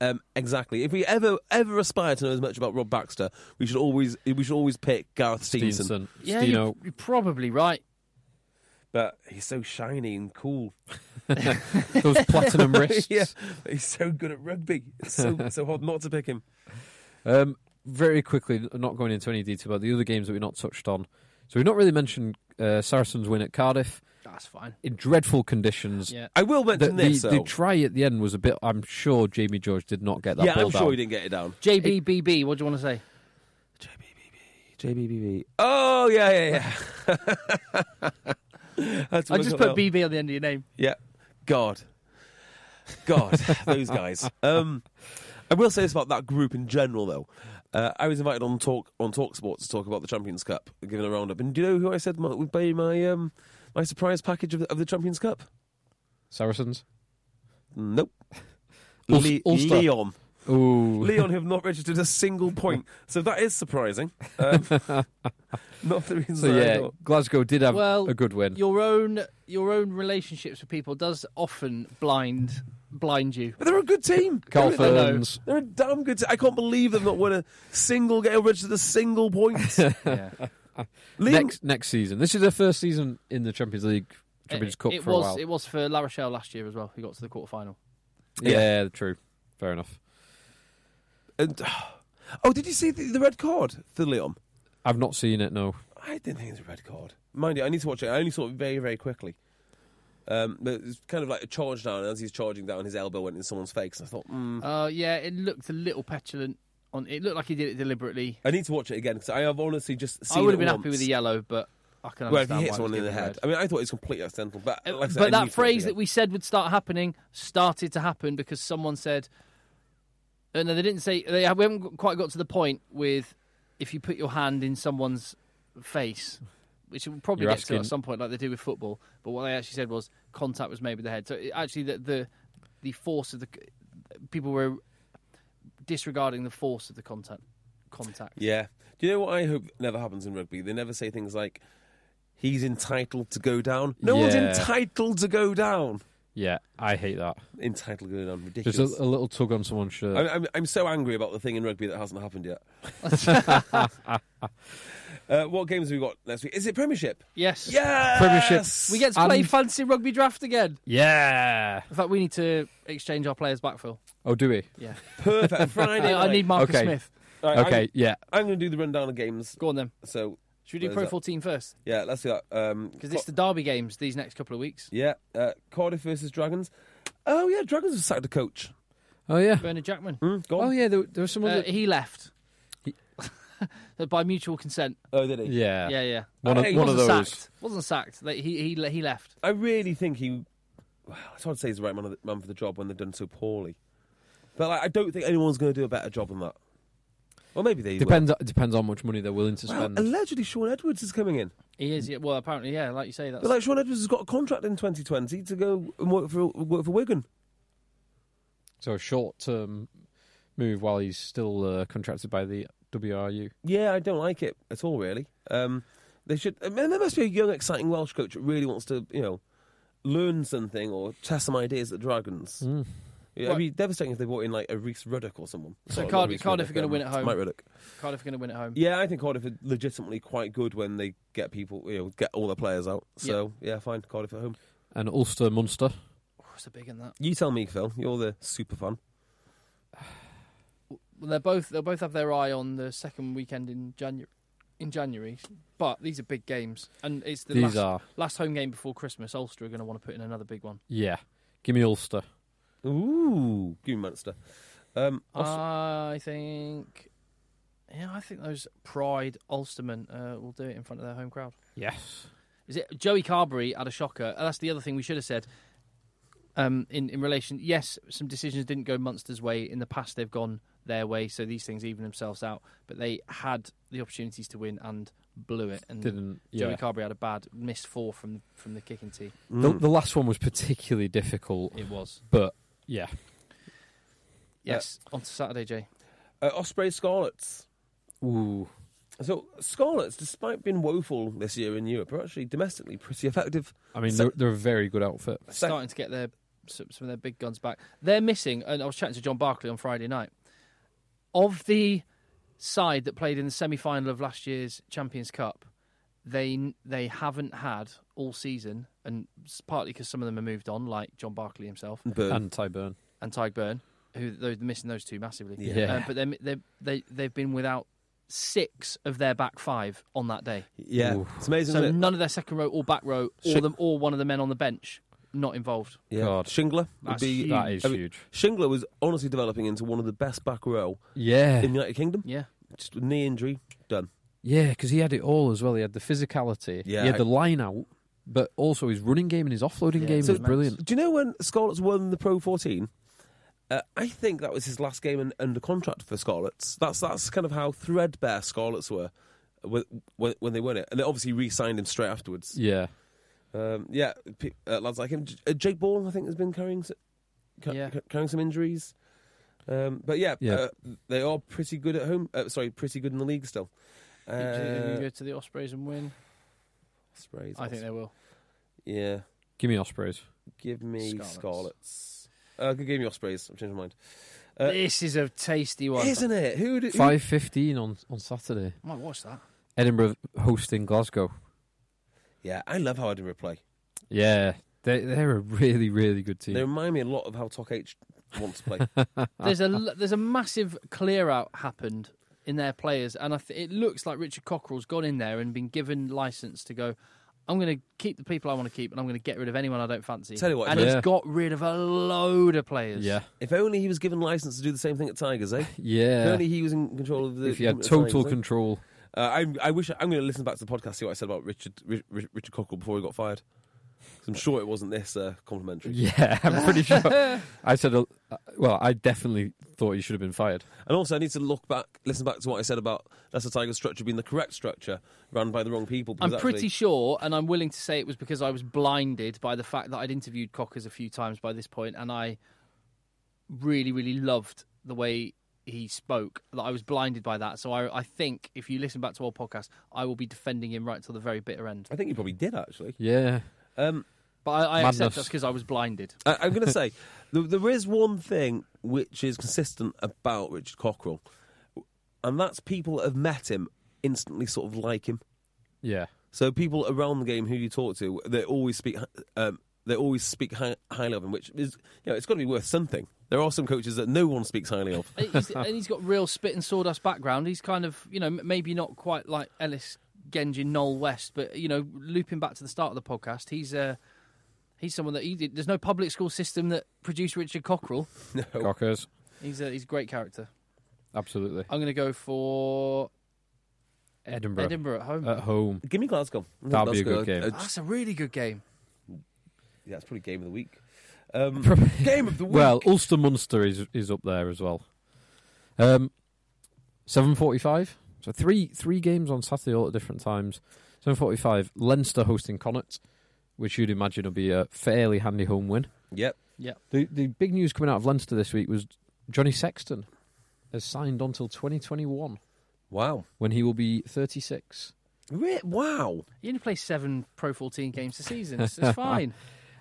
D: um, exactly. If we ever ever aspire to know as much about Rob Baxter, we should always we should always pick Gareth Steenson.
E: Steenson.
C: Yeah,
E: Steno.
C: you're, you're probably right.
D: But he's so shiny and cool.
C: *laughs*
D: *laughs*
E: *laughs* Those platinum wrists.
D: yeah, he's so good at rugby. It's
E: *laughs*
D: so so hard not to pick him.
E: Um, very quickly, not going into any detail about the other games that we've not touched on. So we've not really mentioned uh, Saracens' win at Cardiff
C: That's fine.
E: in dreadful conditions.
C: Yeah.
D: I will
E: The,
D: mention
E: the,
D: this.
E: the
D: though.
E: try at the end was a bit. I'm sure Jamie George did not get that.
D: yeah,
E: ball
D: I'm
E: down.
D: sure he didn't get it down.
C: JBBB, what do you want to say?
D: JBBB. Oh yeah, yeah, *laughs* yeah. That's
C: I
D: what
C: just
D: got
C: put
D: out.
C: BB on the end of your name.
D: Yeah. God. God, *laughs* those guys. Um, I will say this about that group in general, though. Uh, I was invited on talk on Talk Sports to talk about the Champions Cup, giving a roundup. And do you know who I said my, would be my um, my surprise package of the, of the Champions Cup?
E: Saracens.
D: Nope.
E: Ul-
D: Le-
E: Ulster.
D: Leon.
E: Ooh.
D: Leon have not registered a single point, so that is surprising. Um, *laughs* not the reason.
E: *laughs* So
D: I
E: yeah,
D: thought.
E: Glasgow did have
C: Well,
E: a good win.
C: Your own your own relationships with people does often blind blind you.
D: but they're a good team.
E: Carl
D: They're a-
E: Ferns.
D: They're a damn good. T- I can't believe they've not won a single game, registered a single point.
C: *laughs* Yeah.
D: Liam,
E: Next next season. This is their first season in the Champions League, Champions
C: it,
E: Cup
C: it
E: for
C: was
E: a while.
C: it was for La Rochelle last year as well. He got to the quarterfinal.
E: yeah. true. Fair enough.
D: and- oh, did you see the, the red card for Leon?
E: I've not seen it. No.
D: I didn't think it was a red card. Mind you, I need to watch it. I only saw it very, very quickly. Um, but it's kind of like a charge down. As he's charging down, his elbow went in someone's face. And I thought, mm,
C: Uh, yeah, it looked a little petulant. On it looked like he did it deliberately.
D: I need to watch it again because I have honestly just seen
C: I would
D: it
C: have been
D: once.
C: happy with the yellow, but I can
D: Well, if
C: understand
D: he hits
C: why it was
D: one in the
C: given
D: head.
C: red.
D: I mean, I thought it was completely accidental. But,
C: Uh,
D: like I said, I
C: but
D: knew
C: that
D: it
C: phrase
D: was
C: that we said would start happening started to happen because someone said, and they didn't say they we haven't g- quite got to the point with if you put your hand in someone's face, which will probably
E: You're
C: get to
E: asking-
C: at some point, like they do with football. But what they actually said was contact was made with the head. So it, actually, the, the the force of the c- people were disregarding the force of the contact contact.
D: Yeah. Do you know what I hope never happens in rugby? They never say things like, "He's entitled to go down." No one's
E: Yeah.
D: entitled to go down.
E: Yeah, I hate that.
D: Entitled to go down. Ridiculous.
E: Just a, a little tug on someone's shirt.
D: I'm, I'm, I'm so angry about the thing in rugby that hasn't happened
E: *laughs*
D: yet. uh, what games have we got next week? Is it Premiership?
C: Yes.
D: Yes!
E: Premiership.
C: We get to
E: And-
C: play fancy rugby draft again.
E: yeah.
C: In fact, we need to exchange our players back, Phil.
E: Oh, do we?
C: Yeah.
D: Perfect. Friday.
C: I, *laughs* I
D: night.
C: need Marcus
E: Okay.
C: Smith.
D: Right, I'm-
E: Okay. Yeah.
D: I'm, going to do the rundown of games.
C: Go on then.
D: So,
C: Should we do
D: Where's
C: Pro
D: that?
C: 14 first?
D: yeah, let's do that. Um,
C: Because it's the derby games these next couple of weeks.
D: Yeah, uh, Cardiff versus Dragons. Oh yeah, Dragons have sacked a coach.
E: Oh yeah.
C: Bernard Jackman.
D: Mm, gone.
E: Oh yeah. There, there was some
C: Uh,
E: other.
C: he left. *laughs* By mutual consent.
D: Oh, did he?
E: yeah.
C: Yeah, yeah. Uh,
E: One of,
D: Hey,
E: one of
C: Wasn't
E: those.
C: Sacked. Wasn't sacked. They- He, he, he left.
D: I really think he. Well, it's hard to say he's the right man, of the, man for the job when they've done so poorly. But like, I don't think anyone's going to do a better job than that. Or maybe they will.
E: Depends. Depends on how much money they're willing to
D: Well,
E: spend.
D: allegedly, Sean Edwards is coming in.
C: He is. Yeah, well, apparently, yeah, like you say, that's.
D: But like, Sean Edwards has got a contract in 2020 to go and work for work for Wigan.
E: so a short term move while he's still uh, contracted by the WRU.
D: Yeah, I don't like it at all. Really, um, they should. I mean, there must be a young, exciting Welsh coach that really wants to, you know, learn something or test some ideas at Dragons.
E: Hmm.
D: Yeah, it'd be devastating if they brought in like a Reese Ruddock or someone.
C: So
D: Sorry, not
C: Card-
D: Rhys
C: Cardiff are
D: Ruddock,
C: gonna
D: um,
C: win at home.
D: Mike Ruddock.
C: Cardiff are going to win at home.
D: Yeah, I think Cardiff are legitimately quite good when they get people, you know, get all their players out. So yeah, fine, Cardiff at home.
E: And Ulster Munster.
C: Oh, it's a big in that.
D: You tell me, Phil. You're the super fan.
C: Well, they're both they'll both have their eye on the second weekend in January. In January, but these are big games, and it's the
E: These
C: last,
E: are.
C: last home game before Christmas. Ulster are going to want to put in another big one.
E: Yeah. Give me Ulster.
D: Ooh, give me Munster. Um, Ulster-
C: I think, yeah, I think those Pride Ulstermen uh, will do it in front of their home crowd.
E: Yes.
C: Is it Joey Carberry had a shocker? And that's the other thing we should have said. Um, in in relation, yes, some decisions didn't go Munster's way in the past. They've gone their way, so these things even themselves out. But they had the opportunities to win and blew it. And
E: Didn't. Yeah.
C: Joey Carberry had a bad missed four from from the kicking tee.
E: The, the last one was particularly difficult,
C: It was
E: but yeah.
C: yes. on to Saturday, Jay.
D: uh, Osprey Scarlets.
E: Ooh.
D: So Scarlets, despite being woeful this year in Europe, are actually domestically pretty effective.
E: I mean,
D: So-
E: they're, they're a very good outfit.
D: Sec-
C: starting to get their some, some of their big guns back. They're missing, and I was chatting to John Barkley on Friday night. Of the side that played in the semi-final of last year's Champions Cup, they they haven't had all season, and it's partly because some of them have moved on, like John Barkley himself
D: Burn.
E: And Tyburn.
C: and Tyke Byrne, who they're missing those two massively.
D: Yeah.
E: Yeah.
C: Uh, but they're, they're, they they've been without six of their back five on that day,
D: yeah,
E: Oof.
D: it's amazing.
C: so
D: isn't it?
C: none of their second row or back row, or
D: Six-
C: them or one of the men on the bench not involved.
D: Yeah.
E: God.
D: Shingler would
C: That's
D: be.
C: huge.
E: That is
D: I mean-
E: huge.
D: Shingler was honestly developing into one of the best back row
E: Yeah.
D: in the United Kingdom.
C: Yeah.
D: Just knee injury, done.
E: Yeah, because he had it all as well. He had the physicality,
D: Yeah.
E: he had the line out, but also his running game and his offloading
C: Yeah,
E: game
C: it's
E: was
C: immense.
E: brilliant.
D: Do you know when Scarlets won the Pro 14? Uh, I think that was his last game in, under contract for Scarlets. That's that's kind of how threadbare Scarlets were when, when, when they won it, and they obviously re-signed him straight afterwards.
E: Yeah.
D: Um, yeah, pe- uh, lads like him. J- uh, Jake Ball, I think, has been carrying s- ca-
C: Yeah.
D: ca- carrying some injuries. Um, but yeah,
E: Yeah.
D: Uh, they are pretty good at home. Uh, sorry, pretty good in the league still.
C: if you
D: Uh,
C: go to the Ospreys and win,
D: Ospreys,
C: I think
D: Os-
C: they will.
D: Yeah,
E: Give me Ospreys.
D: give me
C: Scarlets.
D: Scarlets. Uh, give me Ospreys. I've changed my mind. Uh,
C: this is a tasty one.
D: Isn't it? Who did? Who,
E: Five fifteen on on Saturday.
C: I might watch that.
E: Edinburgh hosting Glasgow.
D: yeah, I love how Edinburgh play.
E: Yeah, they they're a really really good
D: They
E: team.
D: remind me a lot of how Tok H wants to play.
E: *laughs*
D: Ah.
C: There's a l- there's a massive clear out happened in their players, and I th- it looks like Richard Cockrell's gone in there and been given license to go. I'm going to keep the people I want to keep, and I'm going to get rid of anyone I don't fancy.
D: Tell you what,
C: and
E: yeah.
C: he's got rid of a load of players.
E: Yeah,
D: if only he was given license to do the same thing at Tigers, eh? If
E: yeah.
D: only he was in control of the.
E: If you had
D: of
E: total
D: Tigers, eh?
E: control,
D: Uh, I'm, I wish I'm going to listen back to the podcast, see what I said about Richard Ri- Ri- Richard Cockle before he got fired. 'Cause I'm sure it wasn't this uh, complimentary.
E: yeah, *laughs* I'm
D: *laughs*
E: pretty sure. I said, uh, well, I definitely thought you should have been fired.
D: And also, I need to look back, listen back to what I said about Leicester Tigers structure being the correct structure, run by the wrong people.
C: I'm
D: because
C: pretty
D: actually-
C: sure, and I'm willing to say it was because I was blinded by the fact that I'd interviewed Cockers a few times by this point, and I really, really loved the way he spoke. That I was blinded by that. So I, I think if you listen back to our podcast, I will be defending him right till the very bitter end.
D: I think he probably did actually.
E: Yeah,
D: Um,
C: But I, I accept
E: Madness.
C: that's because I was blinded.
D: I, I'm going to say *laughs* th- there is one thing which is consistent about Richard Cockrell, and that's people that have met him instantly sort of like him.
E: yeah,
D: So people around the game who you talk to, they always speak. Um, they always speak high, highly of him, which is you know it's got to be worth something. There are some coaches that no one speaks highly of.
C: Uh, He's- and he's got real spit and sawdust background. He's kind of, you know, m- maybe not quite like Ellis Genji, Noel West, but you know, looping back to the start of the podcast, he's uh, he's someone that he did. There's no public school system that produced Richard Cockrell.
E: Cockers,
C: He's a he's a great character.
E: absolutely.
C: I'm going to go for
E: Edinburgh. Uh,
C: Edinburgh at home.
E: at home.
D: Give me Glasgow.
E: That'd be a good
D: Glasgow, uh,
E: game.
D: uh,
C: That's a really good game.
D: yeah, that's probably game of the week.
E: *laughs*
D: Um,
E: Probably.
D: game of the week.
E: Well, Ulster Munster is is up there as well. Um, seven forty five. So three three games on Saturday, all at different times. Seven forty five. Leinster hosting Connacht, which you'd imagine will be a fairly handy home win.
D: yep.
E: The the big news coming out of Leinster this week was Johnny Sexton has signed on till twenty twenty one
D: Wow.
E: when he will be thirty six,
D: Re- wow.
C: You only play seven Pro 14 games a season. It's,
E: *laughs*
C: it's fine.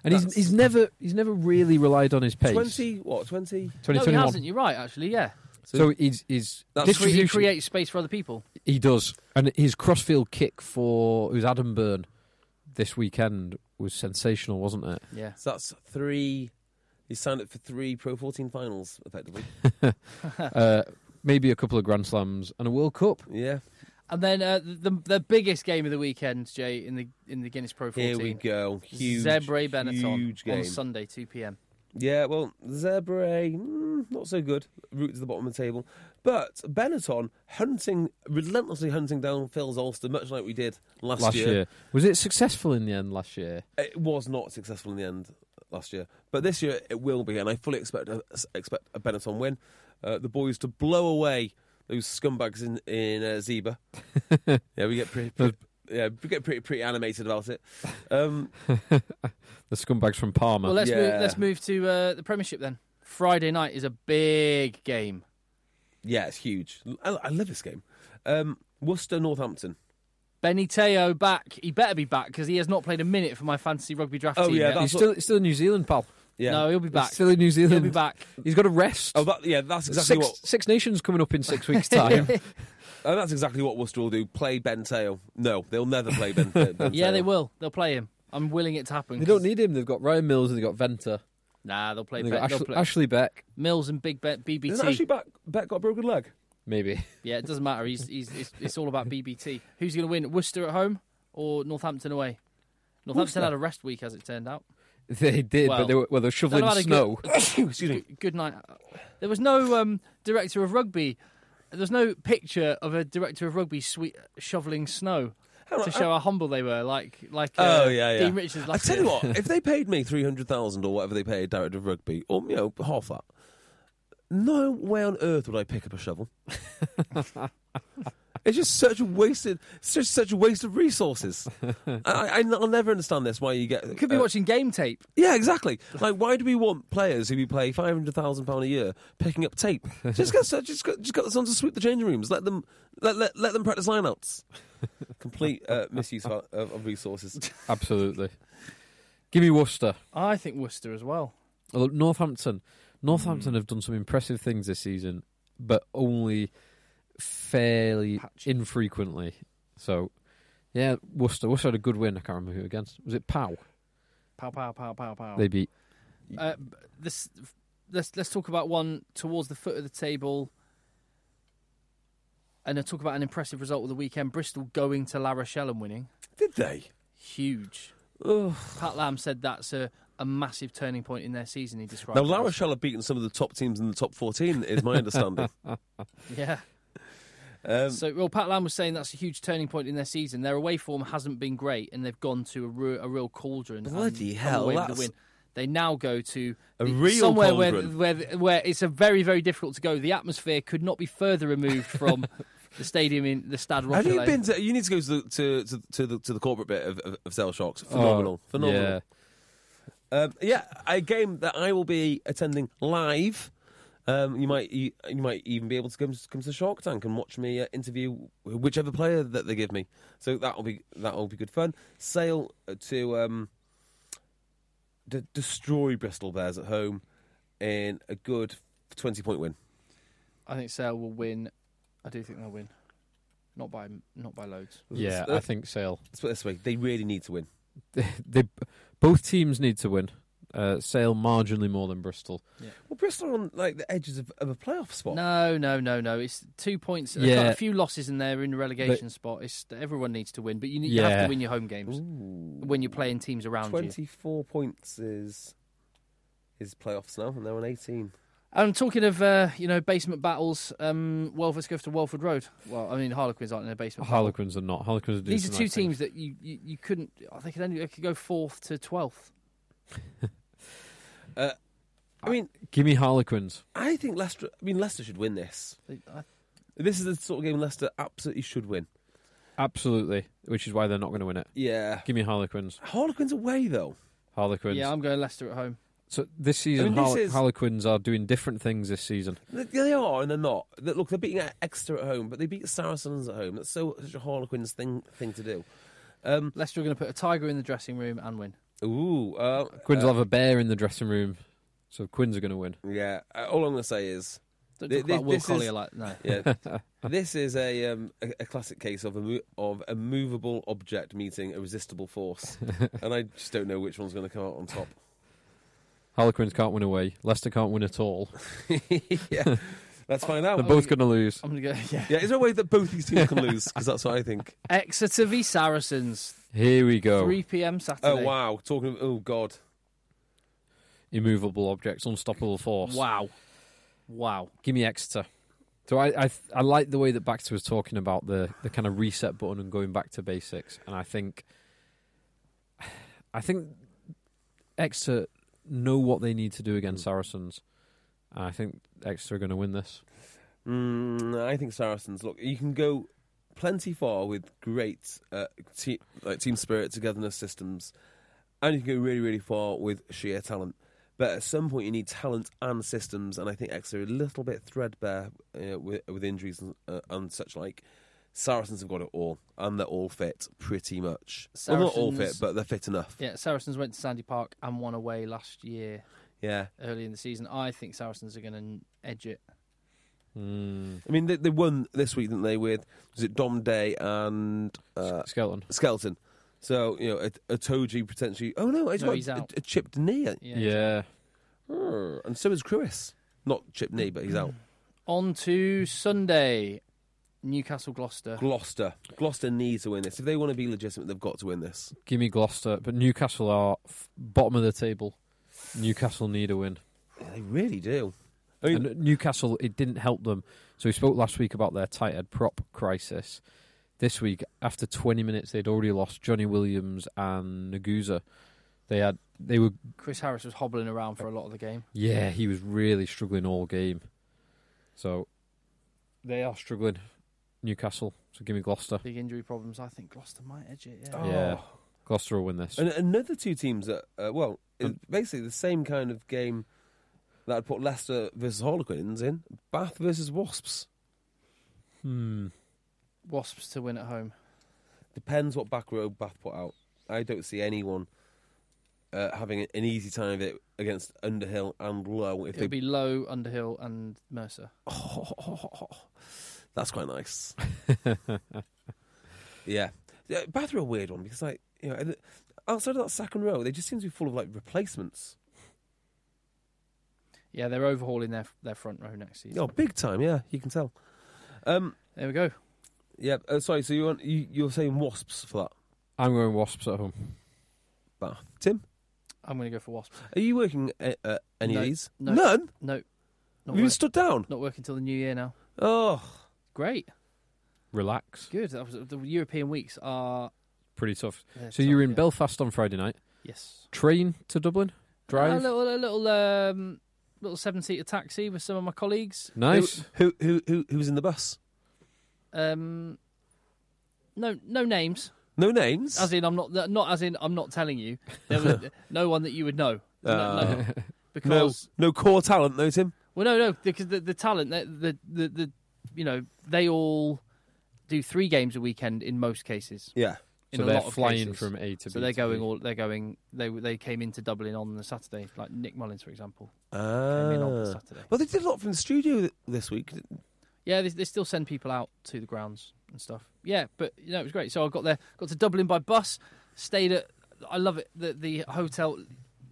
E: and he's
D: That's-
E: he's never he's never really relied on his pace.
D: Twenty. What? Twenty.
E: Twenty
C: no, he
E: twenty
C: hasn't.
E: one.
C: You're right, actually. Yeah,
E: So he's he's
D: That's-
C: he, cre- he
E: distribution-
C: creates space for other people.
E: He does, and his crossfield kick for it was Adam Byrne this weekend was sensational, wasn't it?
C: Yeah.
D: So that's three. He signed up for three Pro 14 finals,
C: *laughs*
D: effectively.
E: uh, maybe a couple of Grand Slams and a World Cup.
D: yeah.
C: And then uh, the the biggest game of the weekend, Jay, in the in the Guinness Pro 14.
D: Here we go. Huge.
C: Zebre Benetton
D: Huge
C: on
D: game.
C: Sunday, 2 p.m.
D: Yeah, well, Zebre, mm, not so good. Route to the bottom of the table. But Benetton hunting, relentlessly hunting down Phil's Ulster, much like we did last,
E: Last year. was it successful in the end? Last year,
D: It was not successful in the end last year. But this year it will be, and I fully expect a, expect a Benetton win. Uh, the boys to blow away those scumbags in, in
C: *laughs*
D: uh, Zebra. yeah, we get pretty. pretty yeah, we get pretty pretty animated about it. Um,
E: the scumbags from Parma.
C: Well, let's
D: Yeah.
C: move, let's move to uh, the Premiership then. Friday night is a big game.
D: yeah, it's huge. I, I love this game. Um, Worcester Northampton.
C: Benny Teo back. He better be back because he has not played a minute for my fantasy rugby draft
D: Oh,
C: team.
D: yeah,
C: yet.
D: that's
E: he's still he's still in New Zealand, pal.
D: Yeah.
C: No, he'll be
E: He's
C: back.
E: still in New
C: He'll
E: Zealand.
C: be back.
E: He's got a rest.
D: Oh, that, yeah, that's exactly
E: Six,
D: what.
E: Six Nations coming up in six weeks'
C: *laughs*
E: time.
D: And that's exactly what Worcester will do. Play Ben Teo. No, they'll never play Ben. ben Teo.
C: *laughs* Yeah, they will. They'll play him. I'm willing it to happen.
E: They don't
C: 'cause-
E: need him. They've got Ryan Mills and they've got Venter.
C: Nah, they'll play.
E: And they've
C: Ben-
E: got
C: they'll
E: Ashley,
C: play-
E: Ashley Beck.
C: Mills and Big Bet BBT.
D: Isn't actually back, Beck got a broken leg?
E: Maybe *laughs*
C: Yeah, it doesn't matter. He's, he's it's, it's all about BBT. Who's going to win? Worcester at home or Northampton away? Northampton had a rest week, as it turned out.
E: they did,
C: Well,
E: but they were well, they were
C: They'll
E: shoveling
C: have had a
E: snow.
C: Good, *coughs* Good- Good night. There was no um, director of rugby. There's no picture of a director of rugby sweet shoveling snow
D: Hang on,
C: to show how humble they were. Like like uh,
D: Oh yeah, yeah.
C: Dean Richards. Last
D: I tell you
C: year. *laughs*
D: what, if they paid me three hundred thousand or whatever they paid Director of Rugby, or you know half that,
C: *laughs*
D: no way on earth would I pick up a shovel. It's just such a wasted, it's just such a waste
C: *laughs*
D: of resources. I, I, I'll never understand this. Why you get
C: Could be
D: uh,
C: watching game tape.
D: Yeah, exactly. Like, why do we want players who we pay five hundred thousand pound a year picking up tape? Just get *laughs* just get, just get someone to sweep the changing rooms. Let them let let, let them practice lineouts. Complete uh, misuse of, of, of resources.
E: Absolutely. Give me Worcester.
C: I think Worcester as well.
E: Well, Look, Northampton.
C: Hmm.
E: Northampton have done some impressive things this season, but only fairly infrequently. So, yeah, Worcester. Worcester had a good win. I can't remember who against. Was it Pow?
C: Pow pow pow pow pow.
E: They beat.
C: Uh, b- this let's let's talk about one towards the foot of the table, and then talk about an impressive result of the weekend. Bristol going to La Rochelle and winning,
D: Did they?
C: huge.
D: Ugh.
C: Pat Lam said that's a, a massive turning point in their season. He described.
D: Now,
C: it
D: La
C: as.
D: Rochelle have beaten some of the top teams in the top fourteen, is my
E: *laughs*
D: understanding.
C: Yeah.
D: Um,
C: So, well, Pat Lam was saying that's a huge turning point in their season. Their away form hasn't been great, and they've gone to a, re- a real cauldron. and
D: Bloody
C: come
D: hell,
C: away with
D: that's-
C: the win. They now go to
D: A
C: the-
D: real
C: somewhere where,
D: cauldron.
C: where where it's a very very difficult to go. The atmosphere could not be further removed
D: *laughs*
C: from the stadium in the Stade
D: Have
C: Rochelet.
D: you been to? You need to go to the to, to, to the to the corporate bit of, of, of Sale Sharks. Phenomenal,
E: Oh,
D: phenomenal.
E: Yeah.
D: Um, yeah, a game that I will be attending live. Um, you might you, you might even be able to come, come to Shark Tank and watch me uh, interview whichever player that they give me. So that will be that will be good fun. Sale to um, d- destroy Bristol Bears at home in a good twenty point win.
C: I think Sale will win. I do think they'll win, not by not by loads.
E: Yeah,
D: Uh,
E: I think Sale.
D: Let's put it this way: they really need to win.
E: they both teams need to win. Uh, Sale marginally more than Bristol.
D: Well, Bristol are on like the edges of, of a playoff spot.
C: No, no, no, no. It's two points. a cou-
E: Yeah.
C: A few losses and they're in the relegation spot. It's everyone needs to win, but you, need, you have
E: Yeah.
C: to win your home games when you're playing teams around you.
D: Twenty four points is is playoffs now, and they're on eighteen.
C: And talking of uh, you know basement battles, um, Welford's go to Welford Road. Well, I mean Harlequins aren't in a basement. battle.
E: Harlequins are not. Harlequins are doing
C: Oh. These are
E: some
C: two
E: nice
C: teams
E: things.
C: that you, you, you couldn't. I think it only they could go fourth to twelfth.
D: I mean,
E: Give me Harlequins.
D: I think Leicester. I mean, Leicester should win this. This is the sort of game Leicester absolutely should win.
E: Absolutely. Which is why they're not going to win it.
D: Yeah.
E: Give me Harlequins.
D: Harlequins away though.
E: Harlequins.
C: Yeah, I'm going Leicester at home.
E: So this season,
D: mean, this
E: Harle-
D: is-
E: Harlequins are doing different things this season.
D: They- They are and they're not. They- Look, they're beating Exeter at home, but they beat Saracens at home. That's so such a Harlequins thing thing to do. Um,
C: Leicester are going to put a tiger in the dressing room and win.
D: ooh, uh,
E: Quins will have a bear in the dressing room, so Quins are going to win.
D: yeah. Uh, All I'm going to say is
C: Don't
D: Th-
C: talk about
D: thi-
C: Will
D: this
C: Collier
D: is-
C: like
D: *laughs*
C: no.
D: Yeah, this is a, um, a a classic case of a mo- of a movable object meeting a resistible force, and I just don't know which one's going to come out on top.
E: Harlequins can't win away. Leicester can't win at all.
D: yeah, *laughs* let's find out.
E: They're both going to lose.
C: I'm going to go. Yeah,
D: Yeah, is there a way that both these teams can lose? Because that's what I think.
C: Exeter v Saracens,
E: Here we go.
C: 3 p.m. Saturday.
D: Oh wow, talking. Of, oh god,
E: Immovable objects, unstoppable force.
C: Wow. Wow.
E: Give me Exeter. So I, I th- I like the way that Baxter was talking about the, the kind of reset button and going back to basics, and I think I think Exeter know what they need to do
D: Hmm.
E: against Saracens. And I think Exeter are going to win this.
D: mm, I think Saracens. Look, you can go plenty far with great uh, te- like team spirit, togetherness systems, and you can go really, really far with sheer talent. But at some point, you need talent and systems, and I think Exeter are a little bit threadbare uh, with, with injuries and, uh, and such like. Saracens have got it all, and they're all fit pretty much. well, not all fit,
C: Saracens-
D: but they're fit enough.
C: Yeah, Saracens went to Sandy Park and won away last year
D: yeah.
C: early in the season. I think Saracens are going to edge it.
E: Hmm.
D: I mean, they, they won this week, didn't they? With was it Dom Day and uh,
E: Skeleton.
D: Skeleton? So you know, a, a Toji potentially. Oh no, he's
C: No,
D: got
C: he's
D: a,
C: out.
D: a chipped knee,
C: Yeah.
E: Yeah.
D: Oh, and so is Cruis. Not chipped knee, but he's out.
C: Mm. On to Sunday, Newcastle Gloucester.
D: Gloucester, Gloucester need to win this. If they want to be legitimate, they've got to win this.
E: Give me Gloucester, but Newcastle are f- bottom of the table. Newcastle need a win.
D: Yeah, they really do. I mean,
E: and Newcastle, it didn't help them. So we spoke last week about their tight head prop crisis. This week, after 20 minutes, they'd already lost Johnny Williams and Nagusa. They had, they were,
C: Chris Harris was hobbling around for a lot of the game.
E: yeah, he was really struggling all game. So they are struggling, Newcastle. So give me Gloucester.
C: Big injury problems. I think Gloucester might edge it. Yeah.
E: Yeah, Gloucester will win this.
D: Oh. And another two teams that, uh, well, it's basically the same kind of game that I'd put Leicester versus Harlequins in Bath versus Wasps.
E: Hmm.
C: Wasps to win at home.
D: Depends what back row Bath put out. I don't see anyone uh, having an easy time of it against Underhill and Low. If
C: It'll
D: they
C: be Low, Underhill, and Mercer.
D: *laughs* That's quite nice. *laughs* yeah. yeah. Bath are a weird one because, like, you know, and outside of that second row, they just seem to be full of, like, replacements.
C: Yeah, they're overhauling their their front row next season.
D: Oh, big time, yeah, you can tell. Um,
C: There we go.
D: yeah, uh, sorry, so you, want, you, you're saying Wasps for that,
E: I'm going Wasps at home.
D: Bath. Tim,
C: I'm going to go for Wasps.
D: are you working uh, uh, any
C: No,
D: of these?
C: no.
D: None?
C: No, not,
D: Have you
C: work,
D: been stood down?
C: not working till the new year now.
D: Oh,
C: Great,
E: Relax.
C: good. That was, the European weeks are.
E: Pretty tough.
C: they're
E: So
C: tough,
E: you're in
C: yeah.
E: Belfast on Friday night.
C: Yes.
E: Train to Dublin. Drive.
C: A little, a little, um, little seven-seater taxi with some of my colleagues.
E: Nice.
D: who, who, who, who's in the bus?
C: Um, no, no names.
D: No names.
C: As in, I'm not not as in I'm not telling you. There
D: *laughs*
C: was no one that you would know. No-
D: Uh.
C: no.
D: no,
C: *laughs* because
D: no core talent, though, Tim.
C: well, no, no, because the, the talent, the, the the the you know, they all do three games a weekend in most cases.
D: Yeah.
C: In
E: so
C: a
E: they're
C: lot of
E: flying
C: cases.
E: from A to B.
C: So they're
E: to
C: going
E: B.
C: all they're going they they came into Dublin on the Saturday, like Nick Mullins, for example, came in on the
D: Ah.
C: Saturday.
D: Well, they did a lot from the studio th- this week.
C: Yeah, they, they still send people out to the grounds and stuff. Yeah, but you know it was great. So I got there, got to Dublin by bus, stayed at. I love it the the hotel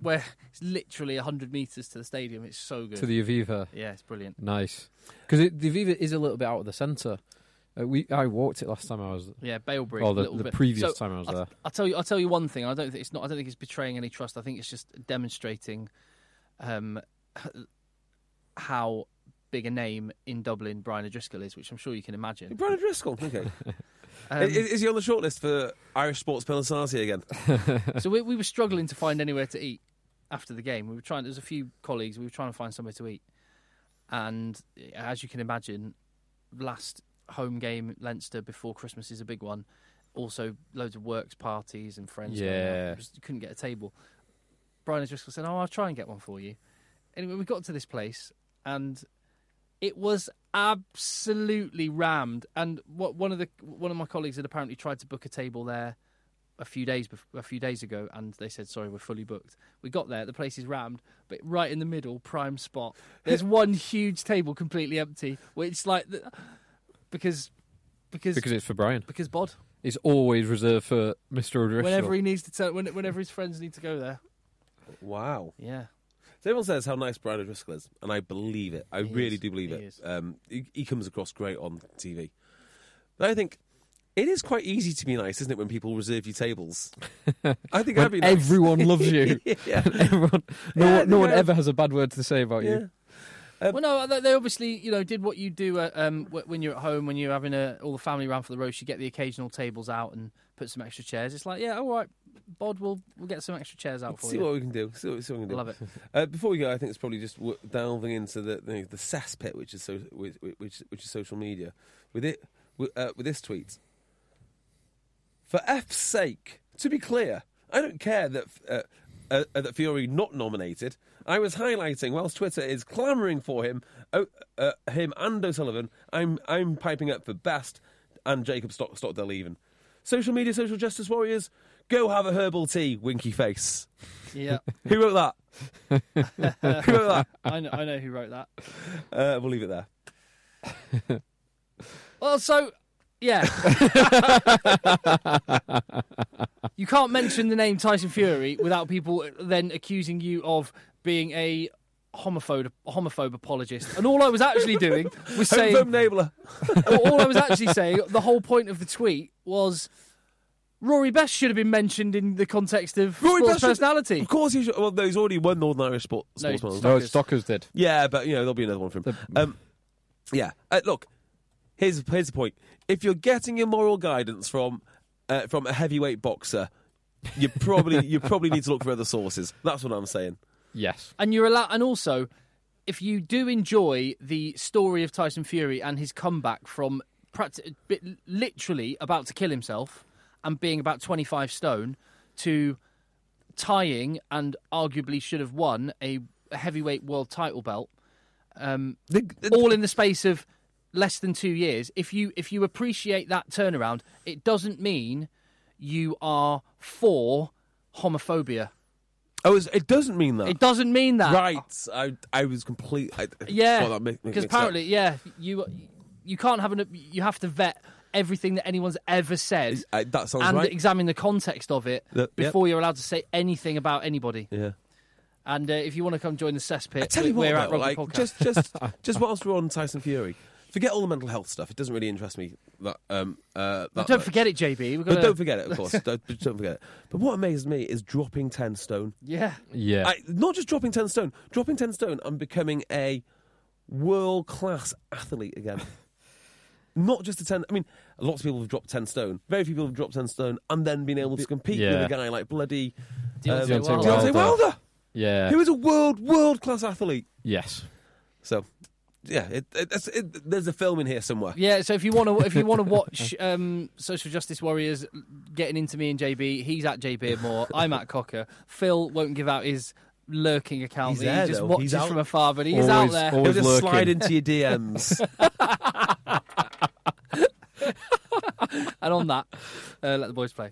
C: where it's literally hundred meters to the stadium. It's so good.
E: to the Aviva.
C: yeah, it's brilliant.
E: Nice. Because the Aviva is a little bit out of the centre. Uh, we I walked it last time I was.
C: Yeah, Balebrig.
E: Oh,
C: a
E: the,
C: little
E: the
C: bit.
E: previous
C: So
E: time I was
C: I-
E: there.
C: I'll tell you. I'll tell you one thing. I don't think it's not. I don't think it's betraying any trust. I think it's just demonstrating um, h- how big a name in Dublin Brian O'Driscoll is, which I'm sure you can imagine.
D: Brian
C: *laughs*
D: Driscoll. Okay.
C: Um,
D: is, is he on the shortlist for Irish Sports Penalty again?
C: so we, we were struggling to find anywhere to eat after the game. We were trying. There's a few colleagues. We were trying to find somewhere to eat, and eh, as you can imagine, last home game Leinster before Christmas is a big one. Also, loads of works parties and friends. going out.
E: Yeah.
C: We just couldn't get a table. Brian O'Driscoll said, "Oh, I'll try and get one for you." Anyway, we got to this place, and it was absolutely rammed. And what one of the one of my colleagues had apparently tried to book a table there a few days bef- a few days ago, and they said, "Sorry, we're fully booked." We got there, the place is rammed, but right in the middle, prime spot. There's one huge table completely empty, which like the, because because
E: Because it's for Brian.
C: because Bod.
E: It's always reserved for Mr. O'Driscoll.
C: Whenever he needs to tell, when, whenever his friends need to go there,
D: Wow.
C: yeah,
D: So everyone says how nice Brian Driscoll is, and I believe it.
C: He
D: I really
C: is.
D: do believe
C: He
D: it.
C: is.
D: Um, he, he comes across great on TV. But I think it is quite easy to be nice, isn't it, when people reserve your
C: *laughs*
D: tables? I think I'd be
E: When
D: nice.
E: everyone loves you. *laughs*
D: *laughs* yeah.
E: Everyone, no,
D: Yeah,
E: one, no one
D: yeah.
E: ever has a bad word to say about
D: yeah.
E: you.
C: Well, no, they- they obviously, you know, did what you do at, um, wh- when you're at home, when you're having a, all the family round for the roast. You get the occasional tables out and put some extra chairs. It's like, yeah, all right, Bod, we'll we'll get some extra chairs out for
D: See
C: you.
D: what we can do. See what, see what we
C: I
D: can do.
C: love it.
D: Uh, before we go, I think it's probably just w- delving into the the, the cesspit, which is so which, which which is social media. With it, with, uh, with this tweet. For F's sake, to be clear, I don't care that uh, uh, uh, that Fiore not nominated. I was highlighting whilst Twitter is clamouring for him, oh, uh, him and O'Sullivan. I'm I'm piping up for best and Jacob Stock Stockdale even. Social media, social justice warriors, go have a herbal tea, winky face.
C: Yeah,
D: *laughs* Who wrote that? Who wrote that?
C: I know, I know who wrote that.
D: *laughs* Uh, we'll leave it there.
C: Well, so yeah,
D: *laughs*
C: you can't mention the name Tyson Fury without people then accusing you of being a homophobe, homophobe apologist. And all I was actually doing was saying,
D: Home enabler.
C: all I was actually saying, the whole point of the tweet was Rory Best should have been mentioned in the context of
D: Rory
C: sports
D: Best should-
C: personality.
D: Of course, he should. Well, no, he's already won Northern Irish sport,
C: No, he's
D: Sportsman. of the
C: not.
E: No,
C: Stockers.
E: Stockers did.
D: Month. yeah, but you know there'll be another one from. him. Um, yeah, uh, look. Here's here's the point. If you're getting your moral guidance from uh, from a heavyweight boxer, you probably you probably need to look for other sources. That's what I'm saying.
E: Yes.
C: And you're allowed, and also, if you do enjoy the story of Tyson Fury and his comeback from practi- bit, literally about to kill himself and being about 25 stone to tying and arguably should have won a heavyweight world title belt um, all in the space of less than two years. If you if you appreciate that turnaround, it doesn't mean you are for homophobia.
D: Oh, it's- it doesn't mean that.
C: It doesn't mean that,
D: Right. I I was complete. I, I thought
C: Yeah,
D: that make- make
C: because
D: mixed up.
C: apparently, yeah, you you can't have an you have to vet everything that anyone's ever said
D: I, that uh, sounds
C: and
D: right.
C: examine the context of it
D: That- yep.
C: before you're allowed to say anything about anybody.
D: yeah.
C: And uh, if you want to come join the cesspit,
D: I tell you
C: we-
D: what,
C: we're
D: though,
C: at Rugby
D: like
C: Podcast.
D: just
C: *laughs*
D: just just whilst we're on Tyson Fury, forget all the mental health stuff. It doesn't really interest me. That um uh. That
C: But don't
D: much.
C: forget it, JB. We've got
D: But don't forget it,
C: *laughs*
D: of course. don't, just don't forget it. But what amazes me is dropping ten stone.
C: Yeah,
E: Yeah.
D: I, not just dropping ten stone, dropping ten stone and becoming a world class athlete
C: *laughs*
D: again. not just a ten. I mean, lots of people have dropped ten stone. Very few people have dropped ten stone and then been able to compete
E: Yeah.
D: with a guy like bloody
C: Deontay
D: um,
C: Wilder.
D: Deontay
E: Wilder.
D: Wilder,
E: yeah.
D: who is a world world class athlete.
E: yes.
D: So, yeah, it, it, it's- it, there's a film in here somewhere.
C: yeah. So if you want to, if you
D: *laughs*
C: want to watch um, Social Justice Warriors getting into me and JB, he's at JB Moore. I'm at Cocker. Phil won't give out his lurking account.
D: He's
C: that
D: there,
C: he just
D: though.
C: watches
D: He's out-
C: from afar, but he
E: always,
C: is out there.
D: He'll
E: Always
D: just
E: lurking.
D: slide into your
E: *laughs*
D: DMs.
C: And on that, uh, let the boys play.